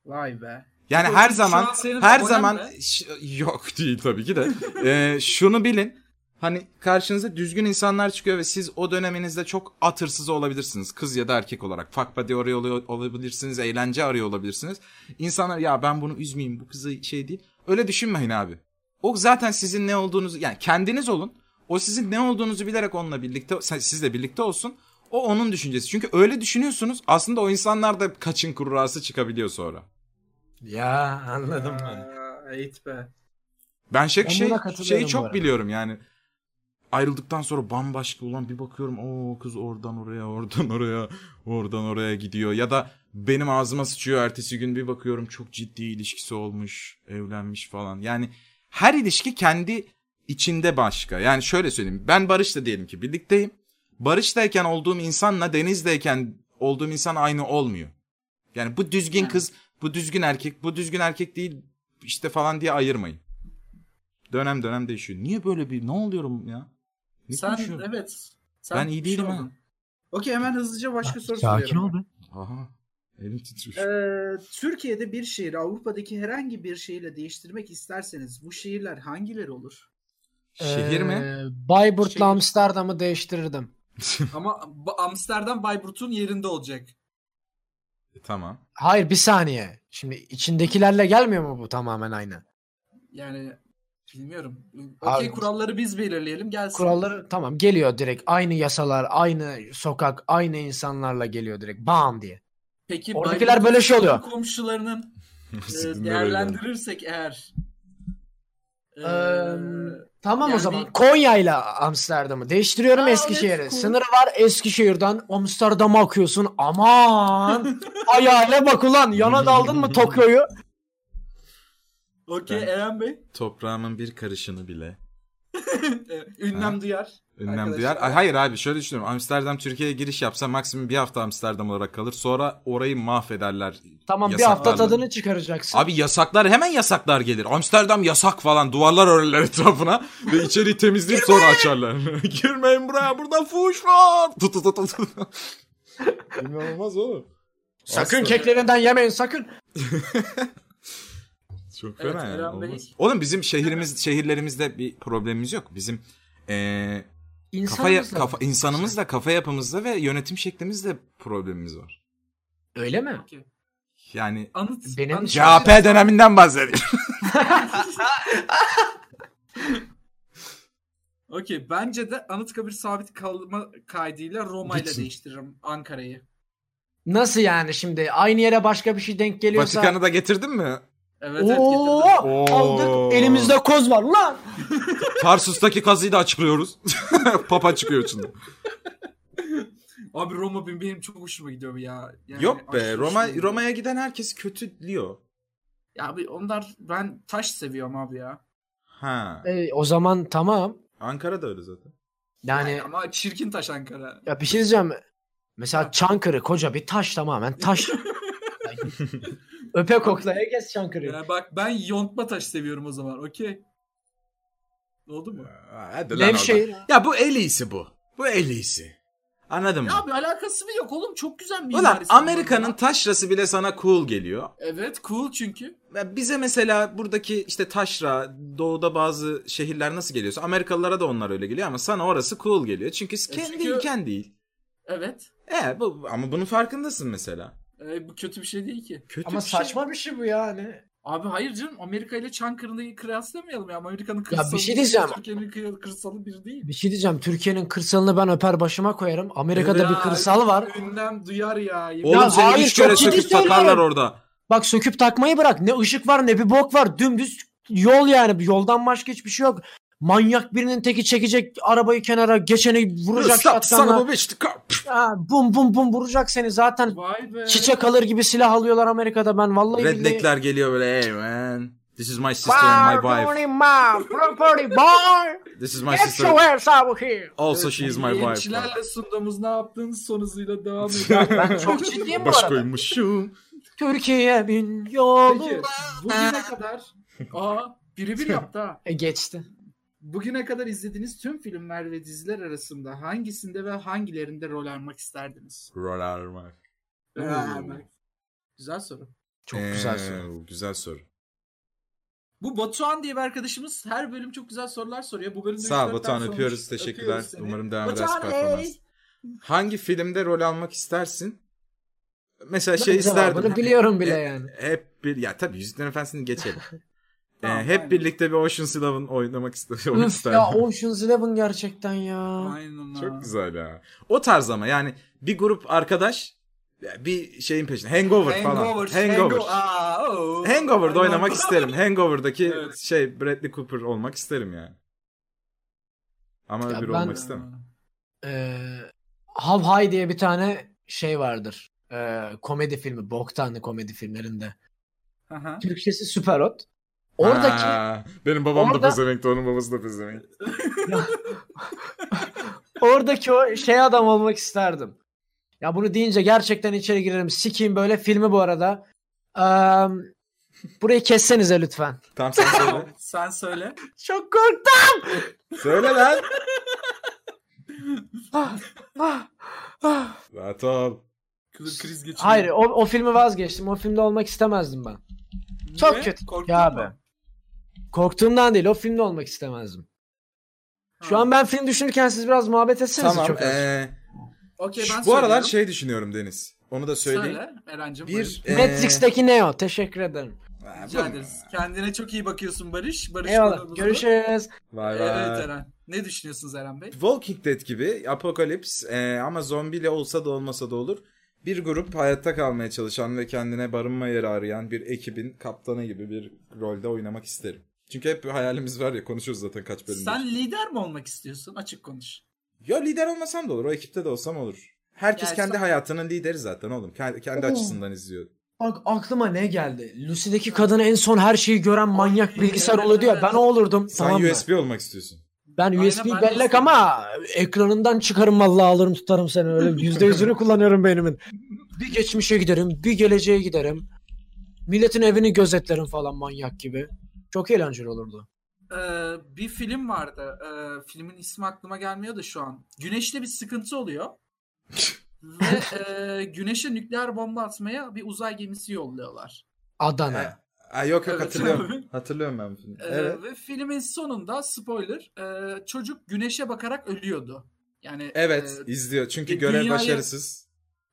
C: Vay be.
B: Yani
C: Bu
B: her
C: şu
B: zaman
C: an senin
B: her
C: abonen
B: zaman
C: mi?
B: Ş- yok değil tabii ki de. Ee, şunu bilin. Hani karşınıza düzgün insanlar çıkıyor ve siz o döneminizde çok atırsız olabilirsiniz. Kız ya da erkek olarak. Fuck buddy arıyor ol- olabilirsiniz. Eğlence arıyor olabilirsiniz. İnsanlar ya ben bunu üzmeyeyim. Bu kızı şey değil. Öyle düşünmeyin abi. O zaten sizin ne olduğunuzu yani kendiniz olun. O sizin ne olduğunuzu bilerek onunla birlikte sen- sizle birlikte olsun. O onun düşüncesi. Çünkü öyle düşünüyorsunuz. Aslında o insanlar da kaçın kurrası çıkabiliyor sonra.
E: Ya anladım ben.
C: Aa, Eğit be.
B: Ben şey,
E: Ben
B: şey
E: buna katılıyorum
B: şeyi
E: bu
B: çok
E: arada.
B: biliyorum yani. Ayrıldıktan sonra bambaşka olan bir bakıyorum o kız oradan oraya oradan oraya oradan oraya gidiyor ya da benim ağzıma sıçıyor ertesi gün bir bakıyorum çok ciddi ilişkisi olmuş evlenmiş falan yani her ilişki kendi içinde başka yani şöyle söyleyeyim ben Barış'la diyelim ki birlikteyim Barış'tayken olduğum insanla Deniz'deyken olduğum insan aynı olmuyor yani bu düzgün kız bu düzgün erkek bu düzgün erkek değil işte falan diye ayırmayın dönem dönem değişiyor. Niye böyle bir ne oluyorum ya? Ne
C: Sen
B: konuşuyorum?
C: evet. Sen
B: Ben iyi
C: bir şey
B: değilim ha.
C: oldun. Okey hemen hızlıca
E: şey
C: başka soru
E: Sakin
C: soruyorum.
E: ol be.
B: Aha. Elim titriyor.
H: Ee, Türkiye'de bir şehri Avrupa'daki herhangi bir şehirle değiştirmek isterseniz bu şehirler hangileri olur?
B: Şehir mi?
E: Ee, Bayburt'la
C: Şehir.
E: Amsterdam'ı değiştirirdim.
C: Ama Ba- Amsterdam Bayburt'un yerinde olacak. Ee,
B: E, tamam.
E: Hayır bir saniye. Şimdi içindekilerle gelmiyor mu bu tamamen aynı?
C: Yani bilmiyorum.
E: Abi-
C: Okey kuralları biz belirleyelim gelsin.
E: Kuralları tamam geliyor direkt. Aynı yasalar, aynı sokak, aynı insanlarla geliyor direkt. Bam diye.
C: Peki
E: Oradakiler
C: Bayburt'un
E: böyle şey oluyor.
C: Komşularının
B: Sizin
C: e,
B: de böyle yani.
C: değerlendirirsek eğer. e,
E: Ee, tamam
C: yani
E: o zaman
C: bir-
E: Konya'yla Amsterdam'ı değiştiriyorum
C: Aa,
E: Eskişehir'i.
C: let's go.
E: Sınırı var Eskişehir'den Amsterdam'a akıyorsun. Aman hayale bak ulan yana daldın mı Tokyo'yu?
C: Okey
B: Ben-
C: Eren Bey.
B: Toprağımın bir karışını bile.
C: e, Ünlem
B: Ha.
C: duyar.
B: Önlem
C: Arkadaşlar-
B: duyar. Ay, Hayır abi şöyle düşünüyorum. Amsterdam Türkiye'ye giriş yapsa maksimum bir hafta Amsterdam olarak kalır. Sonra orayı mahvederler.
E: Tamam bir
B: Yasaklarla.
E: hafta tadını çıkaracaksın.
B: Abi yasaklar hemen yasaklar gelir. Amsterdam yasak falan. Duvarlar örerler etrafına ve içeri temizleyip sonra açarlar. Girmeyin buraya. Burada fuş var. Tut tut tut tut. İnanılmaz oğlum.
E: sakın keklerinden yemeyin sakın.
B: Çok
C: Evet,
B: fena yani.
C: Eren Bey.
B: olmaz. Oğlum bizim şehrimiz şehirlerimizde bir problemimiz yok. Bizim eee kafa, ya-
E: İnsanımızla-
B: kafa insanımızla, kafa yapımızda ve yönetim şeklimizde problemimiz var.
E: Öyle mi?
B: Yani
C: Anıt.
E: Benim-
C: anıt-
B: CHP döneminden bahsediyorum.
C: Okey bence de Anıtkabir sabit kalma kaydıyla Roma ile
B: Gitsin.
C: değiştiririm Ankara'yı.
E: Nasıl yani şimdi aynı yere başka bir şey denk geliyorsa?
B: Vatikan'ı da getirdin mi?
C: Evet evet
E: Oo,
C: getirdim.
B: Oo.
E: aldık elimizde koz var lan.
B: Tarsus'taki kazıyı da açıklıyoruz. Papa çıkıyor içinde.
C: Abi Roma benim, benim çok hoşuma gidiyor ya. Yani
B: Yok be
C: aşırı şey.
B: Roma
C: hoşuma gidiyor.
B: Roma'ya giden herkes kötülüyor.
C: Ya abi onlar ben taş seviyorum abi ya.
B: Ha.
E: E, o zaman tamam.
B: Ankara da öyle zaten.
E: Yani
C: E, Ama çirkin taş Ankara.
E: ya bir şey diyeceğim. Mesela
C: Ha.
E: Çankırı koca bir taş tamamen taş. Öpe kokla herkes Çankırı'yı.
C: Ya bak ben yontma taş seviyorum o zaman. Okey. Oldu mu?
B: Hadi lan
C: şey?
B: oradan.
E: Nevşehir.
B: Ya bu en iyisi bu. Bu en iyisi. Anladın
C: Ya
B: mı?
C: abi alakası mı yok oğlum? Çok güzel bir
B: Ulan
C: mimarisi var
B: Amerika'nın
C: ya.
B: taşrası bile sana cool geliyor.
C: Evet cool çünkü.
B: Ya bize mesela buradaki işte taşra, doğuda bazı şehirler nasıl geliyorsa Amerikalılara da onlar öyle geliyor ama sana orası cool geliyor. Çünkü kendi
C: E çünkü-
B: ülken değil.
C: Evet.
B: E bu ama bunun farkındasın mesela.
C: Ee, bu kötü bir şey değil ki.
B: Kötü
E: Ama
B: bir şey.
E: saçma bir şey bu yani.
C: Abi hayır canım Amerika ile Çankırı'yı kıyaslamayalım ya. Amerika'nın
E: bir
C: kırsalı
E: şey diyeceğim.
C: Türkiye'nin kı- kırsalı bir değil.
E: Bir şey diyeceğim. Türkiye'nin kırsalını ben öper başıma koyarım. Amerika'da
B: Evet.
E: bir kırsal var.
C: Ünlem duyar ya. yemin-
B: Oğlum
E: Ya
B: seni
E: hayır,
B: üç kere
E: çok ciddi
B: söküp
E: söylüyorum.
B: takarlar orada.
E: Bak söküp takmayı bırak. Ne ışık var ne bir bok var. Dümdüz yol yani. Yoldan başka hiçbir şey yok. Manyak birinin teki çekecek arabayı kenara geçeni vuracak
B: Stop sana
E: şatkanla.
B: bu beş dakika.
E: Ha, bum bum bum vuracak seni zaten.
C: Vay be.
E: Çiçek alır gibi silah alıyorlar Amerika'da ben vallahi billahi.
B: Redneckler geliyor böyle hey man. This is my sister and my
E: Bar,
B: wife.
E: Tony Mann, property bar.
B: This is my
E: Get
B: sister.
E: your ass out of here.
B: Also she is my wife.
C: Yeniçilerle sunduğumuz ne yaptığın son hızıyla devam ediyor.
E: Ben çok ciddiyim bu arada.
B: koymuşum.
E: Türkiye bin
C: Peki
E: yolu.
C: bugüne kadar aa birebir yaptı ha.
E: E, geçti.
C: Bugüne kadar izlediğiniz tüm filmler ve diziler arasında hangisinde ve hangilerinde rol almak isterdiniz?
B: Rol almak.
C: Ee,
B: Oo.
C: Güzel soru.
E: Çok güzel
B: Ee,
E: soru.
B: Güzel soru.
C: Bu Batuhan diye bir arkadaşımız her bölüm çok güzel sorular soruyor. Bu bölümde üç,
B: Sağ ol
C: dört
B: Batuhan
C: tane
B: öpüyoruz.
C: sormuş.
B: Teşekkürler.
C: Öpüyoruz seni.
B: Umarım devam eder
C: Batuhan,
B: performans.
C: ey!
B: Hangi filmde rol almak istersin? Mesela
E: Ben
B: şey
E: cevabını
B: isterdim.
E: biliyorum bile
B: E,
E: yani.
B: Hep bir ya tabii Yüzüklerin Efendisi'ni geçelim. Ee,
C: Tamam,
B: hep
C: aynen.
B: birlikte bir Ocean's Eleven oynamak istedim. oyun
E: Üf ya
B: isterdim.
E: Ocean's Eleven gerçekten ya.
C: Aynen
B: Çok güzel ya. O tarz ama yani bir grup arkadaş ya bir şeyin peşinde. Hangover,
C: Hangover.
B: falan. Hangover.
C: Hango- Aa, oh. oo.
B: Hangover'da
C: Aynen.
B: oynamak isterim. Hangover'daki
C: Evet.
B: şey Bradley Cooper olmak isterim yani. Ama
E: Ya
B: öbürü
E: ben-
B: olmak istemem.
E: Ee, How High diye bir tane şey vardır. Ee, komedi filmi. Boktan komedi filmlerinde.
C: Hı hı.
E: Türkçesi Süperot. Oradaki
B: Ha, benim babam da
E: Orada-
B: pezevenkti, onun babası da pezevenk.
E: Oradaki o şey adam olmak isterdim. Ya bunu deyince gerçekten içeri girerim. Sikeyim böyle filmi bu arada. Eee, burayı kessenize lütfen.
B: Tamam sen söyle.
C: Tamam, Sen söyle.
E: Çok korktum.
B: söyle lan.
E: Ah, ah, ah.
B: Rahat ol.
C: Kız- Kriz geçiriyor.
E: Hayır o, o filmi vazgeçtim. O filmde olmak istemezdim ben.
C: Niye?
E: çok kötü.
C: Korktun
E: Ya
C: mu?
E: be. Korktuğumdan değil o filmde olmak istemezdim. Şu
C: Ha.
E: an ben film düşünürken siz biraz muhabbet etseniz
B: Tamam.
E: çok az.
B: ee,
C: Okey,
B: şu-
C: ben
B: bu aralar
C: söylüyorum.
B: şey düşünüyorum Deniz. Onu da söyleyeyim.
C: Söyle Erancığım.
B: Bir
C: Bir...
B: ee,
E: Netflix'teki Neo. Teşekkür ederim.
B: Ha,
C: Rica
B: bu-
C: ederiz. Kendine çok iyi bakıyorsun Barış. Barış
E: Eyvallah.
C: konuğumuzdu.
E: Görüşürüz.
B: Vay vay.
C: Evet Eren. Ne düşünüyorsunuz Eren Bey?
B: Walking Dead gibi apokalips e, ama zombiyle olsa da olmasa da olur. Bir grup hayatta kalmaya çalışan ve kendine barınma yeri arayan bir ekibin kaptanı gibi bir rolde oynamak isterim. Çünkü hep bir hayalimiz var ya konuşuyoruz zaten kaç bölümdür.
C: Sen lider mi olmak istiyorsun? Açık konuş.
B: Ya lider olmasam da olur o ekipte de olsam olur. Herkes
C: Yani
B: kendi
C: sen-
B: hayatının lideri zaten oğlum. Kendi, kendi
E: Oo.
B: açısından izliyor.
E: Bak aklıma ne geldi? Lucy'deki kadını en son her şeyi gören manyak
C: Ay,
E: bilgisayar
C: evet,
E: oluyor diyor.
C: evet.
E: Ben o olurdum.
B: Sen
E: tamam mı?
B: USB olmak istiyorsun.
E: Ben
C: Aynen, ben
E: USB
C: de
E: bellek
C: istiyorum.
E: ama ekranından çıkarım vallahi alırım tutarım seni öyle yüzde yüzünü kullanıyorum beynimin. Bir geçmişe giderim, bir geleceğe giderim. Milletin evini gözetlerim falan manyak gibi. Çok eğlenceli olurdu.
C: Ee, bir film vardı. Ee, filmin ismi aklıma gelmiyor da şu an. Güneşte bir sıkıntı oluyor. Ve e, güneşe nükleer bomba atmaya bir uzay gemisi yolluyorlar.
E: Adana.
B: Evet. Aa, yok yok
C: Evet.
B: hatırlıyorum. hatırlıyorum ben bunu.
C: Ee,
B: Evet.
C: Ve filmin sonunda spoiler e, çocuk güneşe bakarak ölüyordu. Yani
B: Evet
C: e,
B: izliyor çünkü
C: e,
B: görev
C: dünyayı-
B: başarısız.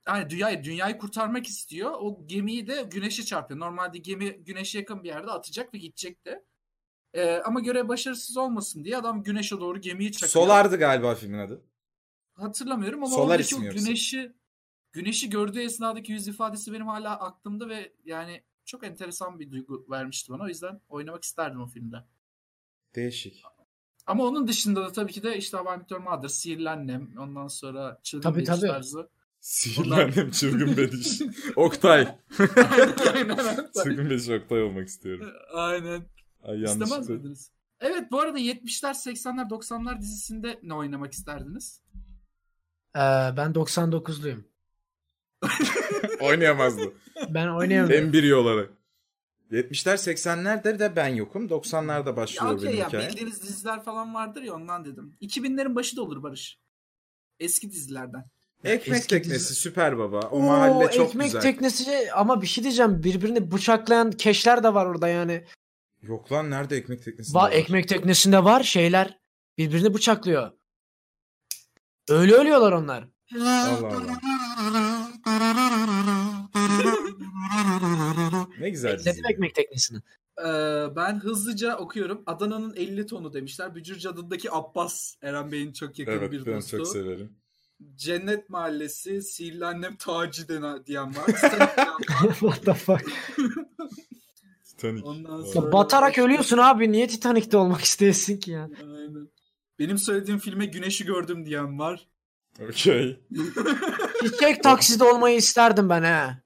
C: yani dünyayı dünyayı kurtarmak istiyor. O gemiyi de güneşe çarpıyor. Normalde gemi güneşe yakın bir yerde atacak ve gidecekti. Ee, ama görev başarısız olmasın diye adam güneşe doğru gemiyi çakıyor.
B: Solardı galiba filmin adı.
C: Hatırlamıyorum ama
B: Solar
C: oradaki o
B: ismi yoksa.
C: güneşi güneşi gördüğü esnadaki yüz ifadesi benim hala aklımda ve yani çok enteresan bir duygu vermişti bana. O yüzden oynamak isterdim o filmde.
B: Değişik.
C: Ama onun dışında da tabii ki de işte Hava Amatör Mother, Sihirli Annem, ondan sonra Çılgın
E: Tabii,
C: Tabii,
E: tabii.
C: tarzı.
B: Sihirli
C: Onlar-
B: annem çılgın bediş. Oktay.
C: Aynen, aynen.
B: çılgın bediş Oktay olmak istiyorum.
C: Aynen.
B: Ay
C: İstemez
B: yanlışlıkla.
C: miydiniz? Evet bu arada 70'ler, 80'ler, 90'lar dizisinde ne oynamak isterdiniz?
E: Ee, ben 99'luyum.
B: Oynayamazdı.
E: Ben oynayamıyorum.
B: en biri olarak. 70'ler 80'lerde de ben yokum. 90'larda
C: Ya
B: başlıyor
C: okey
B: benim
C: ya
B: hikayem.
C: bildiğiniz diziler falan vardır ya ondan dedim. 2000'lerin başı da olur Barış. Eski dizilerden.
B: Ekmek
E: Eski
B: teknesi
E: dizi-
B: süper baba. O
E: Oo,
B: mahalle çok
E: ekmek
B: güzel.
E: teknesi ama bir şey diyeceğim birbirini bıçaklayan keşler de var orada yani.
B: Yok lan nerede ekmek teknesi?
E: Va
B: var?
E: ekmek teknesinde var şeyler birbirini bıçaklıyor. Öyle ölüyorlar onlar.
B: Allah Allah. ne güzel dizi.
E: Dedim ekmek teknesini.
C: Ee, ben hızlıca okuyorum. Adana'nın 50 tonu demişler. Bücür Cadı'daki Abbas. Eren Bey'in çok yakın
B: Evet
C: bir
B: ben
C: dostu.
B: çok severim.
C: Cennet Mahallesi, Sihirli Annem Taci denen- diyen var. Sen-
E: What the fuck?
B: Titanic.
C: Ondan
B: Ya
E: Ya
C: sonra...
E: batarak ölüyorsun abi. Niye Titanik'te olmak isteyesin ki ya?
C: Aynen. Benim söylediğim filme Güneşi Gördüm diyen var.
B: Okey.
E: Çiçek takside olmayı isterdim ben ha.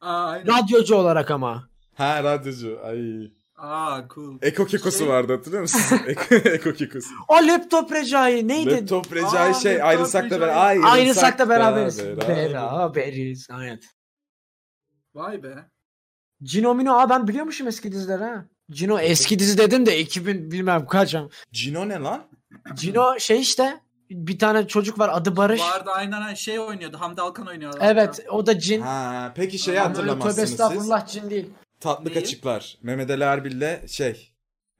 C: Aa, aynen.
E: Radyocu olarak ama.
B: Ha radyocu. Ay.
C: Aa cool.
B: Eko kekosu
C: Şey-
B: vardı hatırlıyor musun? Eko, eko kekosu.
E: O laptop Recai neydi?
B: Laptop Recai
C: Aa,
B: şey
C: laptop
B: ayrı sakla
C: Recai.
B: beraber. Ayrı,
E: Aynı sakla beraberiz.
B: beraber.
E: Beraberiz. Evet.
C: Vay be.
E: Cino Mino aa ben biliyormuşum eski dizileri ha. Cino eski dizi dedim de 2000 bilmem kaç. ama.
B: Cino ne lan?
E: Cino şey işte bir tane çocuk var adı Barış.
C: Vardı aynen aynen şey oynuyordu. Hamdi Alkan oynuyordu.
E: Evet o da cin.
B: Ha, peki şeyi
E: Ama Tövbe
B: hatırlamazsınız siz.
E: estağfurullah cin değil.
B: Tatlı
C: Neyi?
B: Kaçıklar. Mehmet Ali Erbil'le şey.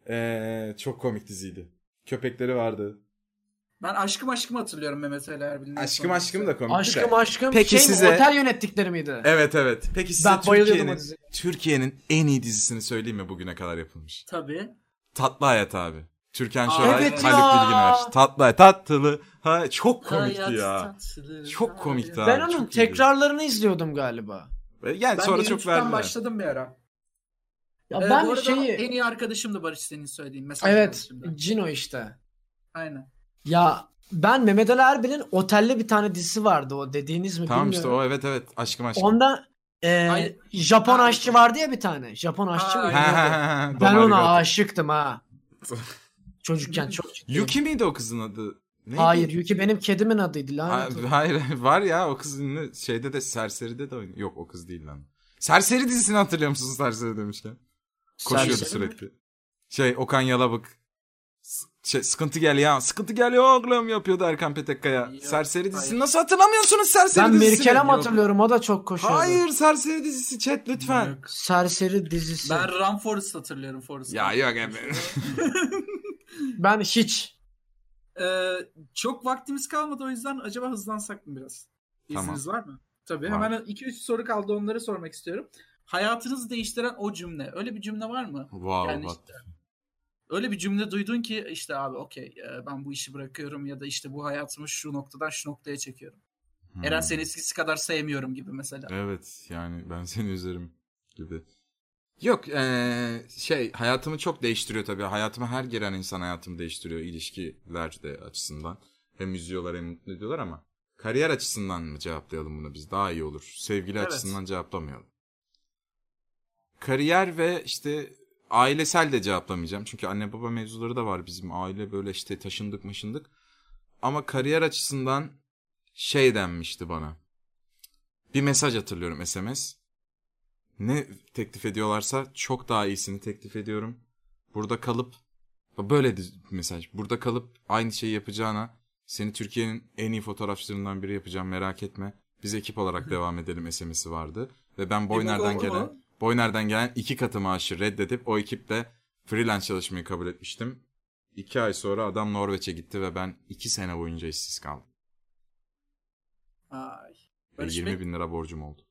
B: ee, çok komik diziydi. Köpekleri vardı.
C: Ben aşkım aşkım hatırlıyorum Mehmet Ali Erbil'in. en
B: Aşkım
C: son
B: aşkım da komik.
E: Aşkım aşkım
B: Peki
E: şey
B: size-
E: mi, otel yönettikleri miydi?
B: Evet evet. Peki size
E: Ben bayılıyordum o
B: Türkiye'nin,
E: diziye.
B: Türkiye'nin en iyi dizisini söyleyeyim mi bugüne kadar yapılmış?
C: Tabii.
B: Tatlı Hayat abi. Türkan
C: Aa,
B: Şoray,
E: evet
B: Haluk
E: ya.
B: Bilginer. Tatlı Hayat. Tatlı. Ha, çok komikti
C: Hayat
B: ya.
C: tatlı.
B: Çok komikti
E: Ben
B: abi,
E: onun
B: çok iyiydi.
E: tekrarlarını izliyordum galiba.
B: Yani
H: Ben
B: sonra
H: sonra
B: çok verdiler.
H: başladım bir ara.
E: Ya
C: Ee,
E: ben
C: bu arada
E: şeyi
C: en iyi arkadaşım da Barış senin söylediğin. Mesaj
E: evet
C: arkadaşım da.
E: Cino işte.
C: Aynen.
E: Ya ben Mehmet Ali Erbil'in otelde bir tane dizisi vardı o dediğiniz mi
B: Tamam işte
E: bilmiyorum.
B: o evet evet. Aşkım aşkım.
E: Onda e,
C: Ay-
E: Japon
C: Ha.
E: aşçı vardı ya bir tane. Japon aşçı
C: Ha,
E: mıydı?
B: Ha,
C: ha,
B: ha, ha, ha.
E: Ben
B: Don
E: ona
B: Arigato.
E: aşıktım ha. Çocukken çok ciddiyim.
B: Yuki miydi o kızın adı? Neydi?
E: Hayır Yuki benim kedimin adıydı
B: Ha-
E: lanet olsun.
B: hayır var ya o kız ünlü şeyde de Serseri'de de oynuyor. Yok o kız değil lan. Serseri dizisini hatırlıyor musunuz Serseri demişken? Koşuyordu
E: Serseri
B: sürekli. Şey Okan Yalabık. S- Şey, sıkıntı gel ya. Sıkıntı gel ya oğlum yapıyordu Erkan Petekkaya.
C: Yok,
B: serseri dizisini
C: hayır.
B: nasıl hatırlamıyorsunuz Serseri
E: Ben
B: dizisini?
E: Mirkelam
B: Yok.
E: hatırlıyorum o da çok koşuyordu.
B: Hayır Serseri dizisi chat lütfen.
C: Yok.
E: Serseri dizisi. Ben,
C: Ben Run Forest hatırlıyorum Forest.
B: Ya yok efendim.
E: hiç.
C: Ee, çok vaktimiz kalmadı o yüzden acaba hızlansak mı biraz?
B: Tamam.
C: İzniniz var mı? Tabii
B: Var.
C: hemen 2-3 soru kaldı onları sormak istiyorum. Hayatınızı değiştiren o cümle. Öyle bir cümle var mı?
B: Wow.
C: Yani
B: bak.
C: işte, öyle bir cümle duydun ki işte abi okey e, ben bu işi bırakıyorum ya da işte bu hayatımı şu noktadan şu noktaya çekiyorum.
B: Hmm.
C: Eren seni eskisi kadar sevmiyorum gibi mesela.
B: Evet yani ben seni üzerim gibi. Yok eee, şey hayatımı çok değiştiriyor tabii. Hayatıma her giren insan hayatımı değiştiriyor ilişkiler de açısından. Hem üzüyorlar hem mutlu ediyorlar ama kariyer açısından mı cevaplayalım bunu biz daha iyi olur. Sevgili
C: Evet.
B: açısından cevaplamayalım. Kariyer ve işte ailesel de cevaplamayacağım. Çünkü anne baba mevzuları da var bizim aile böyle işte taşındık maşındık. Ama kariyer açısından şey denmişti bana. Bir mesaj hatırlıyorum SMS. Ne teklif ediyorlarsa çok daha iyisini teklif ediyorum. Burada kalıp böyle bir mesaj. Burada kalıp aynı şeyi yapacağına seni Türkiye'nin en iyi fotoğrafçılarından biri yapacağım merak etme. Biz ekip olarak devam edelim SMS'i vardı. Ve
C: E,
B: ben Boyner'den
C: Ebru Doğru
B: gelen
C: mu?
B: Boyner'den gelen iki katı maaşı reddedip o ekiple freelance çalışmayı kabul etmiştim. İki ay sonra adam Norveç'e gitti ve ben iki sene boyunca işsiz kaldım.
C: Ay.
B: Ve
C: Barış
B: 20
C: Bey,
B: bin lira borcum oldu.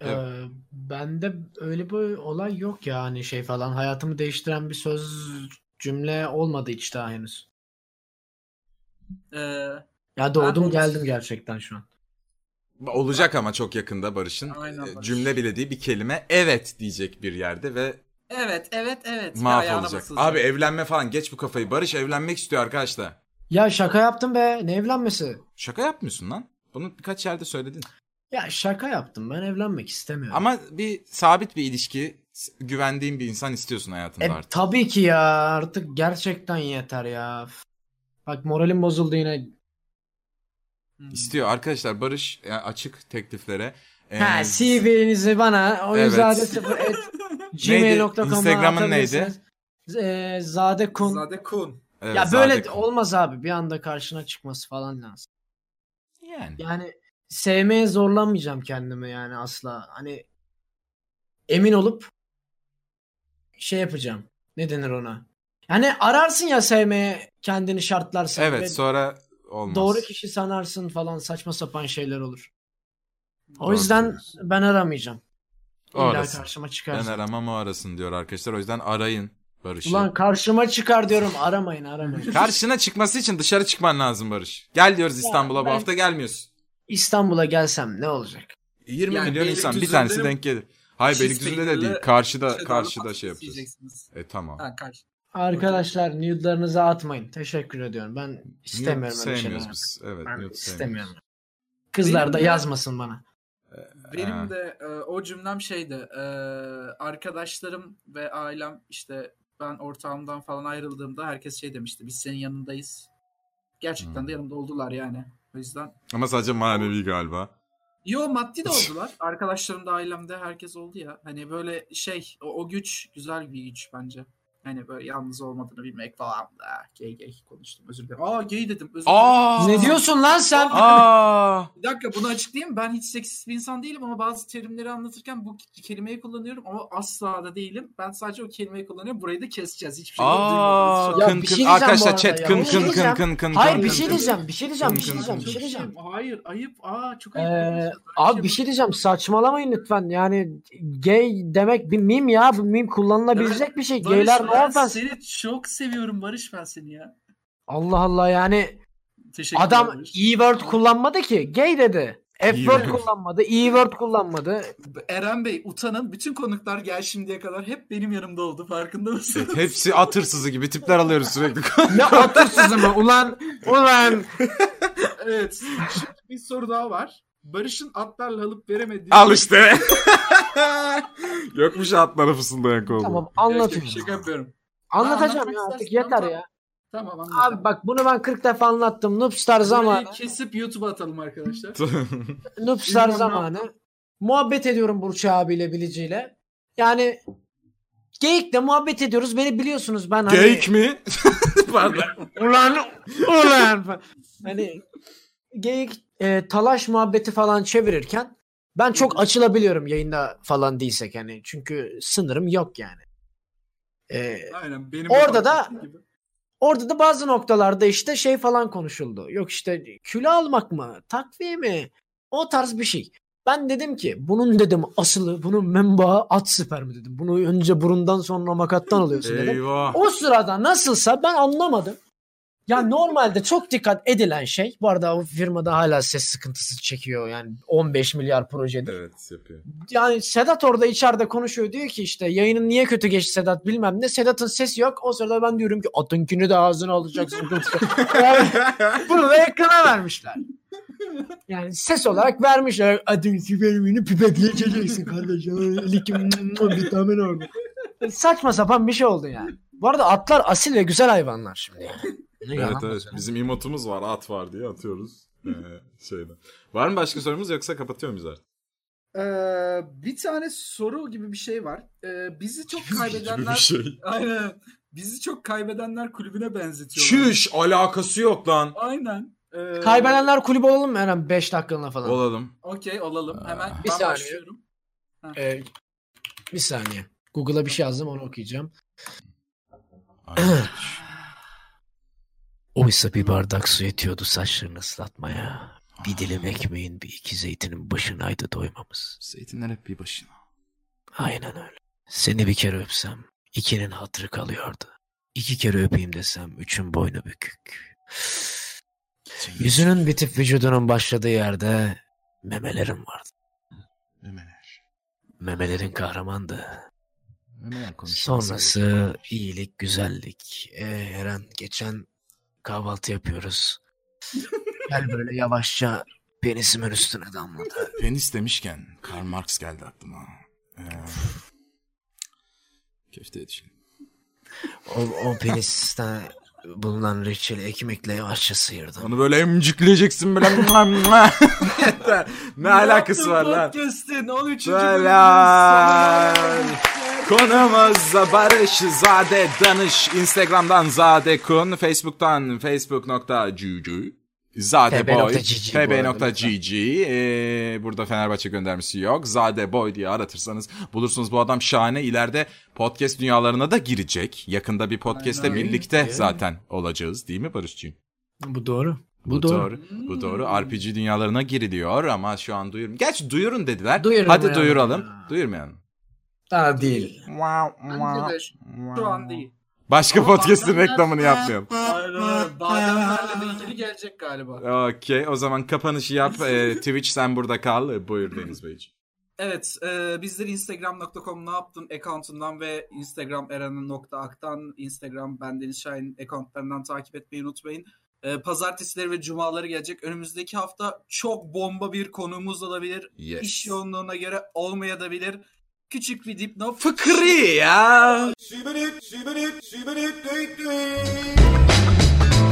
B: Evet.
E: Ee, bende öyle bir olay yok yani şey falan. Hayatımı değiştiren bir söz cümle olmadı hiç daha henüz.
C: e,
E: Ya doğdum
C: Ben-
E: geldim gerçekten şu an.
B: Olacak ama çok yakında Barış'ın.
C: Aynen
B: e,
C: Barış.
B: Cümle bile değil bir kelime evet diyecek bir yerde ve
C: evet evet evet. Ve ayağına
B: mahvolacak.
C: basılacak.
B: Abi evlenme falan geç bu kafayı. Barış evlenmek istiyor arkadaşlar.
E: Ya şaka yaptım be ne evlenmesi?
B: Şaka yapmıyorsun lan. Bunu birkaç yerde söyledin.
E: Ya şaka yaptım ben evlenmek istemiyorum.
B: Ama bir sabit bir ilişki, s- güvendiğin bir insan istiyorsun hayatında
E: E,
B: artık.
E: tabii ki ya artık gerçekten yeter ya. Bak moralim bozuldu yine.
C: Hmm.
B: İstiyor arkadaşlar Barış e, açık tekliflere. E,
E: Ha CV'nizi bana o yüzden
B: Evet. Neydi? Instagram'ın
E: Instagram'ın
B: neydi?
E: Ee, Zade Kun.
C: Zade Kun.
B: evet,
E: ya
B: Zade
E: böyle
B: Kun.
E: olmaz abi. Bir anda karşına çıkması falan lazım.
B: Yani.
E: Yani sevmeye zorlanmayacağım kendimi yani asla. Hani emin olup şey yapacağım. Ne denir ona? Yani ararsın ya sevmeye kendini şartlarsın. ve
B: Evet sonra olmaz.
E: Doğru kişi sanarsın falan saçma sapan şeyler olur. O
B: Doğru
E: yüzden
B: söylüyorsun.
E: ben aramayacağım.
B: O
E: İlla
B: arasın.
E: karşıma
B: Ben
E: çıkarsın.
B: aramam o arasın diyor arkadaşlar. O yüzden arayın Barış'ı.
E: Ulan karşıma çıkar diyorum. Aramayın aramayın.
B: Karşına çıkması için dışarı çıkman lazım Barış. Gel diyoruz İstanbul'a bu
E: ben-
B: hafta gelmiyorsun.
E: İstanbul'a gelsem ne olacak?
B: 20
C: Yani
B: milyon insan bir
C: Beylikdüzü'nde
B: tanesi
C: mi?
B: denk gelir. Hayır
C: Çiz
B: Beylikdüzü'nde de
C: peynirli
B: değil. Karşıda
C: Çedarlı
B: karşıda
C: patates
B: şey yapacağız.
C: yiyeceksiniz.
B: E tamam.
C: Ha, karşı.
E: Arkadaşlar nude'larınızı atmayın. Teşekkür ediyorum. Ben
B: Nude
E: istemiyorum öyle şeyler.
B: sevmiyoruz biz. Evet,
E: Ben
B: nude sevmiyoruz.
E: istemiyorum. Kızlar da
C: Benim de-
E: yazmasın bana.
B: Ha.
C: Benim de e, o cümlem şeydi. e, arkadaşlarım ve ailem işte ben ortağımdan falan ayrıldığımda herkes şey demişti. Biz senin yanındayız. Gerçekten
B: Hmm.
C: de yanımda oldular yani. O yüzden.
B: Ama sadece manevi galiba.
C: Yo maddi de oldular. Arkadaşlarım da ailemde herkes oldu ya. Hani böyle şey o, o güç güzel bir güç bence. Hani böyle yalnız olmadığını bilmek falan. Ah, gay gay konuştum özür dilerim. Aa gay dedim özür dilerim.
B: Aa!
E: Ne diyorsun lan sen?
B: Aa!
C: Bir dakika bunu açıklayayım. Ben hiç seksist bir insan değilim ama bazı terimleri anlatırken bu kelimeyi kullanıyorum ama asla da değilim. Ben sadece o kelimeyi kullanıyorum. Burayı da keseceğiz. Hiçbir şey
B: Aa!
C: duymadınız.
E: Ya
B: Kın
E: bir
B: kın.
E: şey diyeceğim bu
B: Arkadaşlar
E: arada
B: chat
E: ya.
B: kın
E: Bir şey
B: kın kın
E: diyeceğim.
B: kın kın.
E: Hayır
B: kın,
E: bir
B: kın,
E: şey
B: kın.
E: diyeceğim, bir şey diyeceğim, bir şey
B: Kın, kın,
E: diyeceğim,
B: kın.
E: bir şey diyeceğim.
C: Hayır ayıp. Aa çok ayıp.
E: Ee,
C: Böyle
E: abi bir şey diyeceğim saçmalamayın lütfen yani gay demek bir mim ya bu mim kullanılabilecek bir şey
C: Barış,
E: gayler ne
C: ben
E: yapar?
C: Seni çok seviyorum Barış ben seni ya.
E: Allah Allah yani
C: Teşekkür
E: adam
C: ederim.
E: e word kullanmadı ki gay dedi. F word
B: İyi.
E: kullanmadı, e word kullanmadı.
C: Eren Bey utanın. Bütün konuklar gel şimdiye kadar hep benim yanımda oldu. Farkında mısın?
B: Evet, hepsi atırsızı gibi tipler alıyoruz sürekli.
E: Ne atırsızı mı ulan ulan.
C: evet. Şimdi bir soru daha var. Barış'ın atlarla alıp veremediği...
B: Al işte. Yokmuş atlara fısıldayan kolu.
E: Tamam
C: Anlatıyorum.
E: anlatıyorum.
C: Şaka yapıyorum.
E: Anlatacağım
C: Anlatmak
E: ya artık
C: istersen
E: yeter
C: anlat.
E: ya.
C: Tamam anladım.
E: Abi bak bunu ben 40 defa anlattım. Noobstar zamanı.
C: Burayı kesip YouTube'a atalım arkadaşlar.
E: Noobstar
C: Bilmem ne
E: zamanı. Muhabbet ediyorum Burç abiyle Bilici'yle. Yani geyikle muhabbet ediyoruz. Beni biliyorsunuz ben hani.
B: Geyik mi? Pardon.
E: Ulan ulan. falan. hani geyik e, talaş muhabbeti falan çevirirken ben çok açılabiliyorum yayında falan değilsek hani. Çünkü sınırım yok yani. E,
C: Aynen benim
E: Orada da-
C: bahsettiğim gibi.
E: Orada da bazı noktalarda işte şey falan konuşuldu. Yok işte külü almak mı? Takviye mi? O tarz bir şey. Ben dedim ki bunun dedim asılı bunun menbaı at süper mi dedim. Bunu önce burundan sonra makattan alıyorsun dedim.
B: Eyvah.
E: O sırada nasılsa ben anlamadım. Ya normalde çok dikkat edilen şey bu arada o firmada hala ses sıkıntısı çekiyor yani 15 milyar projedir
B: Evet yapıyor.
E: yani Sedat orada içeride konuşuyor diyor ki işte yayının niye kötü geçti Sedat bilmem ne. Sedat'ın sesi yok. O sırada ben diyorum ki atınkini de ağzına alacaksın. yani, bunu da ekrana vermişler. Yani ses olarak vermişler. Adın siperimini pipetleyeceksin kardeşim. Likim vitamin orada. Saçma sapan bir şey oldu yani. Bu arada atlar asil ve güzel hayvanlar şimdi. Yani. Ne yalan
B: evet evet.
E: olsun.
B: Bizim emotumuz var. At var diye atıyoruz. Ee, şeyden. Var mı başka sorumuz yoksa kapatıyor muyuz artık?
C: Ee, bir tane soru gibi bir şey var. Ee, bizi çok
B: Gibi bir
C: kaybedenler...
B: şey.
C: Aynen. Bizi çok kaybedenler kulübüne benzetiyorlar.
B: Çüş alakası yok lan.
C: Aynen. Ee,
E: Kaybedenler kulübü olalım mı Eren 5 dakikalığına falan?
B: Olalım.
C: Okey olalım. Hemen
E: Bir
C: ben
E: saniye.
C: başlıyorum.
E: Ee, bir saniye. Google'a bir şey yazdım onu okuyacağım.
B: Ay,
F: Oysa bir bardak su yetiyordu saçlarını ıslatmaya. Bir dilim ekmeğin bir iki zeytinin başınaydı doymamız.
B: Zeytinler hep bir başına.
F: Aynen öyle. Seni bir kere öpsem ikinin hatırı kalıyordu. İki kere öpeyim desem üçün boynu bükük.
E: Yüzünün bitip vücudunun başladığı yerde memelerim vardı.
B: Memeler.
E: Memelerin kahramandı.
B: Memeler konuşması.
E: Sonrası iyilik, güzellik. Ee, Eren geçen kahvaltı yapıyoruz. Gel böyle yavaşça penisimin üstüne damladı.
B: Penis demişken Karl Marx geldi aklıma. Ee, köfte yetişkin.
E: O, o penisten bulunan reçeli ekmekle yavaşça sıyırdım.
B: Onu böyle emcikleyeceksin böyle. ne alakası var lan?
C: Podcast'in 13. bölümünün sonuna
B: Helal.
C: geldik.
B: Konumuz Barış Zade Danış. Instagram'dan Zade Kun. Facebook'tan facebook.gg. Zade
E: TB.gg
B: Boy.
E: bu arada
B: TB.gg. Ee, burada Fenerbahçe göndermesi yok. Zade Boy diye aratırsanız bulursunuz. Bu adam şahane. ileride podcast dünyalarına da girecek. Yakında bir podcast'te birlikte zaten olacağız. Değil mi Barış'cığım?
E: Bu doğru.
B: Bu,
E: Bu
B: doğru.
E: doğru. Hmm.
B: Bu doğru. RPG dünyalarına giriliyor ama şu an duyurum. Gerçi duyurun dediler.
E: Duyurun
B: Hadi
E: yani.
B: duyuralım. Duyurmayalım.
E: Daha değil.
C: Bence de Şu an değil.
B: Başka podcast'in reklamını yapmayalım.
C: Aynen. Bademlerle de ilgili gelecek galiba.
B: Okey. O zaman kapanışı yap. Ee, Twitch sen burada kal. Ee, Buyur Deniz Beyciğim.
C: Evet, e, bizleri instagram.com ne yaptın accountundan ve instagram eren.aktan, instagram ben Deniz Şahin accountlarından takip etmeyi unutmayın. E, pazartesileri ve cumaları gelecek. Önümüzdeki hafta çok bomba bir konuğumuz olabilir.
B: Yes.
C: İş yoğunluğuna göre olmayabilir. Küçük bir dipnot.
B: Fıkri ya.
A: Shibbity, shibbity, shibbity, dee dee.